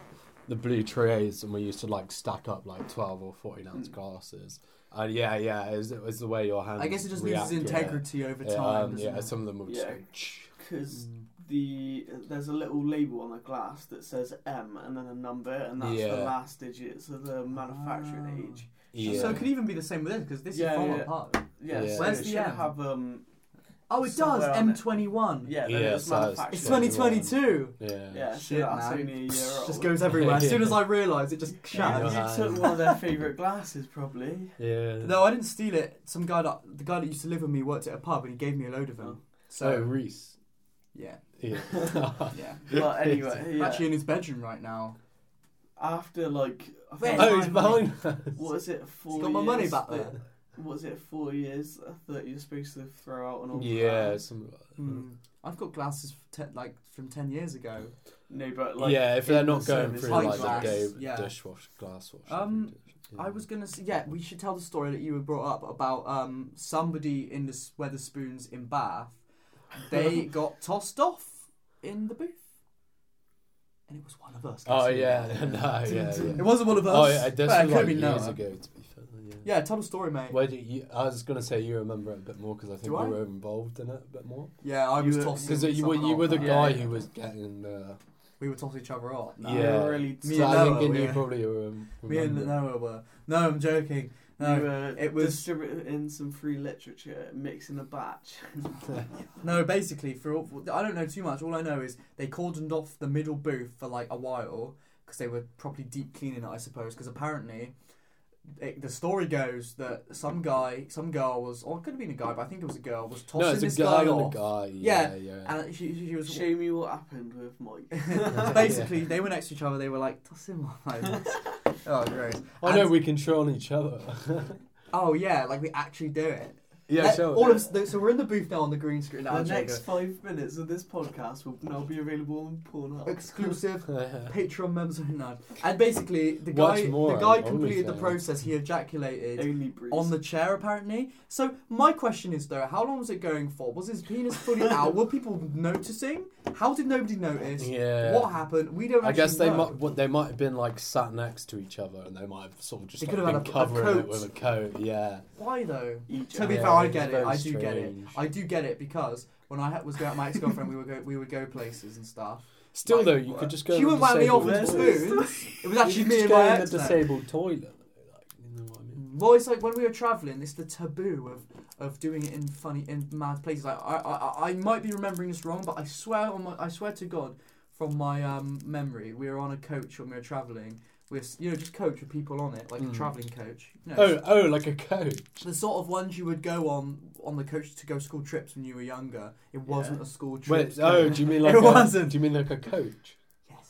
[SPEAKER 1] the blue trays and we used to like stack up like twelve or fourteen ounce
[SPEAKER 2] Mm.
[SPEAKER 1] glasses. And yeah, yeah, it was, it was the way your hands.
[SPEAKER 3] Hmm. I guess it just
[SPEAKER 1] react,
[SPEAKER 3] loses integrity over
[SPEAKER 1] Yeah, Yeah,
[SPEAKER 3] time.
[SPEAKER 1] um,
[SPEAKER 3] doesn't
[SPEAKER 1] yeah
[SPEAKER 3] it?
[SPEAKER 1] some of them would just
[SPEAKER 2] Yeah.
[SPEAKER 1] go, "Tch."
[SPEAKER 2] 'Cause the there's a little label on the glass that says M and then a number, and that's
[SPEAKER 1] Yeah.
[SPEAKER 2] the last digits of the manufacturing
[SPEAKER 3] Ah.
[SPEAKER 2] age.
[SPEAKER 1] Yeah.
[SPEAKER 3] So it could even be the same with this because this
[SPEAKER 2] Yeah,
[SPEAKER 3] is falling
[SPEAKER 2] yeah.
[SPEAKER 3] apart.
[SPEAKER 2] Yeah,
[SPEAKER 1] Yeah.
[SPEAKER 2] so
[SPEAKER 3] Where's
[SPEAKER 2] it
[SPEAKER 3] the
[SPEAKER 2] should
[SPEAKER 3] M?
[SPEAKER 2] have um
[SPEAKER 3] Oh, it does.
[SPEAKER 2] Somewhere on it.
[SPEAKER 3] M twenty one.
[SPEAKER 2] yeah,
[SPEAKER 1] Yeah,
[SPEAKER 2] yeah it's
[SPEAKER 1] so it's-
[SPEAKER 2] manufactured.
[SPEAKER 3] It's
[SPEAKER 1] Yeah,
[SPEAKER 3] twenty twenty two.
[SPEAKER 1] yeah.
[SPEAKER 2] yeah, so
[SPEAKER 3] Shit,
[SPEAKER 2] that's
[SPEAKER 3] man.
[SPEAKER 2] only a year old.
[SPEAKER 3] Just goes everywhere. As soon as I realise, it just shatters.
[SPEAKER 1] Yeah.
[SPEAKER 2] You took one of their favourite glasses, probably.
[SPEAKER 1] Yeah. Oh,
[SPEAKER 3] No, I didn't steal it. Some guy that the guy that used to live with me worked at a pub and he gave me a load of them.
[SPEAKER 2] Oh.
[SPEAKER 1] So
[SPEAKER 3] So
[SPEAKER 1] Reese.
[SPEAKER 3] yeah,
[SPEAKER 1] Yeah.
[SPEAKER 3] yeah.
[SPEAKER 2] But anyway, yeah.
[SPEAKER 3] Actually, in his bedroom right now.
[SPEAKER 2] after like, I
[SPEAKER 3] Wait,
[SPEAKER 2] think-
[SPEAKER 1] oh, he's
[SPEAKER 3] my
[SPEAKER 1] behind.
[SPEAKER 2] what is it? Four
[SPEAKER 3] He's got my money
[SPEAKER 2] years
[SPEAKER 3] back
[SPEAKER 2] that-
[SPEAKER 3] there.
[SPEAKER 2] What is it? Four years that you're supposed to throw out an old
[SPEAKER 1] Yeah.
[SPEAKER 2] glass?
[SPEAKER 1] Some, Mm.
[SPEAKER 3] Hmm. I've got glasses f- te- like from ten years ago.
[SPEAKER 2] No, but like,
[SPEAKER 1] yeah, if they're
[SPEAKER 2] in the
[SPEAKER 1] not going
[SPEAKER 2] service
[SPEAKER 1] through
[SPEAKER 3] like
[SPEAKER 1] like
[SPEAKER 3] glass,
[SPEAKER 1] the day
[SPEAKER 3] yeah.
[SPEAKER 1] dishwash glass wash.
[SPEAKER 3] Um,
[SPEAKER 1] yeah.
[SPEAKER 3] I was gonna say, yeah, we should tell the story that you were brought up about um, somebody in the S- Weatherspoons in Bath. They got tossed off in the booth, and it was one of us.
[SPEAKER 1] Oh
[SPEAKER 3] Cassie.
[SPEAKER 1] yeah, no, yeah,
[SPEAKER 3] it
[SPEAKER 1] yeah.
[SPEAKER 3] wasn't one of us.
[SPEAKER 1] Oh yeah, this
[SPEAKER 3] Well, it
[SPEAKER 1] was
[SPEAKER 3] could
[SPEAKER 1] like
[SPEAKER 3] be
[SPEAKER 1] years
[SPEAKER 3] Noah.
[SPEAKER 1] ago. To be fair, yeah.
[SPEAKER 3] Yeah, tell the story, mate.
[SPEAKER 1] Where do you? I was gonna say you remember it a bit more because I think
[SPEAKER 3] Do
[SPEAKER 1] you
[SPEAKER 3] I?
[SPEAKER 1] were involved in it a bit more.
[SPEAKER 3] yeah, I
[SPEAKER 2] You
[SPEAKER 3] was
[SPEAKER 2] were-
[SPEAKER 3] tossing.
[SPEAKER 1] Because you were
[SPEAKER 3] someone
[SPEAKER 1] you
[SPEAKER 3] off
[SPEAKER 1] were the
[SPEAKER 3] that.
[SPEAKER 2] yeah,
[SPEAKER 1] guy
[SPEAKER 2] yeah.
[SPEAKER 1] who was getting the
[SPEAKER 3] We were tossing each other off. No.
[SPEAKER 1] yeah.
[SPEAKER 2] you really.
[SPEAKER 3] Me
[SPEAKER 1] so
[SPEAKER 3] and
[SPEAKER 1] I
[SPEAKER 3] Noah,
[SPEAKER 1] think
[SPEAKER 3] we
[SPEAKER 1] you
[SPEAKER 3] were-
[SPEAKER 1] probably um,
[SPEAKER 3] me and
[SPEAKER 1] remember.
[SPEAKER 3] Noah were. No, I'm joking.
[SPEAKER 2] You
[SPEAKER 3] No,
[SPEAKER 2] were
[SPEAKER 3] it was-
[SPEAKER 2] distributing some free literature, mixing a batch.
[SPEAKER 3] No, basically, for all, for- I don't know too much. All I know is they cordoned off the middle booth for like a while because they were probably deep cleaning it, I suppose. Because apparently, it, the story goes that some guy, some girl was, or it could have been a guy, but I think it was a girl, was tossing
[SPEAKER 1] No, it's a
[SPEAKER 3] this
[SPEAKER 1] guy
[SPEAKER 3] guy
[SPEAKER 1] on a
[SPEAKER 3] off,
[SPEAKER 1] guy. Yeah,
[SPEAKER 3] Yeah,
[SPEAKER 1] yeah.
[SPEAKER 3] and she, she, she was.
[SPEAKER 2] Show me what happened with Mike.
[SPEAKER 3] so basically, they were next to each other. They were like tossing my Oh great!
[SPEAKER 1] I know we Oh, control each other.
[SPEAKER 3] Oh yeah, like we actually do it.
[SPEAKER 1] Yeah,
[SPEAKER 3] Let-
[SPEAKER 1] sure.
[SPEAKER 3] All of us- th- so we're in the booth now on the green screen. Now,
[SPEAKER 2] the next five minutes of this podcast will now be available on Pornhub.
[SPEAKER 3] exclusive Patreon members only know. And basically, the
[SPEAKER 1] Watch
[SPEAKER 3] guy
[SPEAKER 1] more
[SPEAKER 3] the guy
[SPEAKER 1] on
[SPEAKER 3] completed the
[SPEAKER 1] OnlyFans.
[SPEAKER 3] process. He ejaculated
[SPEAKER 2] Only Bruce.
[SPEAKER 3] on the chair apparently. So my question is though, how long was it going for? Was his penis fully out? Were people noticing? How did nobody notice?
[SPEAKER 1] yeah.
[SPEAKER 3] What happened? We don't.
[SPEAKER 1] I
[SPEAKER 3] actually
[SPEAKER 1] guess they
[SPEAKER 3] know.
[SPEAKER 1] might what they might have been like sat next to each other and they might have sort of just
[SPEAKER 3] They
[SPEAKER 1] like,
[SPEAKER 3] could
[SPEAKER 1] been
[SPEAKER 3] have had a- a
[SPEAKER 1] covering it
[SPEAKER 3] coat.
[SPEAKER 1] with a coat. Yeah.
[SPEAKER 3] Why though?
[SPEAKER 2] Each
[SPEAKER 3] To be
[SPEAKER 1] Yeah,
[SPEAKER 3] fair, I
[SPEAKER 1] it's
[SPEAKER 3] get it.
[SPEAKER 1] very
[SPEAKER 3] I do get it.
[SPEAKER 1] strange.
[SPEAKER 3] I do get it because when I ha- was going out with my ex-girlfriend, we would go we would go places and stuff.
[SPEAKER 1] Still
[SPEAKER 3] Like,
[SPEAKER 1] though, you
[SPEAKER 2] what?
[SPEAKER 1] could just go.
[SPEAKER 3] She
[SPEAKER 1] in
[SPEAKER 3] wouldn't wipe me
[SPEAKER 1] disabled
[SPEAKER 3] off with
[SPEAKER 2] Where's
[SPEAKER 1] toilet.
[SPEAKER 2] this?
[SPEAKER 3] spoons. It was
[SPEAKER 1] You
[SPEAKER 3] actually
[SPEAKER 1] could
[SPEAKER 3] me
[SPEAKER 1] just
[SPEAKER 3] and
[SPEAKER 1] go
[SPEAKER 3] my
[SPEAKER 1] in
[SPEAKER 3] ex.
[SPEAKER 1] the
[SPEAKER 3] now.
[SPEAKER 1] disabled toilet. Like, you know what I mean?
[SPEAKER 3] Well, it's like when we were traveling. It's the taboo of of doing it in funny in mad places. Like I I, I- I might be remembering this wrong, but I swear on my, I swear to God, from my um, memory, we were on a coach when we were traveling. We're s- you know just coach with people on it, like a
[SPEAKER 1] Mm.
[SPEAKER 3] traveling coach. You know,
[SPEAKER 1] Oh, oh, like a coat.
[SPEAKER 3] the sort of ones you would go on on the coach to go school trips when you were younger. It wasn't
[SPEAKER 2] Yeah.
[SPEAKER 3] a school trip.
[SPEAKER 1] Wait, oh, do you mean like
[SPEAKER 4] It
[SPEAKER 1] a,
[SPEAKER 4] wasn't.
[SPEAKER 1] Do you mean like a coach?
[SPEAKER 3] yes,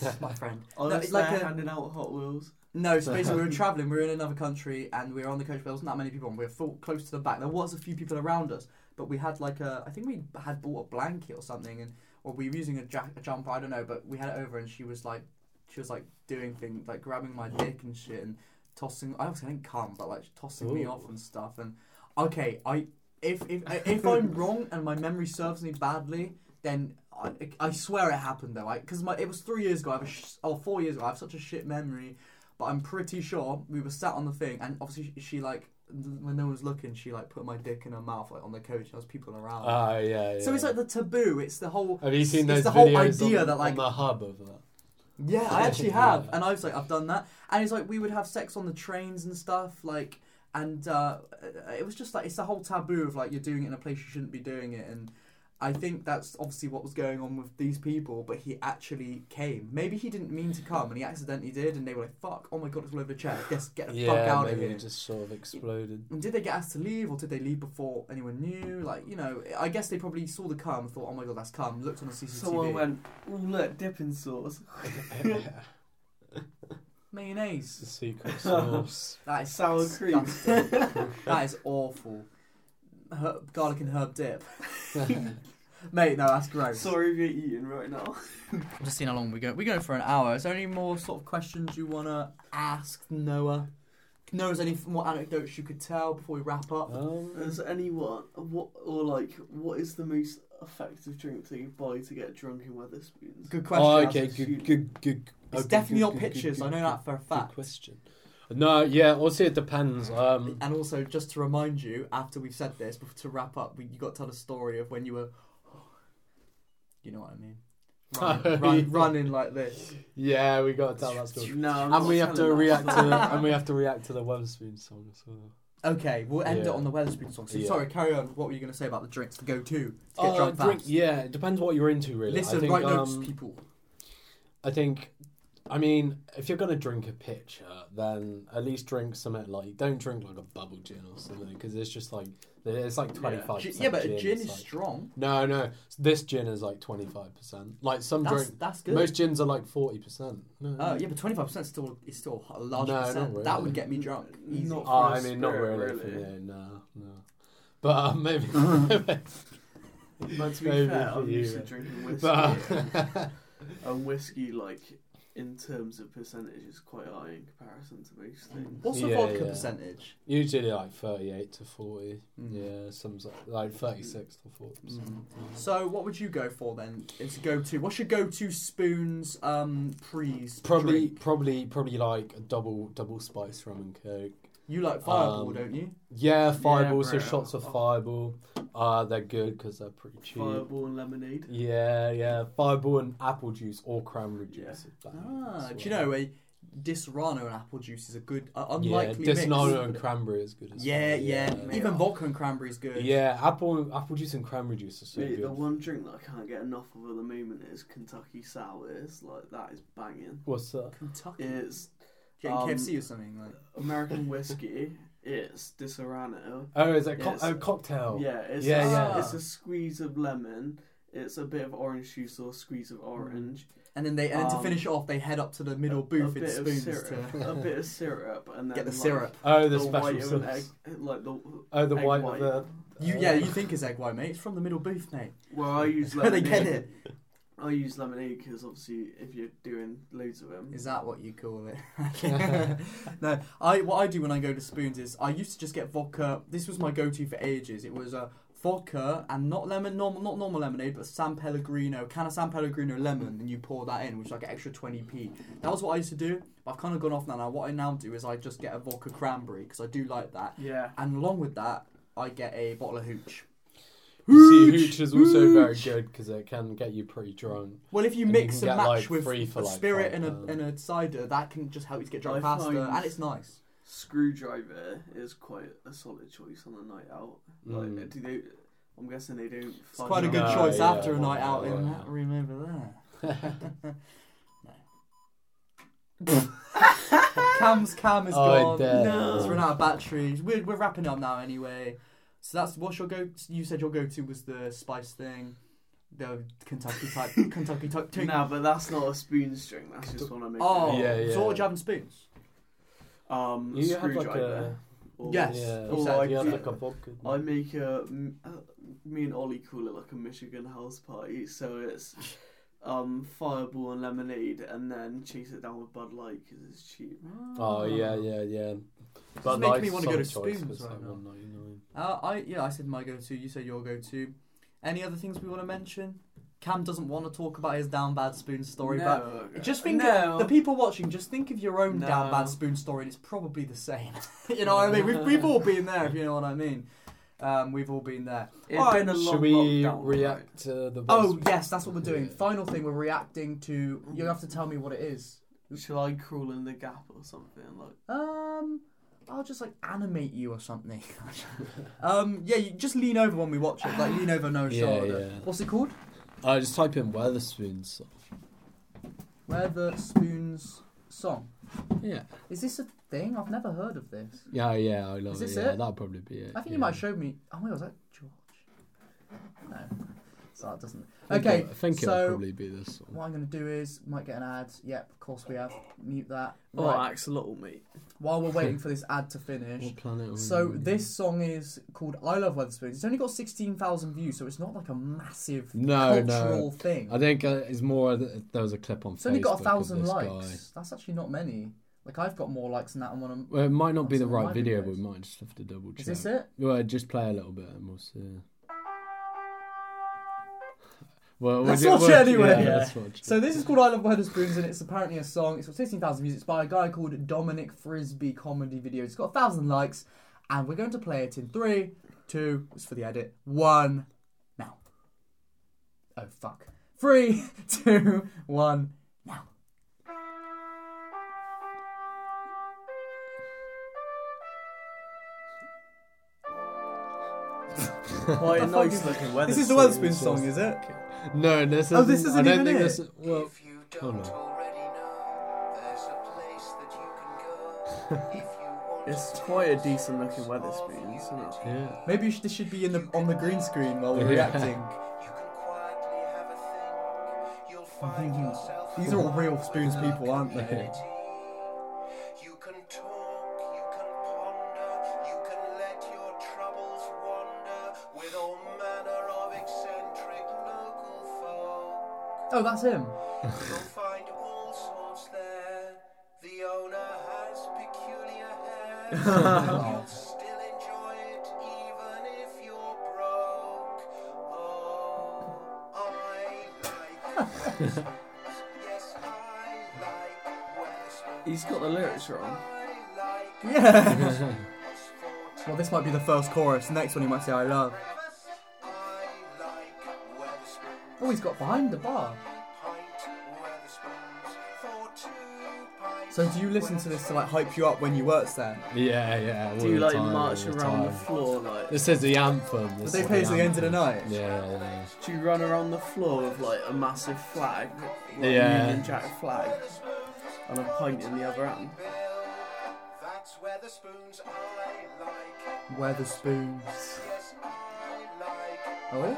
[SPEAKER 3] yes, my friend.
[SPEAKER 2] Oh,
[SPEAKER 3] No,
[SPEAKER 2] that's
[SPEAKER 3] it's like
[SPEAKER 2] there
[SPEAKER 3] a-
[SPEAKER 2] handing out Hot Wheels.
[SPEAKER 3] No, so basically we were traveling. We were in another country, and we were on the coach. But there wasn't that many people, and we were full, close to the back. There was a few people around us, but we had like a. I think we had bought a blanket or something, and or we were using a, jack, a jumper. I don't know, but we had it over, and she was like, she was like doing things like grabbing my dick and shit, and tossing. I obviously didn't come, but like tossing me
[SPEAKER 1] Ooh.
[SPEAKER 3] off and stuff. And okay, I if if if I'm wrong and my memory serves me badly, then I, I swear it happened though. Because my it was three years ago. I have a sh- oh four years ago. I have such a shit memory, but I'm pretty sure we were sat on the thing, and obviously she, she like when no one was looking, she like put my dick in her mouth like on the coach. and There was people around.
[SPEAKER 1] Ah, yeah, yeah.
[SPEAKER 3] Oh. so it's like the taboo. It's the whole.
[SPEAKER 1] Have you seen
[SPEAKER 3] it's
[SPEAKER 1] those
[SPEAKER 3] the whole
[SPEAKER 1] videos
[SPEAKER 3] idea
[SPEAKER 1] on,
[SPEAKER 3] that, like-
[SPEAKER 1] on the hub of that?
[SPEAKER 3] Yeah, I actually
[SPEAKER 1] Yeah.
[SPEAKER 3] have, and I was like, I've done that, and it's like we would have sex on the trains and stuff, like, and uh, it was just like it's the whole taboo of like you're doing it in a place you shouldn't be doing it, and I think that's obviously what was going on with these people, but he actually came. Maybe he didn't mean to come, and he accidentally did, and they were like, "Fuck! Oh my god, it's all over the chair. Guess get the
[SPEAKER 1] yeah,
[SPEAKER 3] fuck out
[SPEAKER 1] maybe
[SPEAKER 3] of here."
[SPEAKER 1] it just sort of exploded.
[SPEAKER 3] And did they get asked to leave, or did they leave before anyone knew? Like, you know, I guess they probably saw the cum, and thought, "Oh my god, that's cum." Looked on the CCTV.
[SPEAKER 2] Someone went, Ooh, look, dipping sauce.
[SPEAKER 3] mayonnaise.
[SPEAKER 1] secret sauce.
[SPEAKER 3] That is
[SPEAKER 2] Sour cream.
[SPEAKER 3] disgusting. that is awful. Herb, garlic and herb dip. Mate, no, that's gross.
[SPEAKER 2] Sorry if you're eating right now.
[SPEAKER 3] I'm just seeing how long we go. We go for an hour. Is there any more sort of questions you wanna ask Noah? Noah's any more anecdotes you could tell before we wrap up?
[SPEAKER 1] um,
[SPEAKER 2] Is anyone, what, or like, what is the most effective drink to buy to get drunk in Weatherspoons?
[SPEAKER 3] Good question.
[SPEAKER 1] oh,
[SPEAKER 2] that's
[SPEAKER 1] okay,
[SPEAKER 2] a
[SPEAKER 1] good,
[SPEAKER 2] huge-
[SPEAKER 1] good, good.
[SPEAKER 3] It's
[SPEAKER 1] okay,
[SPEAKER 3] definitely
[SPEAKER 1] good,
[SPEAKER 3] not
[SPEAKER 1] good, good,
[SPEAKER 3] pictures.
[SPEAKER 1] good,
[SPEAKER 3] I know
[SPEAKER 1] good,
[SPEAKER 3] that for a
[SPEAKER 1] Good
[SPEAKER 3] fact.
[SPEAKER 1] question. No, yeah. Also, it depends. Um,
[SPEAKER 3] And also, just to remind you, after we've said this, bef- to wrap up, we, you got to tell a story of when you were. You know what I mean? Running, run, running like this.
[SPEAKER 1] yeah, we got to tell that story.
[SPEAKER 2] No, I'm
[SPEAKER 1] And
[SPEAKER 2] not
[SPEAKER 1] we have to
[SPEAKER 2] telling that
[SPEAKER 1] react to,
[SPEAKER 2] story.
[SPEAKER 1] and we have to react to the Weatherspoon song as well.
[SPEAKER 3] Okay, we'll end
[SPEAKER 1] Yeah.
[SPEAKER 3] it on the Weatherspoon song. So
[SPEAKER 1] Yeah.
[SPEAKER 3] sorry, carry on. What were you going to say about the drinks to go to to get
[SPEAKER 1] Uh,
[SPEAKER 3] drunk
[SPEAKER 1] drink,
[SPEAKER 3] fast?
[SPEAKER 1] yeah, it depends what you're into, really.
[SPEAKER 3] Listen,
[SPEAKER 1] I think,
[SPEAKER 3] right
[SPEAKER 1] um,
[SPEAKER 3] notes, people.
[SPEAKER 1] I think, I mean, if you're gonna drink a pitcher, then at least drink something like don't drink like a bubble gin or something because it's just like it's like twenty five.
[SPEAKER 3] Gin- yeah, but a gin
[SPEAKER 1] like,
[SPEAKER 3] is strong.
[SPEAKER 1] No, no, this gin is like twenty five percent. Like some
[SPEAKER 3] That's
[SPEAKER 1] drink,
[SPEAKER 3] that's good.
[SPEAKER 1] most gins are like forty percent.
[SPEAKER 2] Oh,
[SPEAKER 1] No,
[SPEAKER 3] uh, yeah, but twenty five percent still is still a large
[SPEAKER 1] No, not
[SPEAKER 3] percent. That
[SPEAKER 1] really.
[SPEAKER 3] would get me drunk. Easy.
[SPEAKER 2] Not
[SPEAKER 1] Oh,
[SPEAKER 2] for
[SPEAKER 1] I
[SPEAKER 2] a
[SPEAKER 1] mean, not
[SPEAKER 2] spirit,
[SPEAKER 1] really.
[SPEAKER 2] really.
[SPEAKER 1] For me, no, no. But uh, maybe.
[SPEAKER 2] But to be
[SPEAKER 1] Maybe
[SPEAKER 2] fair,
[SPEAKER 1] for
[SPEAKER 2] I'm
[SPEAKER 1] you,
[SPEAKER 2] used to
[SPEAKER 1] yeah.
[SPEAKER 2] drinking whiskey.
[SPEAKER 1] but,
[SPEAKER 2] and whiskey, like, in terms of percentage, is quite high in comparison to most things.
[SPEAKER 3] What's the
[SPEAKER 1] Yeah,
[SPEAKER 3] vodka
[SPEAKER 1] yeah.
[SPEAKER 3] percentage?
[SPEAKER 1] usually like thirty eight to forty.
[SPEAKER 3] Mm.
[SPEAKER 1] Yeah, some sort- like thirty six to forty.
[SPEAKER 3] Mm. So what would you go for then? It's go to. What's your go to spoons? Um, pre's
[SPEAKER 1] Probably,
[SPEAKER 3] drink?
[SPEAKER 1] probably, probably like a double, double spice rum and coke.
[SPEAKER 3] you like Fireball,
[SPEAKER 1] um,
[SPEAKER 3] don't you?
[SPEAKER 1] Yeah, fireball. so
[SPEAKER 2] bro.
[SPEAKER 1] shots of
[SPEAKER 2] Oh.
[SPEAKER 1] fireball. Uh, they're good because they're pretty cheap.
[SPEAKER 2] Fireball and lemonade.
[SPEAKER 1] Yeah, yeah. Fireball and apple juice or cranberry
[SPEAKER 2] Yeah.
[SPEAKER 1] juice. is bang
[SPEAKER 3] Ah,
[SPEAKER 1] as
[SPEAKER 3] do you
[SPEAKER 1] well.
[SPEAKER 3] know a Disrano and apple juice is a good uh,
[SPEAKER 1] Yeah,
[SPEAKER 3] unlikely mix.
[SPEAKER 1] Disnano and cranberry is good. As
[SPEAKER 3] Yeah,
[SPEAKER 1] well.
[SPEAKER 3] yeah.
[SPEAKER 2] Mate,
[SPEAKER 3] Even
[SPEAKER 2] oh.
[SPEAKER 3] vodka and cranberry is good.
[SPEAKER 1] Yeah, apple, apple juice and cranberry juice are so
[SPEAKER 2] Mate, the
[SPEAKER 1] good.
[SPEAKER 2] one drink that I can't get enough of at the moment is Kentucky Sours. Like, that is banging.
[SPEAKER 1] What's that?
[SPEAKER 3] Kentucky.
[SPEAKER 2] It's
[SPEAKER 3] Getting
[SPEAKER 2] Um,
[SPEAKER 3] KFC or something like.
[SPEAKER 2] American whiskey. It's Disaronno.
[SPEAKER 1] Oh, is that co-
[SPEAKER 2] Yes.
[SPEAKER 1] oh, cocktail?
[SPEAKER 2] Yeah, it's
[SPEAKER 1] Yeah,
[SPEAKER 2] it's,
[SPEAKER 3] yeah.
[SPEAKER 1] Mm.
[SPEAKER 2] it's a squeeze of lemon. It's a bit of orange juice or squeeze of orange.
[SPEAKER 3] and then they and then to
[SPEAKER 2] Um,
[SPEAKER 3] finish it off, they head up to the middle
[SPEAKER 2] a
[SPEAKER 3] booth in
[SPEAKER 2] bit of
[SPEAKER 3] spoons
[SPEAKER 2] syrup,
[SPEAKER 3] to
[SPEAKER 2] a bit of syrup, and then
[SPEAKER 3] get the
[SPEAKER 2] like,
[SPEAKER 3] syrup.
[SPEAKER 1] Oh, the,
[SPEAKER 2] the
[SPEAKER 1] special
[SPEAKER 2] white of an
[SPEAKER 1] sauce.
[SPEAKER 2] egg, like the
[SPEAKER 1] Oh, the
[SPEAKER 2] egg
[SPEAKER 1] white,
[SPEAKER 2] white.
[SPEAKER 1] of the. uh,
[SPEAKER 3] You yeah, you think it's egg white, mate? It's from the middle booth, mate.
[SPEAKER 2] well, I use
[SPEAKER 3] Where they
[SPEAKER 2] lemonade.
[SPEAKER 3] get it?
[SPEAKER 2] I use lemonade because obviously if you're doing loads of them,
[SPEAKER 3] Is that what you call it? no, I what I do when I go to Spoons is I used to just get vodka. This was my go-to for ages. It was uh, vodka and not lemon, normal, not normal lemonade, but San Pellegrino, can of San Pellegrino lemon, and you pour that in, which is like an extra twenty p. That was what I used to do. But I've kind of gone off now. Now what I now do is I just get a vodka cranberry because I do like that,
[SPEAKER 2] yeah,
[SPEAKER 3] and along with that I get a bottle of hooch.
[SPEAKER 1] You see, hooch is also very good because it can get you pretty drunk.
[SPEAKER 3] Well, if you
[SPEAKER 1] And you
[SPEAKER 3] mix
[SPEAKER 1] can
[SPEAKER 3] and
[SPEAKER 1] get,
[SPEAKER 3] match
[SPEAKER 1] like,
[SPEAKER 3] with
[SPEAKER 1] three for,
[SPEAKER 3] a
[SPEAKER 1] like,
[SPEAKER 3] spirit
[SPEAKER 1] five
[SPEAKER 3] and a
[SPEAKER 1] pounds.
[SPEAKER 3] and a cider, that can just help you to get drunk
[SPEAKER 2] I
[SPEAKER 3] faster,
[SPEAKER 2] find-
[SPEAKER 3] and it's nice.
[SPEAKER 2] screwdriver is quite a solid choice on a night out. Like,
[SPEAKER 1] Mm.
[SPEAKER 2] do they? I'm guessing they don't.
[SPEAKER 3] It's quite a good
[SPEAKER 1] No,
[SPEAKER 3] choice
[SPEAKER 1] yeah.
[SPEAKER 3] after a night out.
[SPEAKER 1] Yeah.
[SPEAKER 3] In that, remember that. Cam's cam is
[SPEAKER 1] Oh,
[SPEAKER 3] gone.
[SPEAKER 1] damn.
[SPEAKER 3] It's run out of batteries. We're we're wrapping up now anyway. So that's what's your go. You said your go to was the spice thing, the Kentucky type, Kentucky type
[SPEAKER 2] No,
[SPEAKER 3] thing.
[SPEAKER 2] but that's not a spoon string. That's just one I make.
[SPEAKER 3] Oh,
[SPEAKER 1] Yeah, yeah.
[SPEAKER 3] so what would you have in spoons?
[SPEAKER 2] um,
[SPEAKER 1] You have like
[SPEAKER 2] screwdriver.
[SPEAKER 1] a.
[SPEAKER 2] or-
[SPEAKER 3] Yes.
[SPEAKER 1] Yeah.
[SPEAKER 3] Oh,
[SPEAKER 1] you
[SPEAKER 2] I
[SPEAKER 1] have
[SPEAKER 2] do-
[SPEAKER 1] like a vodka.
[SPEAKER 2] I make a m- uh, me and Ollie call it like a Michigan house party. So it's um fireball and lemonade, and then chase it down with Bud Light because it's cheap.
[SPEAKER 1] Oh, yeah, yeah, yeah.
[SPEAKER 3] is making me wanna go to
[SPEAKER 1] solid choice
[SPEAKER 3] Spoons
[SPEAKER 1] was,
[SPEAKER 3] right
[SPEAKER 1] like,
[SPEAKER 3] now.
[SPEAKER 1] 1.99.
[SPEAKER 3] Uh, I yeah, I said my go to. You said your go to. Any other things we want to mention? Cam doesn't want to talk about his down bad spoon story, but
[SPEAKER 2] no,
[SPEAKER 3] Just think
[SPEAKER 2] no.
[SPEAKER 3] the people watching. Just think of your own
[SPEAKER 2] No.
[SPEAKER 3] down bad spoon story, and it's probably the same. you know what I mean? We've, we've all been there, if you know what I mean. Um, we've all been there.
[SPEAKER 2] It's
[SPEAKER 3] Alright,
[SPEAKER 2] been a long
[SPEAKER 1] Should we
[SPEAKER 2] lockdown, right?
[SPEAKER 1] react to the?
[SPEAKER 3] Oh
[SPEAKER 1] best-
[SPEAKER 3] yes, that's what we're doing.
[SPEAKER 1] Yeah.
[SPEAKER 3] Final thing, we're reacting to. You have to tell me what it is.
[SPEAKER 2] Shall I crawl in the gap or something? Like
[SPEAKER 3] Um, I'll just like animate you or something. um, yeah, you just lean over when we watch it. Like lean over, no
[SPEAKER 1] Yeah,
[SPEAKER 3] shoulder.
[SPEAKER 1] yeah.
[SPEAKER 3] What's it called?
[SPEAKER 1] Uh, just type in Weatherspoons.
[SPEAKER 3] Where the spoons song.
[SPEAKER 1] Yeah.
[SPEAKER 3] Is this a thing? I've never heard of this.
[SPEAKER 1] Yeah, yeah, I love
[SPEAKER 3] Is this
[SPEAKER 1] it. Yeah,
[SPEAKER 3] it?
[SPEAKER 1] that'll probably be it.
[SPEAKER 3] I think
[SPEAKER 1] yeah.
[SPEAKER 3] you might show me. Oh wait, was that George? No, so that doesn't.
[SPEAKER 1] I think
[SPEAKER 3] Okay,
[SPEAKER 1] it'll- I think
[SPEAKER 3] so-
[SPEAKER 1] it'll probably be this one.
[SPEAKER 3] What I'm gonna do is might get an ad. Yep, of course we have. Mute that.
[SPEAKER 2] oh,
[SPEAKER 3] Right.
[SPEAKER 2] axolotl, mate.
[SPEAKER 3] While we're waiting for this ad to finish.
[SPEAKER 1] What planet? are
[SPEAKER 3] So
[SPEAKER 1] we on?
[SPEAKER 3] this song is called "I Love Weatherspoons." It's only got sixteen thousand views, so it's not like a massive
[SPEAKER 1] No,
[SPEAKER 3] cultural
[SPEAKER 1] no.
[SPEAKER 3] thing.
[SPEAKER 1] I think uh, it's more. that There was a clip on.
[SPEAKER 3] It's only got
[SPEAKER 1] Facebook
[SPEAKER 3] a
[SPEAKER 1] of
[SPEAKER 3] thousand
[SPEAKER 1] this
[SPEAKER 3] likes. That's actually not many. Like I've got more likes than that on one. Of...
[SPEAKER 1] Guy. Well, it might not be
[SPEAKER 3] That's
[SPEAKER 1] the
[SPEAKER 3] what
[SPEAKER 1] right
[SPEAKER 3] mine
[SPEAKER 1] video, but
[SPEAKER 3] was.
[SPEAKER 1] we might just have to double check.
[SPEAKER 3] Is this it?
[SPEAKER 1] Well, just play a little bit and we'll see. Well,
[SPEAKER 3] Let's
[SPEAKER 1] we'll do-
[SPEAKER 3] watch
[SPEAKER 1] we'll-
[SPEAKER 3] it anyway.
[SPEAKER 1] Yeah, let's watch.
[SPEAKER 3] So this is called I Love Wetherspoons and it's apparently a song. It's got 16,000 views. It's by a guy called Dominic Frisbee Comedy Video. It's got 1,000 likes and we're going to play it in three, two, it's for the edit, one, now. Oh, fuck. Three, two, one, now.
[SPEAKER 2] Quite a
[SPEAKER 3] fuck
[SPEAKER 2] nice
[SPEAKER 3] is-
[SPEAKER 2] looking weather.
[SPEAKER 3] This is the Wetherspoons song, is it?
[SPEAKER 1] No, this
[SPEAKER 3] Oh, this
[SPEAKER 1] I
[SPEAKER 3] isn't
[SPEAKER 1] don't
[SPEAKER 3] even
[SPEAKER 1] think
[SPEAKER 3] it.
[SPEAKER 1] this. Well,
[SPEAKER 5] If you
[SPEAKER 1] oh,
[SPEAKER 5] don't
[SPEAKER 1] no.
[SPEAKER 5] already know, there's a place that you can go if you want
[SPEAKER 2] It's
[SPEAKER 5] to
[SPEAKER 2] quite a
[SPEAKER 5] taste
[SPEAKER 2] decent looking
[SPEAKER 5] of
[SPEAKER 2] Weatherspoons, isn't it?
[SPEAKER 5] unity.
[SPEAKER 1] Yeah.
[SPEAKER 3] Maybe you should- this should be in the on the green screen while we're
[SPEAKER 1] Yeah.
[SPEAKER 3] reacting.
[SPEAKER 5] You can quietly have a think. You'll find yourself
[SPEAKER 3] These are all real
[SPEAKER 5] with
[SPEAKER 3] Spoons
[SPEAKER 5] a
[SPEAKER 3] people, aren't they?
[SPEAKER 5] community. You can talk, you can ponder, you can let your troubles wander with all manner of eccentric local folk.
[SPEAKER 3] Oh, that's him.
[SPEAKER 5] You'll find all sorts there. The owner has peculiar hair. You'll still enjoy it even if you're broke. Oh, I like Wetherspoons. Yes, I like Wetherspoons.
[SPEAKER 2] He's got the lyrics wrong.
[SPEAKER 5] I like
[SPEAKER 3] Yeah.
[SPEAKER 5] Wetherspoons for
[SPEAKER 3] well, this might be the first chorus. Next one he might say I love.
[SPEAKER 5] breakfast. I like Wetherspoons.
[SPEAKER 3] Oh, he's got behind the bar.
[SPEAKER 5] Pint Wetherspoons for two pints.
[SPEAKER 3] So do you listen to this to like hype you up when you works there?
[SPEAKER 1] Yeah, yeah. all
[SPEAKER 2] Do you
[SPEAKER 1] the
[SPEAKER 2] like
[SPEAKER 1] time,
[SPEAKER 2] march
[SPEAKER 1] all the
[SPEAKER 2] around the
[SPEAKER 1] time.
[SPEAKER 2] floor like?
[SPEAKER 1] This is the anthem. This
[SPEAKER 3] they
[SPEAKER 1] is
[SPEAKER 3] play it at the end of the
[SPEAKER 1] anthem.
[SPEAKER 3] night?
[SPEAKER 1] Yeah, yeah.
[SPEAKER 2] Do you run around the floor with like a massive flag, like
[SPEAKER 1] Yeah.
[SPEAKER 2] Union Jack flag, and a pint in the other hand?
[SPEAKER 5] That's where the spoons I like.
[SPEAKER 3] Where the spoons.
[SPEAKER 5] Yes, I like.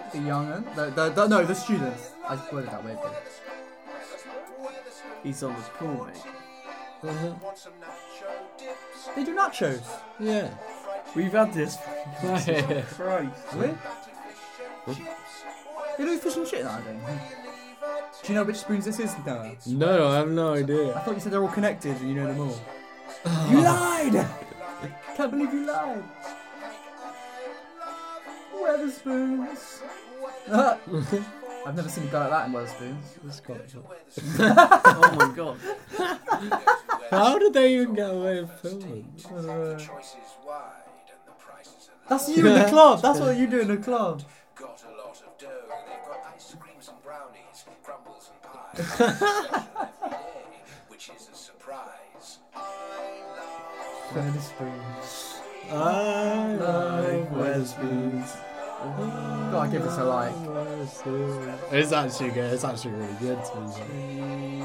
[SPEAKER 3] Oh, the young un- the, the, the- no, the students. I worded that weirdly.
[SPEAKER 5] Where the spoons.
[SPEAKER 2] He's on the call, mate.
[SPEAKER 6] Want some nacho dips?
[SPEAKER 3] They do nachos.
[SPEAKER 1] Yeah.
[SPEAKER 2] We've had this. Christ.
[SPEAKER 3] Really?
[SPEAKER 6] Batter fish and chips.
[SPEAKER 3] They do fish and shit nowadays. Do you know which spoons this is, Noah?
[SPEAKER 1] No, I have no
[SPEAKER 3] I
[SPEAKER 1] idea.
[SPEAKER 3] thought you said they're all connected and you know them all. you lied! Can't believe you lied. Weatherspoons. I've never seen a guy like that in Weatherspoons.
[SPEAKER 2] Oh my god.
[SPEAKER 1] How did they even get away with filming?
[SPEAKER 6] The choice is wide and the prices are
[SPEAKER 3] Uh, That's you in the club. That's what you do in the club.
[SPEAKER 6] got a lot of dough. They've got ice creams and brownies, crumbles and pies. every day, which is a surprise. I love
[SPEAKER 3] Weatherspoons.
[SPEAKER 1] I like
[SPEAKER 3] Weatherspoons. Gotta give this a like.
[SPEAKER 1] Weatherspoons. It's actually good. It's actually really good. To be fair.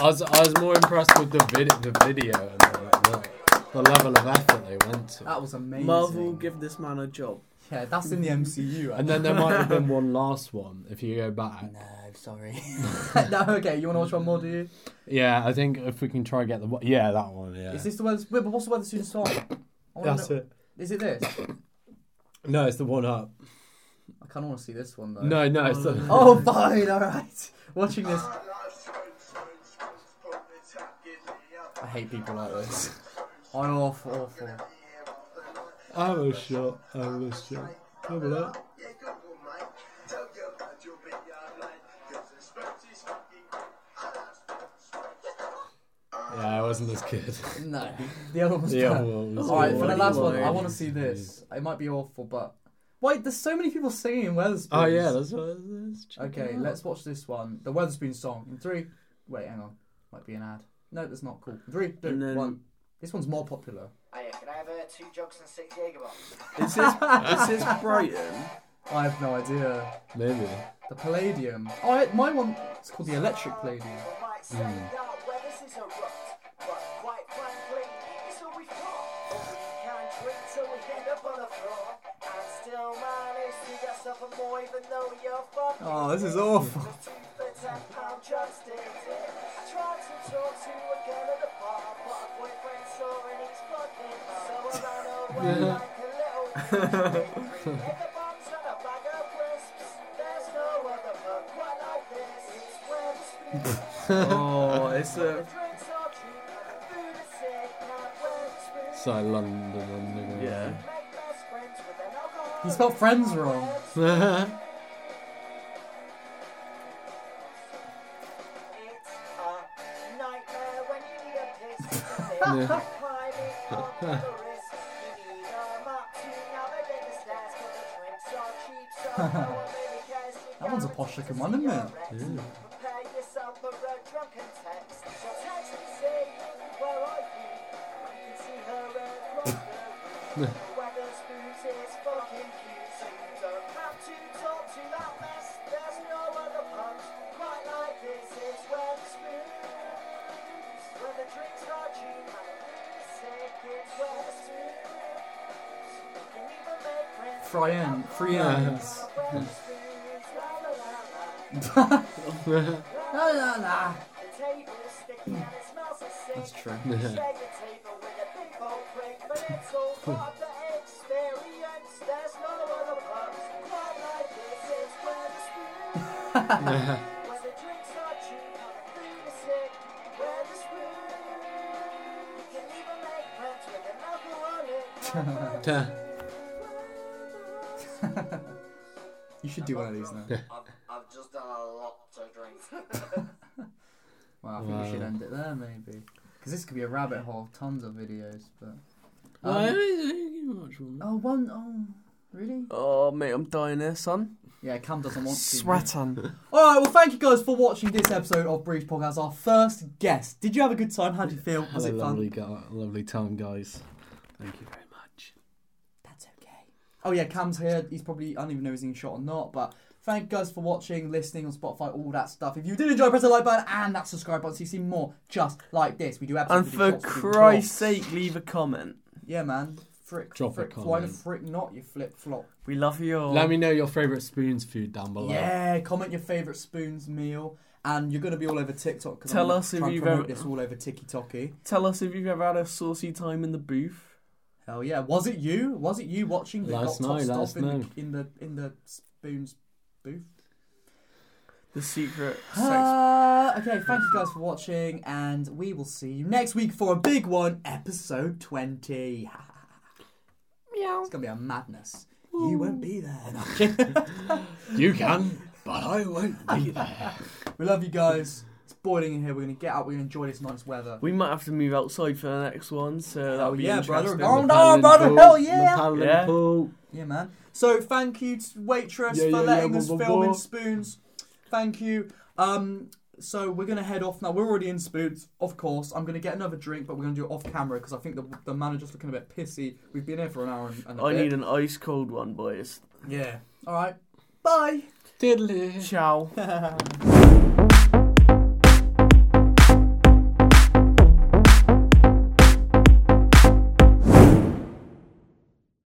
[SPEAKER 1] I was, I was more impressed with the, vid- the video and the, like, the, the level of effort they went to.
[SPEAKER 3] That was amazing.
[SPEAKER 2] Marvel, give this man a job.
[SPEAKER 3] Yeah, that's in the MCU.
[SPEAKER 1] And then there might have been one last one if you go back.
[SPEAKER 3] No, sorry. no, okay. You want to watch one more? Do you?
[SPEAKER 1] Yeah, I think if we can try and get the one- yeah that one. Yeah,
[SPEAKER 3] Is this the Weatherspoons? Wait, but what's the Weatherspoons song? I wanna
[SPEAKER 1] that's
[SPEAKER 3] know-
[SPEAKER 1] it.
[SPEAKER 3] Is it this?
[SPEAKER 1] No, it's the one up.
[SPEAKER 3] I kind of want to see this one though.
[SPEAKER 1] No, no, it's the
[SPEAKER 3] Oh, fine. All right. Watching this. I hate people like this. I'm awful, awful.
[SPEAKER 1] I was shot. I was shot. Have a look. Yeah, it wasn't as good.
[SPEAKER 3] No, the other one's
[SPEAKER 1] Yeah,
[SPEAKER 3] better.
[SPEAKER 1] well, it was
[SPEAKER 3] All right, for the
[SPEAKER 1] alright.
[SPEAKER 3] last one, I
[SPEAKER 2] Lord.
[SPEAKER 3] want to see this. It might be awful, but wait, there's so many people singing in Weatherspoons.
[SPEAKER 1] Oh yeah, that's what it is. Check
[SPEAKER 3] Okay,
[SPEAKER 1] it out.
[SPEAKER 3] let's watch this one. The Weatherspoon song in three. Wait, hang on. Might be an ad. No, that's not cool. Three, two,
[SPEAKER 2] And then-
[SPEAKER 3] one. This one's more popular.
[SPEAKER 5] Hiya, can I have uh, two jugs and six Jager bombs?
[SPEAKER 2] This is this is Brighton.
[SPEAKER 3] I have no idea.
[SPEAKER 1] Maybe.
[SPEAKER 3] The Palladium. Oh, I- my one. It's called the Electric Palladium.
[SPEAKER 5] Might say now where this is a rut, but quite frankly, it's all we've got. But we can't drink till we end up on the floor, and still manage to get something more even though you're fucking
[SPEAKER 3] Oh, this is awful.
[SPEAKER 5] with two for ten pound just did it. I tried to talk to a girl at the bar, but her boyfriend saw and he's fucking up. So I ran away like a little bitch. Hit the box and a bag of crisps. There's no other pub quite like this. It's where the speed
[SPEAKER 2] Oh, it's a
[SPEAKER 5] drinks are cheap and the food is sick. Can't wait to spoon.
[SPEAKER 1] So London, London.
[SPEAKER 2] yeah.
[SPEAKER 5] Make best friends with an alcohol.
[SPEAKER 3] He spelled friends wrong. Um,
[SPEAKER 1] London.
[SPEAKER 5] It's a nightmare when you need a piss.
[SPEAKER 1] Yeah.
[SPEAKER 5] Climbing up the wrist. You need a mop to navigate the stairs. 'cause the drinks are cheap, so no one really cares. You
[SPEAKER 3] That one's a
[SPEAKER 5] gotta
[SPEAKER 3] posh
[SPEAKER 5] drink
[SPEAKER 3] looking
[SPEAKER 5] to
[SPEAKER 3] one, isn't it?
[SPEAKER 5] see your ex. Prepare yourself for a drunken text. So text and say, Where are you? I can see her across the room. Weatherspoons is fucking cute, so you don't have to talk to that mess. There's no other punch quite like this. It's Weatherspoons. Where the drinks are cheap and the food is sick. It's Weatherspoons. You can even make friends.
[SPEAKER 3] Fry in. Free ends.
[SPEAKER 5] Weatherspoons, la la la la.
[SPEAKER 3] La la la.
[SPEAKER 5] That's
[SPEAKER 3] true. You should do one of these now.
[SPEAKER 5] I've just done a lot to drink.
[SPEAKER 3] Well, I think we should
[SPEAKER 1] Wow.
[SPEAKER 3] end it there, maybe. Because this could be a rabbit hole. Tons of videos, but.
[SPEAKER 1] Why
[SPEAKER 3] Um,
[SPEAKER 1] did you watch
[SPEAKER 3] oh, one. Oh, really?
[SPEAKER 2] Oh mate, I'm dying here, son.
[SPEAKER 3] Yeah, Cam doesn't want to.
[SPEAKER 2] Sweating.
[SPEAKER 3] All right. Well, thank you guys for watching this episode of Brief Podcast. Our first guest. Did you have a good time? How did you feel?
[SPEAKER 1] Had
[SPEAKER 3] Was
[SPEAKER 1] a
[SPEAKER 3] it fun?
[SPEAKER 1] lovely, gu- lovely time, guys. Thank you very much.
[SPEAKER 3] That's okay. Oh yeah, Cam's here. He's probably I don't even know if he's in shot or not, but thank you guys for watching, listening on Spotify, all that stuff. If you did enjoy, press the like button and that subscribe button so you see more just like this. We do
[SPEAKER 2] And
[SPEAKER 3] absolutely.
[SPEAKER 2] for Christ's sake, leave a comment.
[SPEAKER 3] Yeah, man. Frick,
[SPEAKER 1] Drop a
[SPEAKER 3] frick, fly,
[SPEAKER 1] comment.
[SPEAKER 3] frick, not you flip flop.
[SPEAKER 2] We love you all. uh,
[SPEAKER 1] Let me know your favourite spoons food down below.
[SPEAKER 3] Yeah, comment your favourite spoons meal. and you're going to be all over TikTok. 'cause
[SPEAKER 2] Tell
[SPEAKER 3] I'm
[SPEAKER 2] us if
[SPEAKER 3] trying to
[SPEAKER 2] you've
[SPEAKER 3] promote
[SPEAKER 2] ever-
[SPEAKER 3] this all over TikToky.
[SPEAKER 2] Tell us if you've ever had a saucy time in the booth.
[SPEAKER 3] Hell yeah! Was it you? Was it you watching the
[SPEAKER 1] Let us
[SPEAKER 3] Got Top
[SPEAKER 1] know, let us
[SPEAKER 3] Stop in the,
[SPEAKER 1] know.
[SPEAKER 3] in the in the spoons booth?
[SPEAKER 2] The secret sex.
[SPEAKER 3] Uh, okay, thank you guys for watching, and we will see you next week for a big one, episode 20. It's gonna be a madness. You won't be there.
[SPEAKER 1] You can, but I won't be there.
[SPEAKER 3] we love you guys. It's boiling in here. We're gonna get out. We're gonna enjoy this nice weather.
[SPEAKER 2] We might have to move outside for the next one, so that'll
[SPEAKER 3] Hell
[SPEAKER 2] be
[SPEAKER 3] yeah, brother.
[SPEAKER 2] interesting.
[SPEAKER 3] Go on down, Oh, brother. Hell yeah.
[SPEAKER 2] Yeah.
[SPEAKER 3] Yeah, man. So thank you to Waitress
[SPEAKER 1] Yeah,
[SPEAKER 3] for
[SPEAKER 1] yeah,
[SPEAKER 3] letting
[SPEAKER 1] yeah,
[SPEAKER 3] us
[SPEAKER 1] blah, blah,
[SPEAKER 3] film in
[SPEAKER 1] blah.
[SPEAKER 3] Spoons. Thank you. Um, so we're gonna head off now. We're already in Spoons, of course. I'm gonna get another drink, but we're gonna do it off camera because I think the, the manager's looking a bit pissy. We've been here for an hour and, and a
[SPEAKER 2] I
[SPEAKER 3] bit.
[SPEAKER 2] need an ice cold one, boys.
[SPEAKER 3] Yeah. All right. Bye.
[SPEAKER 1] Diddly.
[SPEAKER 2] Ciao.
[SPEAKER 3] Ciao.